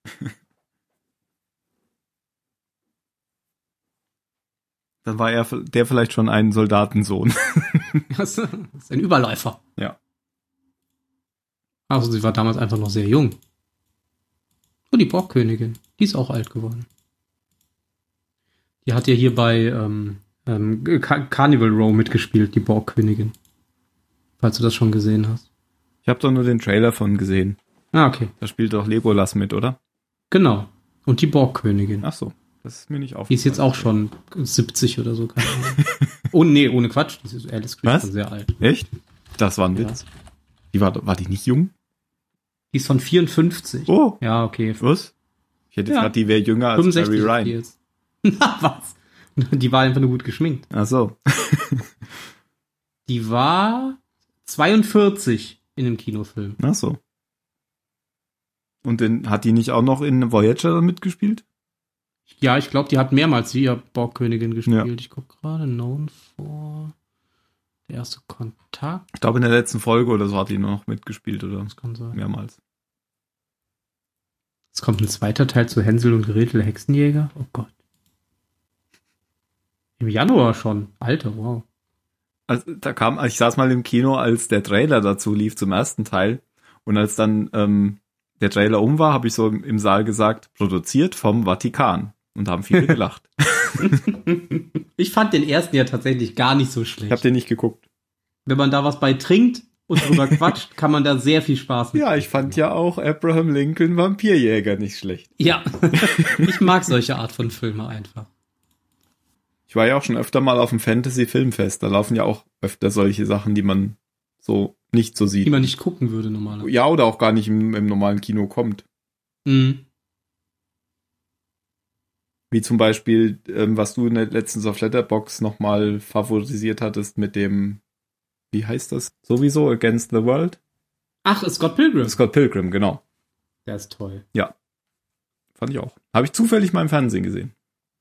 [LAUGHS] Dann war er der vielleicht schon ein Soldatensohn. [LAUGHS]
Das ist ein Überläufer.
Ja.
Also sie war damals einfach noch sehr jung. Und die Borgkönigin, die ist auch alt geworden. Die hat ja hier bei ähm, ähm, Car Carnival Row mitgespielt, die Borgkönigin. Falls du das schon gesehen hast.
Ich habe doch nur den Trailer von gesehen.
Ah, okay.
Da spielt doch Legolas mit, oder?
Genau. Und die Borgkönigin.
Ach so, das ist mir nicht aufgefallen.
Die ist jetzt auch schon 70 oder so. Keine Ahnung. oh nee, ohne Quatsch. Das ist Alice Creed
Was?
schon sehr alt.
Echt? Das war ein
Ja.
Witz. Die war, war die nicht jung?
Die ist von 54.
Oh,
Ja, okay.
was? Ich hätte jetzt
Ja.
grad, die wäre jünger als
65
Mary
ist die
Ryan.
jetzt. [LAUGHS] Na, was? Die war einfach nur gut geschminkt.
Ach so.
Die war 42 in dem Kinofilm.
Ach so. Und den, hat die nicht auch noch in Voyager dann mitgespielt?
Ja, ich glaube, die hat mehrmals die Borgkönigin gespielt. Ich guck gerade. Known for Der erste Kontakt,
Ich glaube, in der letzten Folge oder so hat die nur noch mitgespielt oder
das kann sein.
mehrmals.
Es kommt ein zweiter Teil zu Hänsel und Gretel, der Hexenjäger. Oh Gott. Im Januar schon. Alter, wow.
Also, da kam, ich saß mal im Kino, als der Trailer dazu lief zum ersten Teil. Und als dann ähm, der Trailer um war, habe ich so im, im Saal gesagt, produziert vom Vatikan. Und da haben [LAUGHS] viele gelacht.
[LAUGHS] ich fand den ersten ja tatsächlich gar nicht so
Ich habe
schlecht.
den nicht geguckt.
Wenn man da was bei trinkt
[LAUGHS]
und drüber quatscht, kann man da sehr viel Spaß mit.
ich fand ja auch Abraham Lincoln Vampirjäger nicht schlecht.
Ja. [LAUGHS] ich mag solche Art von Filme einfach.
Ich war ja auch schon öfter mal auf dem Fantasy-Filmfest. Da laufen ja auch öfter solche Sachen, die man so nicht so sieht.
Die man nicht gucken würde normalerweise.
ja, oder auch gar nicht im, im normalen Kino kommt.
Mhm.
Wie zum Beispiel, ähm, was du in der letzten auf Letterbox nochmal favorisiert hattest mit dem, wie heißt das? Sowieso Against the World?
Ach, ist Scott Pilgrim.
Scott Pilgrim, genau.
Der ist toll.
Fand ich auch. Habe ich zufällig mal im Fernsehen gesehen.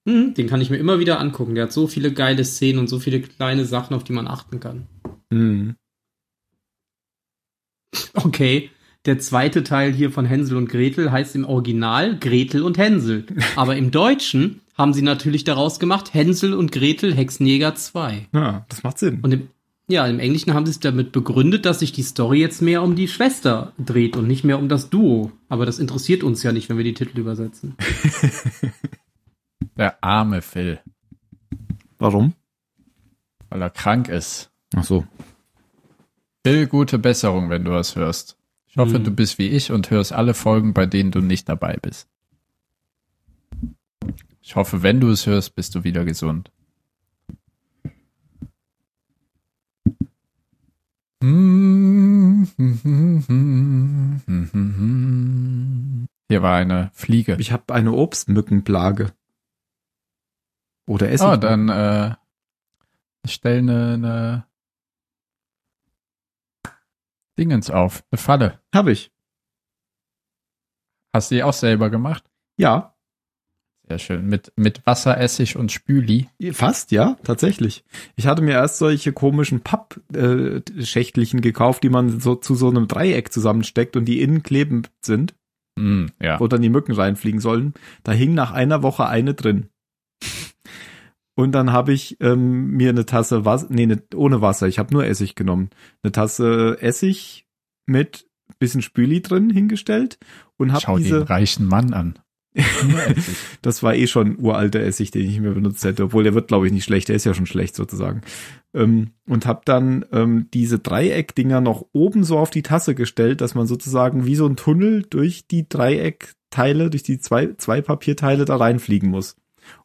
Mhm, den kann ich mir immer wieder angucken. Der hat so viele geile Szenen und so viele kleine Sachen, auf die man achten kann.
Mhm.
Okay. Der zweite Teil hier von Hänsel und Gretel heißt im Original Gretel und Hänsel. Aber im Deutschen haben sie natürlich daraus gemacht Hänsel und Gretel Hexenjäger 2.
Ja, das macht Sinn.
Und im, ja, im Englischen haben sie es damit begründet, dass sich die Story jetzt mehr um die Schwester dreht und nicht mehr um das Duo. Aber das interessiert uns ja nicht, wenn wir die Titel übersetzen.
Der arme Phil,
Warum?
weil er krank ist.
Ach so.
Phil, gute Besserung, wenn du was hörst. Ich hoffe,
Hm.
du bist wie ich und hörst alle Folgen, bei denen du nicht dabei bist. Ich hoffe, wenn du es hörst, bist du wieder gesund. Hier war eine Fliege.
Ich habe eine Obstmückenplage. Oder Essen.
Ah, dann äh, stell ne, eine, eine Dingens auf, eine Falle.
Habe ich.
Hast du die auch selber gemacht?
Ja,
Sehr schön. Mit, mit Wasser, Essig und Spüli.
fast, ja, tatsächlich. Ich hatte mir erst solche komischen Pappschächtelchen gekauft, die man so zu so einem Dreieck zusammensteckt und die innen klebend sind.
Mm, ja.
wo dann die Mücken reinfliegen sollen. Da hing nach einer Woche eine drin. Und dann habe ich ähm, mir eine Tasse Wasser, nee, ne, ohne Wasser, ich habe nur Essig genommen. Eine Tasse Essig mit bisschen Spüli drin hingestellt und
Schau
habe
den
diese,
reichen Mann an. Nur Essig.
[LAUGHS] das war eh schon uralter Essig, den ich mir benutzt hätte, obwohl der wird, glaube ich, nicht schlecht, der ist ja schon schlecht sozusagen. Ähm, und habe dann ähm, diese Dreieckdinger noch oben so auf die Tasse gestellt, dass man sozusagen wie so ein Tunnel durch die Dreieckteile, durch die zwei, zwei Papierteile da reinfliegen muss.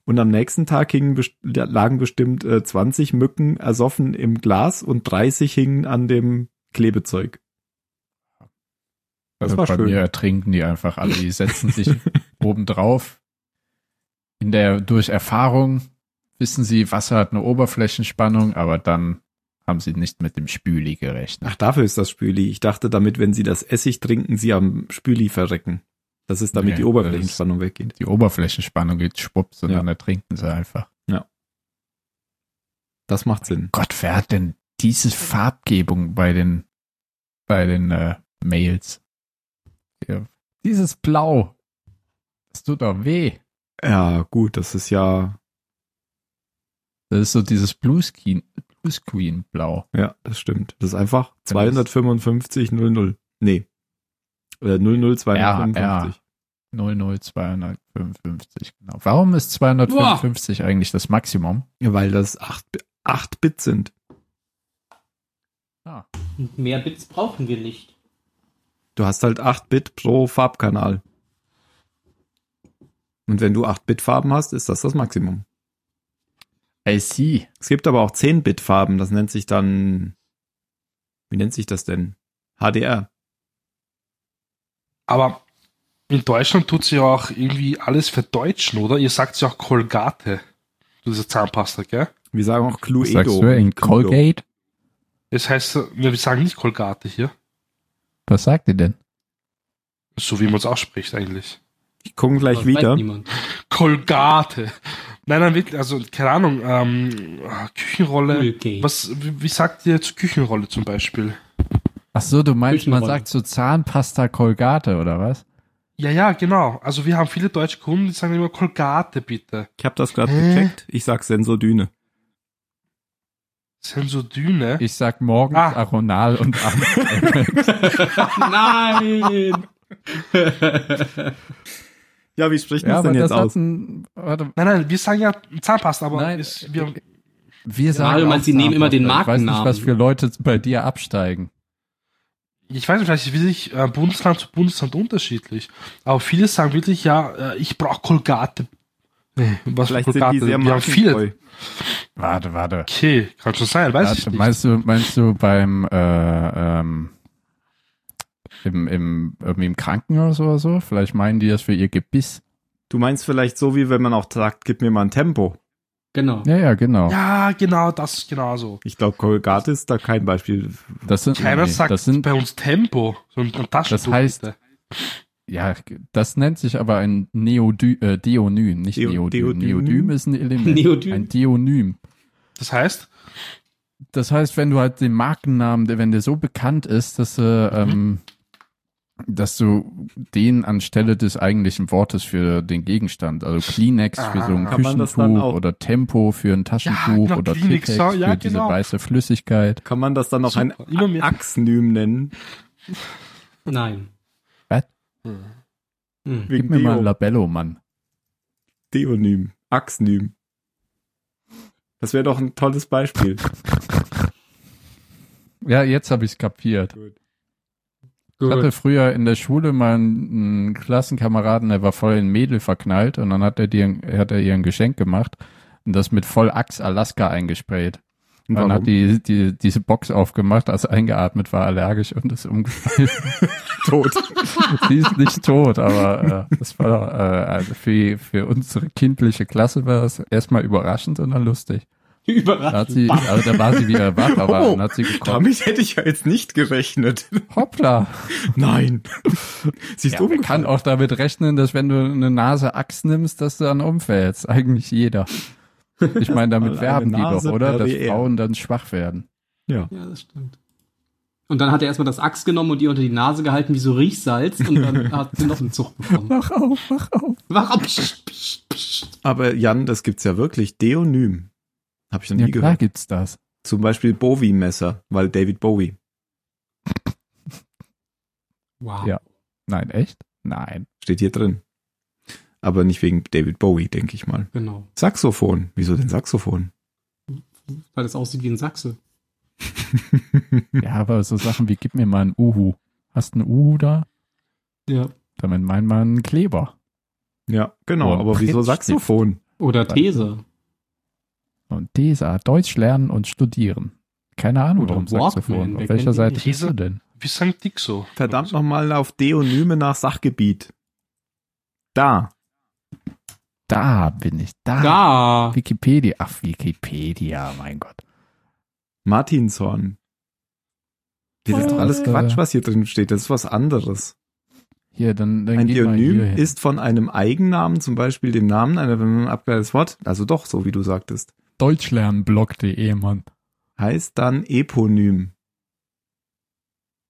Und am nächsten Tag hingen, best- lagen bestimmt äh, 20 Mücken ersoffen im Glas und 30 hingen an dem Klebezeug. Das
Also
war
bei
schön.
mir ertrinken die einfach alle. Die setzen sich
[LAUGHS]
obendrauf. In der, durch Erfahrung wissen sie, Wasser hat eine Oberflächenspannung, aber dann haben sie nicht mit dem Spüli gerechnet.
Ach, dafür ist das Spüli. Ich dachte damit, wenn sie das Essig trinken, sie am Spüli verrecken. Das ist damit
Nee,
die
das-
Oberflächenspannung weggeht.
Die Oberflächenspannung geht schwupps und
Ja.
dann ertrinken sie einfach.
Das macht Sinn.
Gott, wer hat denn diese Farbgebung bei den, bei den äh, Mails? Ja. Dieses Blau, das tut doch weh.
Ja, gut, das ist ja,
Das ist so dieses Blue Screen, Blue Screen Blau.
ja, das stimmt. Das ist einfach
Wenn das-
255 00. Nee. Äh, Oder 00255.
00255, genau. Warum ist 255 eigentlich das Maximum?
Ja, weil das 8, 8 Bit sind.
Und mehr Bits brauchen wir nicht.
Du hast halt 8 Bit pro Farbkanal. Und wenn du 8 Bit Farben hast, ist das das Maximum.
I see.
Es gibt aber auch 10 Bit Farben, das nennt sich dann wie nennt sich das denn? HDR.
Aber in Deutschland tut sie ja auch irgendwie alles verdeutschen, oder? Ihr sagt ja auch Colgate, diese Zahnpasta, gell?
Wir sagen auch Cluedo.
Was sagst du in Colgate?
Das heißt, wir sagen nicht Colgate hier,
Was sagt ihr denn?
so wie man es ausspricht eigentlich.
Ich gucke gleich
Das weiß
wieder.
niemand.
Colgate. Nein, nein, wirklich, also keine Ahnung, ähm, Küchenrolle.
Okay.
Was, wie, wie sagt ihr zu Küchenrolle zum Beispiel?
Ach so, du meinst, man
Küchenrolle.
sagt so Zahnpasta Colgate oder was?
Ja, ja, genau. Also wir haben viele deutsche Kunden, die sagen immer Kolgate bitte.
Ich habe das gerade
Hä?
gecheckt. Ich sag Sensordüne.
Sensodüne.
Ich sag morgens
Ah.
Aronal und
[LAUGHS]
abends.
[LAUGHS] Nein!
Ja, wie spricht
ja,
man
aber
denn
das
jetzt
hat
aus?
ein, warte,
Nein, nein, wir sagen ja Zahnpasta, aber
Nein,
ist, wir,
wir sagen.
hallo,
auch
meinst du, sie nehmen immer den
Zahnpasta. Ich weiß nicht,
Markennamen?
was für Leute bei dir absteigen.
ich weiß nicht, vielleicht ist wirklich äh, Bundesland zu Bundesland unterschiedlich. Aber viele sagen wirklich, ja, äh, ich brauche Kolgate. Nee, was für
Vielleicht sind die
Colgate?
sehr
Wir haben viele.
markentreu.
Warte, warte.
Okay, kann schon sein, weiß ich
Warte,
nicht.
meinst du, meinst du beim äh, ähm, im, im, irgendwie im Krankenhaus oder so? Vielleicht meinen die das für ihr Gebiss.
Du meinst vielleicht so, wie wenn man auch sagt, gib mir mal ein Tempo.
genau.
Ja, ja, genau.
ja, genau, das ist genauso.
Ich glaube, Colgate ist da kein Beispiel.
Das sind,
Keiner
nee,
sagt
das sind,
bei uns Tempo, sondern Taschentuch.
Das heißt-
bitte.
ja, das nennt sich aber ein Neody äh, Deonym, nicht
Deo-
Neodym. Neodym.
Deonym?
ist ein Element.
Neodym.
Ein Deonym.
Das heißt,
Das heißt, wenn du halt den Markennamen, der- wenn der so bekannt ist, dass, äh,
Mhm.
ähm, dass du den anstelle des eigentlichen Wortes für den Gegenstand, also Kleenex für so ein
Ah. Kann man das
Küchentuch
dann auch-
oder Tempo für ein Taschentuch
genau,
oder
Kleenex,
Kleenex
ja,
für
ja,
diese
genau.
weiße Flüssigkeit.
Kann man das dann noch ein
Super, immer mehr.
Axnym nennen?
Nein.
Was?
Hm.
Wegen
Gib mir mal ein
Deo.
Labello, Mann.
Deonym. Axnym. Das wäre doch ein tolles Beispiel.
Ja, jetzt habe ich es kapiert. Ich hatte früher in der Schule mal einen, einen Klassenkameraden, der war voll in Mädel verknallt und dann hat er dir, hat er ihr ein Geschenk gemacht und das mit Vollachs Alaska eingesprayt. Und dann hat die, die diese Box aufgemacht, als eingeatmet war, allergisch und ist umgefallen.
[LAUGHS] tot.
Sie ist nicht tot, aber äh, das war doch, äh, also für, für unsere kindliche Klasse war das erstmal überraschend und dann lustig. Da hat
Überraschend.
sie, also da war sie wieder wach, aber
Oh,
dann hat sie gekommen.
Damit hätte ich ja jetzt nicht gerechnet.
Hoppla!
[LAUGHS] Nein. Sie ist
Ja, man kann auch damit rechnen, dass wenn du eine Nase Axt nimmst, dass du dann umfällst. Eigentlich jeder. Ich meine,
[LAUGHS]
damit
Mal eine
werben die
Nase
doch, oder?
per
Dass
WR.
Frauen dann schwach werden.
Ja, das stimmt. Und dann hat er erstmal das Axt genommen und ihr unter die Nase gehalten wie so Riechsalz
[LAUGHS]
und dann hat sie noch einen Zug bekommen.
Wach auf, wach auf.
Warum? Psst, psst, psst.
Aber Jan, das gibt's ja wirklich. Deonym. Habe ich noch nie
Ja, klar
gehört.
gibt's das.
Zum Beispiel Bowie-Messer, weil David Bowie.
Wow.
Ja. Nein, echt? Nein.
Steht hier drin. Aber nicht wegen David Bowie, denke ich mal.
Genau.
Saxophon. Wieso denn Saxophon? [LAUGHS]
Weil das aussieht wie ein Sachse.
Ja, aber so Sachen wie, gib mir mal ein Uhu. Hast ein Uhu da?
Ja.
Damit meint man einen Kleber.
ja, genau.
Oh,
aber wieso
Prittstift.
Saxophon?
Oder These.
Und dieser, Deutsch lernen und studieren. Keine Ahnung,
Oder
warum
Walkman,
Saxophon.
wer
Auf
kennt
welcher
die
Seite
nicht?
bist du denn?
wir sagen Dixo.
Verdammt nochmal auf Deonyme nach Sachgebiet. Da.
Da bin ich. Da.
Da.
Wikipedia. Ach, Wikipedia, mein Gott.
Martinshorn. Das ist doch alles
Äh.
Quatsch, was hier drin steht. Das ist was anderes.
Hier, dann, dann
Ein
geht mal hier
Deonym
hin.
ist von einem Eigennamen, zum Beispiel dem Namen einer wenn man ein abgeleitetes Wort, also doch, so wie du sagtest,
deutschlernblog.de, Mann.
heißt dann Eponym.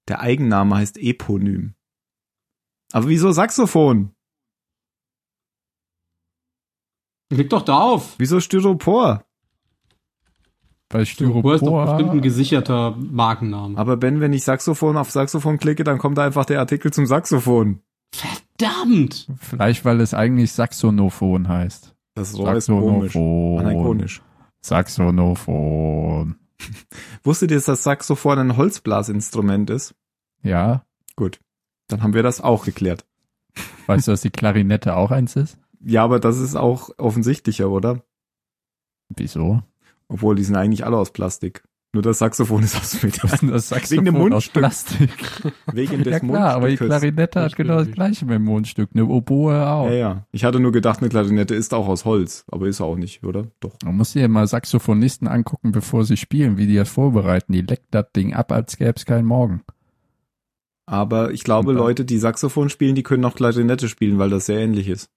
Der Eigenname heißt Eponym. Aber wieso Saxophon?
Klick doch da auf.
Wieso Styropor?
Weil
Du hast doch bestimmt ein
Styropor. Ah.
gesicherter Markenname.
Aber Ben, wenn ich Saxophon auf Saxophon klicke, dann kommt einfach der Artikel zum Saxophon.
Verdammt!
Vielleicht, weil es eigentlich Saxonophon heißt.
Das Rohr ist komisch.
Saxonophon.
Anachronisch.
Saxonophon.
Wusstet ihr, dass Saxophon ein Holzblasinstrument ist?
Ja.
Gut. Dann haben wir das auch geklärt.
Weißt du, dass die Klarinette auch eins ist?
Ja, aber das ist auch offensichtlicher, oder?
Wieso?
Obwohl, die sind eigentlich alle aus Plastik. Nur das Saxophon ist aus Metall.
Was ist denn das
Wegen dem
Saxophon aus
Mundstück.
Plastik?
[LAUGHS] Wegen des
[LAUGHS] ja klar, aber die
Mundstückes.
Klarinette hat genau das gleiche mit dem Mundstück. Eine Oboe auch.
ja, ja. Ich hatte nur gedacht, eine Klarinette ist auch aus Holz, aber ist auch nicht, oder? Doch.
Man muss dir mal Saxophonisten angucken, bevor sie spielen, wie die das vorbereiten. Die leckt das Ding ab, als gäbe es keinen Morgen.
Aber ich glaube,
Und dann-
Leute, die Saxophon spielen, die können auch Klarinette spielen, weil das sehr ähnlich ist.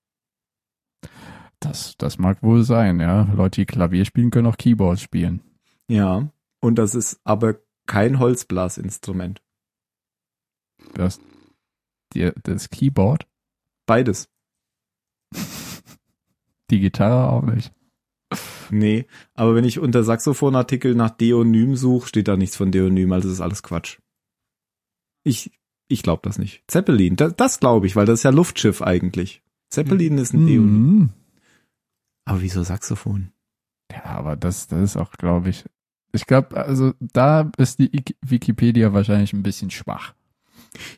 Das, das mag wohl sein, ja. Leute, die Klavier spielen, können auch Keyboard spielen.
Ja. Und das ist aber kein Holzblasinstrument.
Das, die, das Keyboard,
Beides.
die Gitarre auch nicht.
Nee. Aber wenn ich unter Saxophonartikel nach Deonym suche, steht da nichts von Deonym, also das ist alles Quatsch. Ich, ich glaube das nicht. Zeppelin, das, das glaube ich, weil das ist ja Luftschiff eigentlich. Zeppelin ist ein Deonym.
Mhm.
Aber wieso Saxophon?
Ja, aber das, das ist auch, glaube ich. Ich glaube, also da ist die Ik- Wikipedia wahrscheinlich ein bisschen schwach.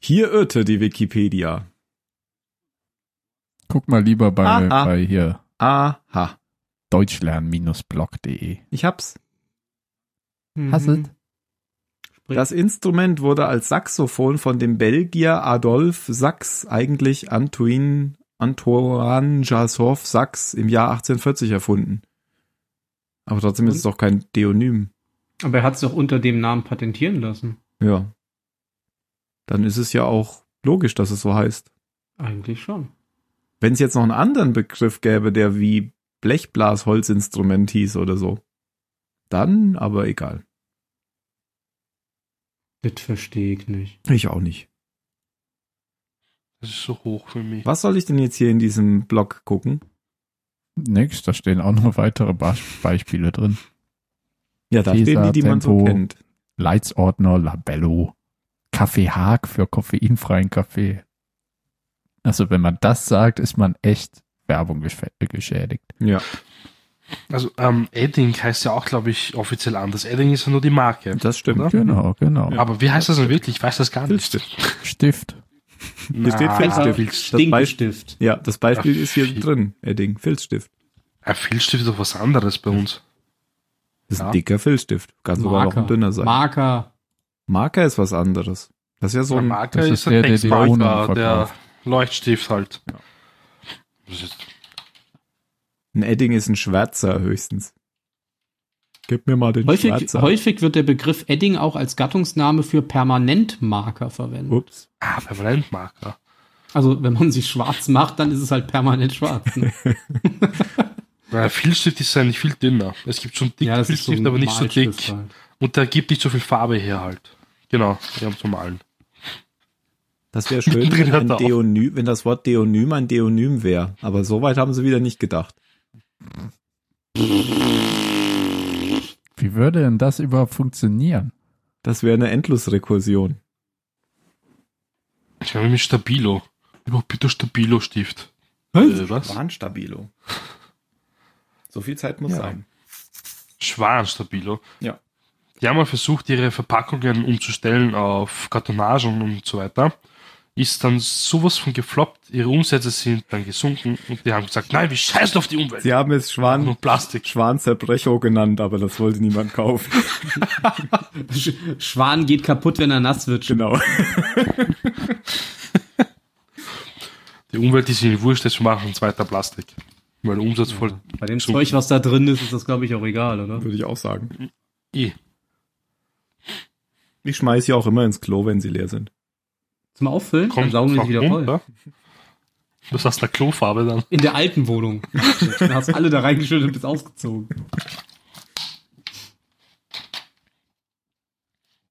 Hier irrte die Wikipedia.
Guck mal lieber bei,
Ah, ah.
bei hier
Aha.
deutschlern-blog.de.
Ich hab's.
Hasselt.
Sprich.
Das Instrument wurde als Saxophon von dem Belgier Adolf Sachs, eigentlich Antoine, Antoine Jasov Sachs, im Jahr 1840 erfunden. Aber trotzdem ist es doch kein Deonym.
Aber er hat es doch unter dem Namen patentieren lassen.
Ja. Dann ist es ja auch logisch, dass es so heißt.
Eigentlich schon.
Wenn es jetzt noch einen anderen Begriff gäbe, der wie Blechblasholzinstrument hieß oder so. Dann aber egal.
Das verstehe ich nicht.
Ich auch nicht.
Das ist so hoch für mich.
Was soll ich denn jetzt hier in diesem Blog gucken?
Nix, da stehen auch noch weitere Ba- Beispiele drin.
Ja, da
Tesa,
stehen die, die man so
Tempo.
kennt.
Leitsordner, Labello, Kaffee Haag für koffeinfreien Kaffee. Also wenn man das sagt, ist man echt Werbung geschä- geschädigt.
Ja.
Also, ähm, Edding heißt ja auch, glaube ich, offiziell anders. Edding ist ja nur die Marke.
Das stimmt.
Oder?
Genau, genau.
Aber wie heißt das denn wirklich? Ich weiß das gar nicht. Ah,
Stift.
Na,
steht Filzstift.
Filz-
Das Beisp-
Stinkstift.
Ja, das Beispiel
Ach,
ist hier
shit.
drin, Edding. Filzstift.
Ein Filzstift ist doch was anderes bei uns.
Das ist
Ja.
ein dicker Filzstift. Kann
Also
sogar noch ein dünner sein.
Marker.
Marker ist was anderes. Das ist ja so
Der
ein.
Marker
das
ist,
ist
der
der, der die
Textmarker,
Ronan
der
verkauft.
Leuchtstift halt.
Ja.
Das ist-
Ein Edding ist ein Schwärzer höchstens. Gib mir mal den
Häufig,
Schwärzer.
häufig wird der Begriff Edding auch als Gattungsname für Permanentmarker verwendet.
Ups.
Ah, Permanentmarker.
Also wenn man sie schwarz macht, dann ist es halt permanent schwarz.
[LAUGHS]
Ne?
Weil ein Filzstift ist eigentlich viel dünner. Es gibt schon dicken Filzstift, aber nicht so
Malstift
dick.
halt.
Und der gibt nicht so viel Farbe her halt. Genau, wir haben zum Malen.
Das wäre [LAUGHS] schön,
Mittendrin
wenn,
hat
ein
er auch.
Deonym, wenn das Wort Deonym ein Deonym wäre. Aber so weit haben sie wieder nicht gedacht.
Wie würde denn das überhaupt funktionieren?
Das wäre eine Endlosrekursion.
Ich habe mich Stabilo. Immer bitte Stabilo-Stift. Äh, was?
Bahnstabilo. So viel Zeit muss
Ja.
sein.
Schwan-Stabilo.
Ja.
Die haben mal versucht, ihre Verpackungen umzustellen auf Kartonagen und so weiter. Ist dann sowas von gefloppt, ihre Umsätze sind dann gesunken und die haben gesagt, nein, wir scheißen auf die Umwelt.
Sie haben es
Nur
Schwan,
Plastik.
Schwanzerbrecho genannt, aber das wollte niemand kaufen. [LAUGHS]
Sch Schwan geht kaputt, wenn er nass wird.
genau.
Die Umwelt ist ihnen wurscht, deswegen machen wir uns weiter Plastik. Weil der Umsatz voll
Bei dem
So.
Zeug, was da drin ist, ist das glaube ich auch egal, oder?
Hm.
Würde ich auch sagen.
eh.
Ich schmeiß sie auch immer ins Klo, wenn sie leer sind.
Zum Auffüllen, dann
kommt. um,
saugen wir sie
kommt
wieder voll.
runter. Das ist aus der Klofarbe dann.
[LAUGHS] In der alten Wohnung. Du hast alle da reingeschüttet und bist ausgezogen.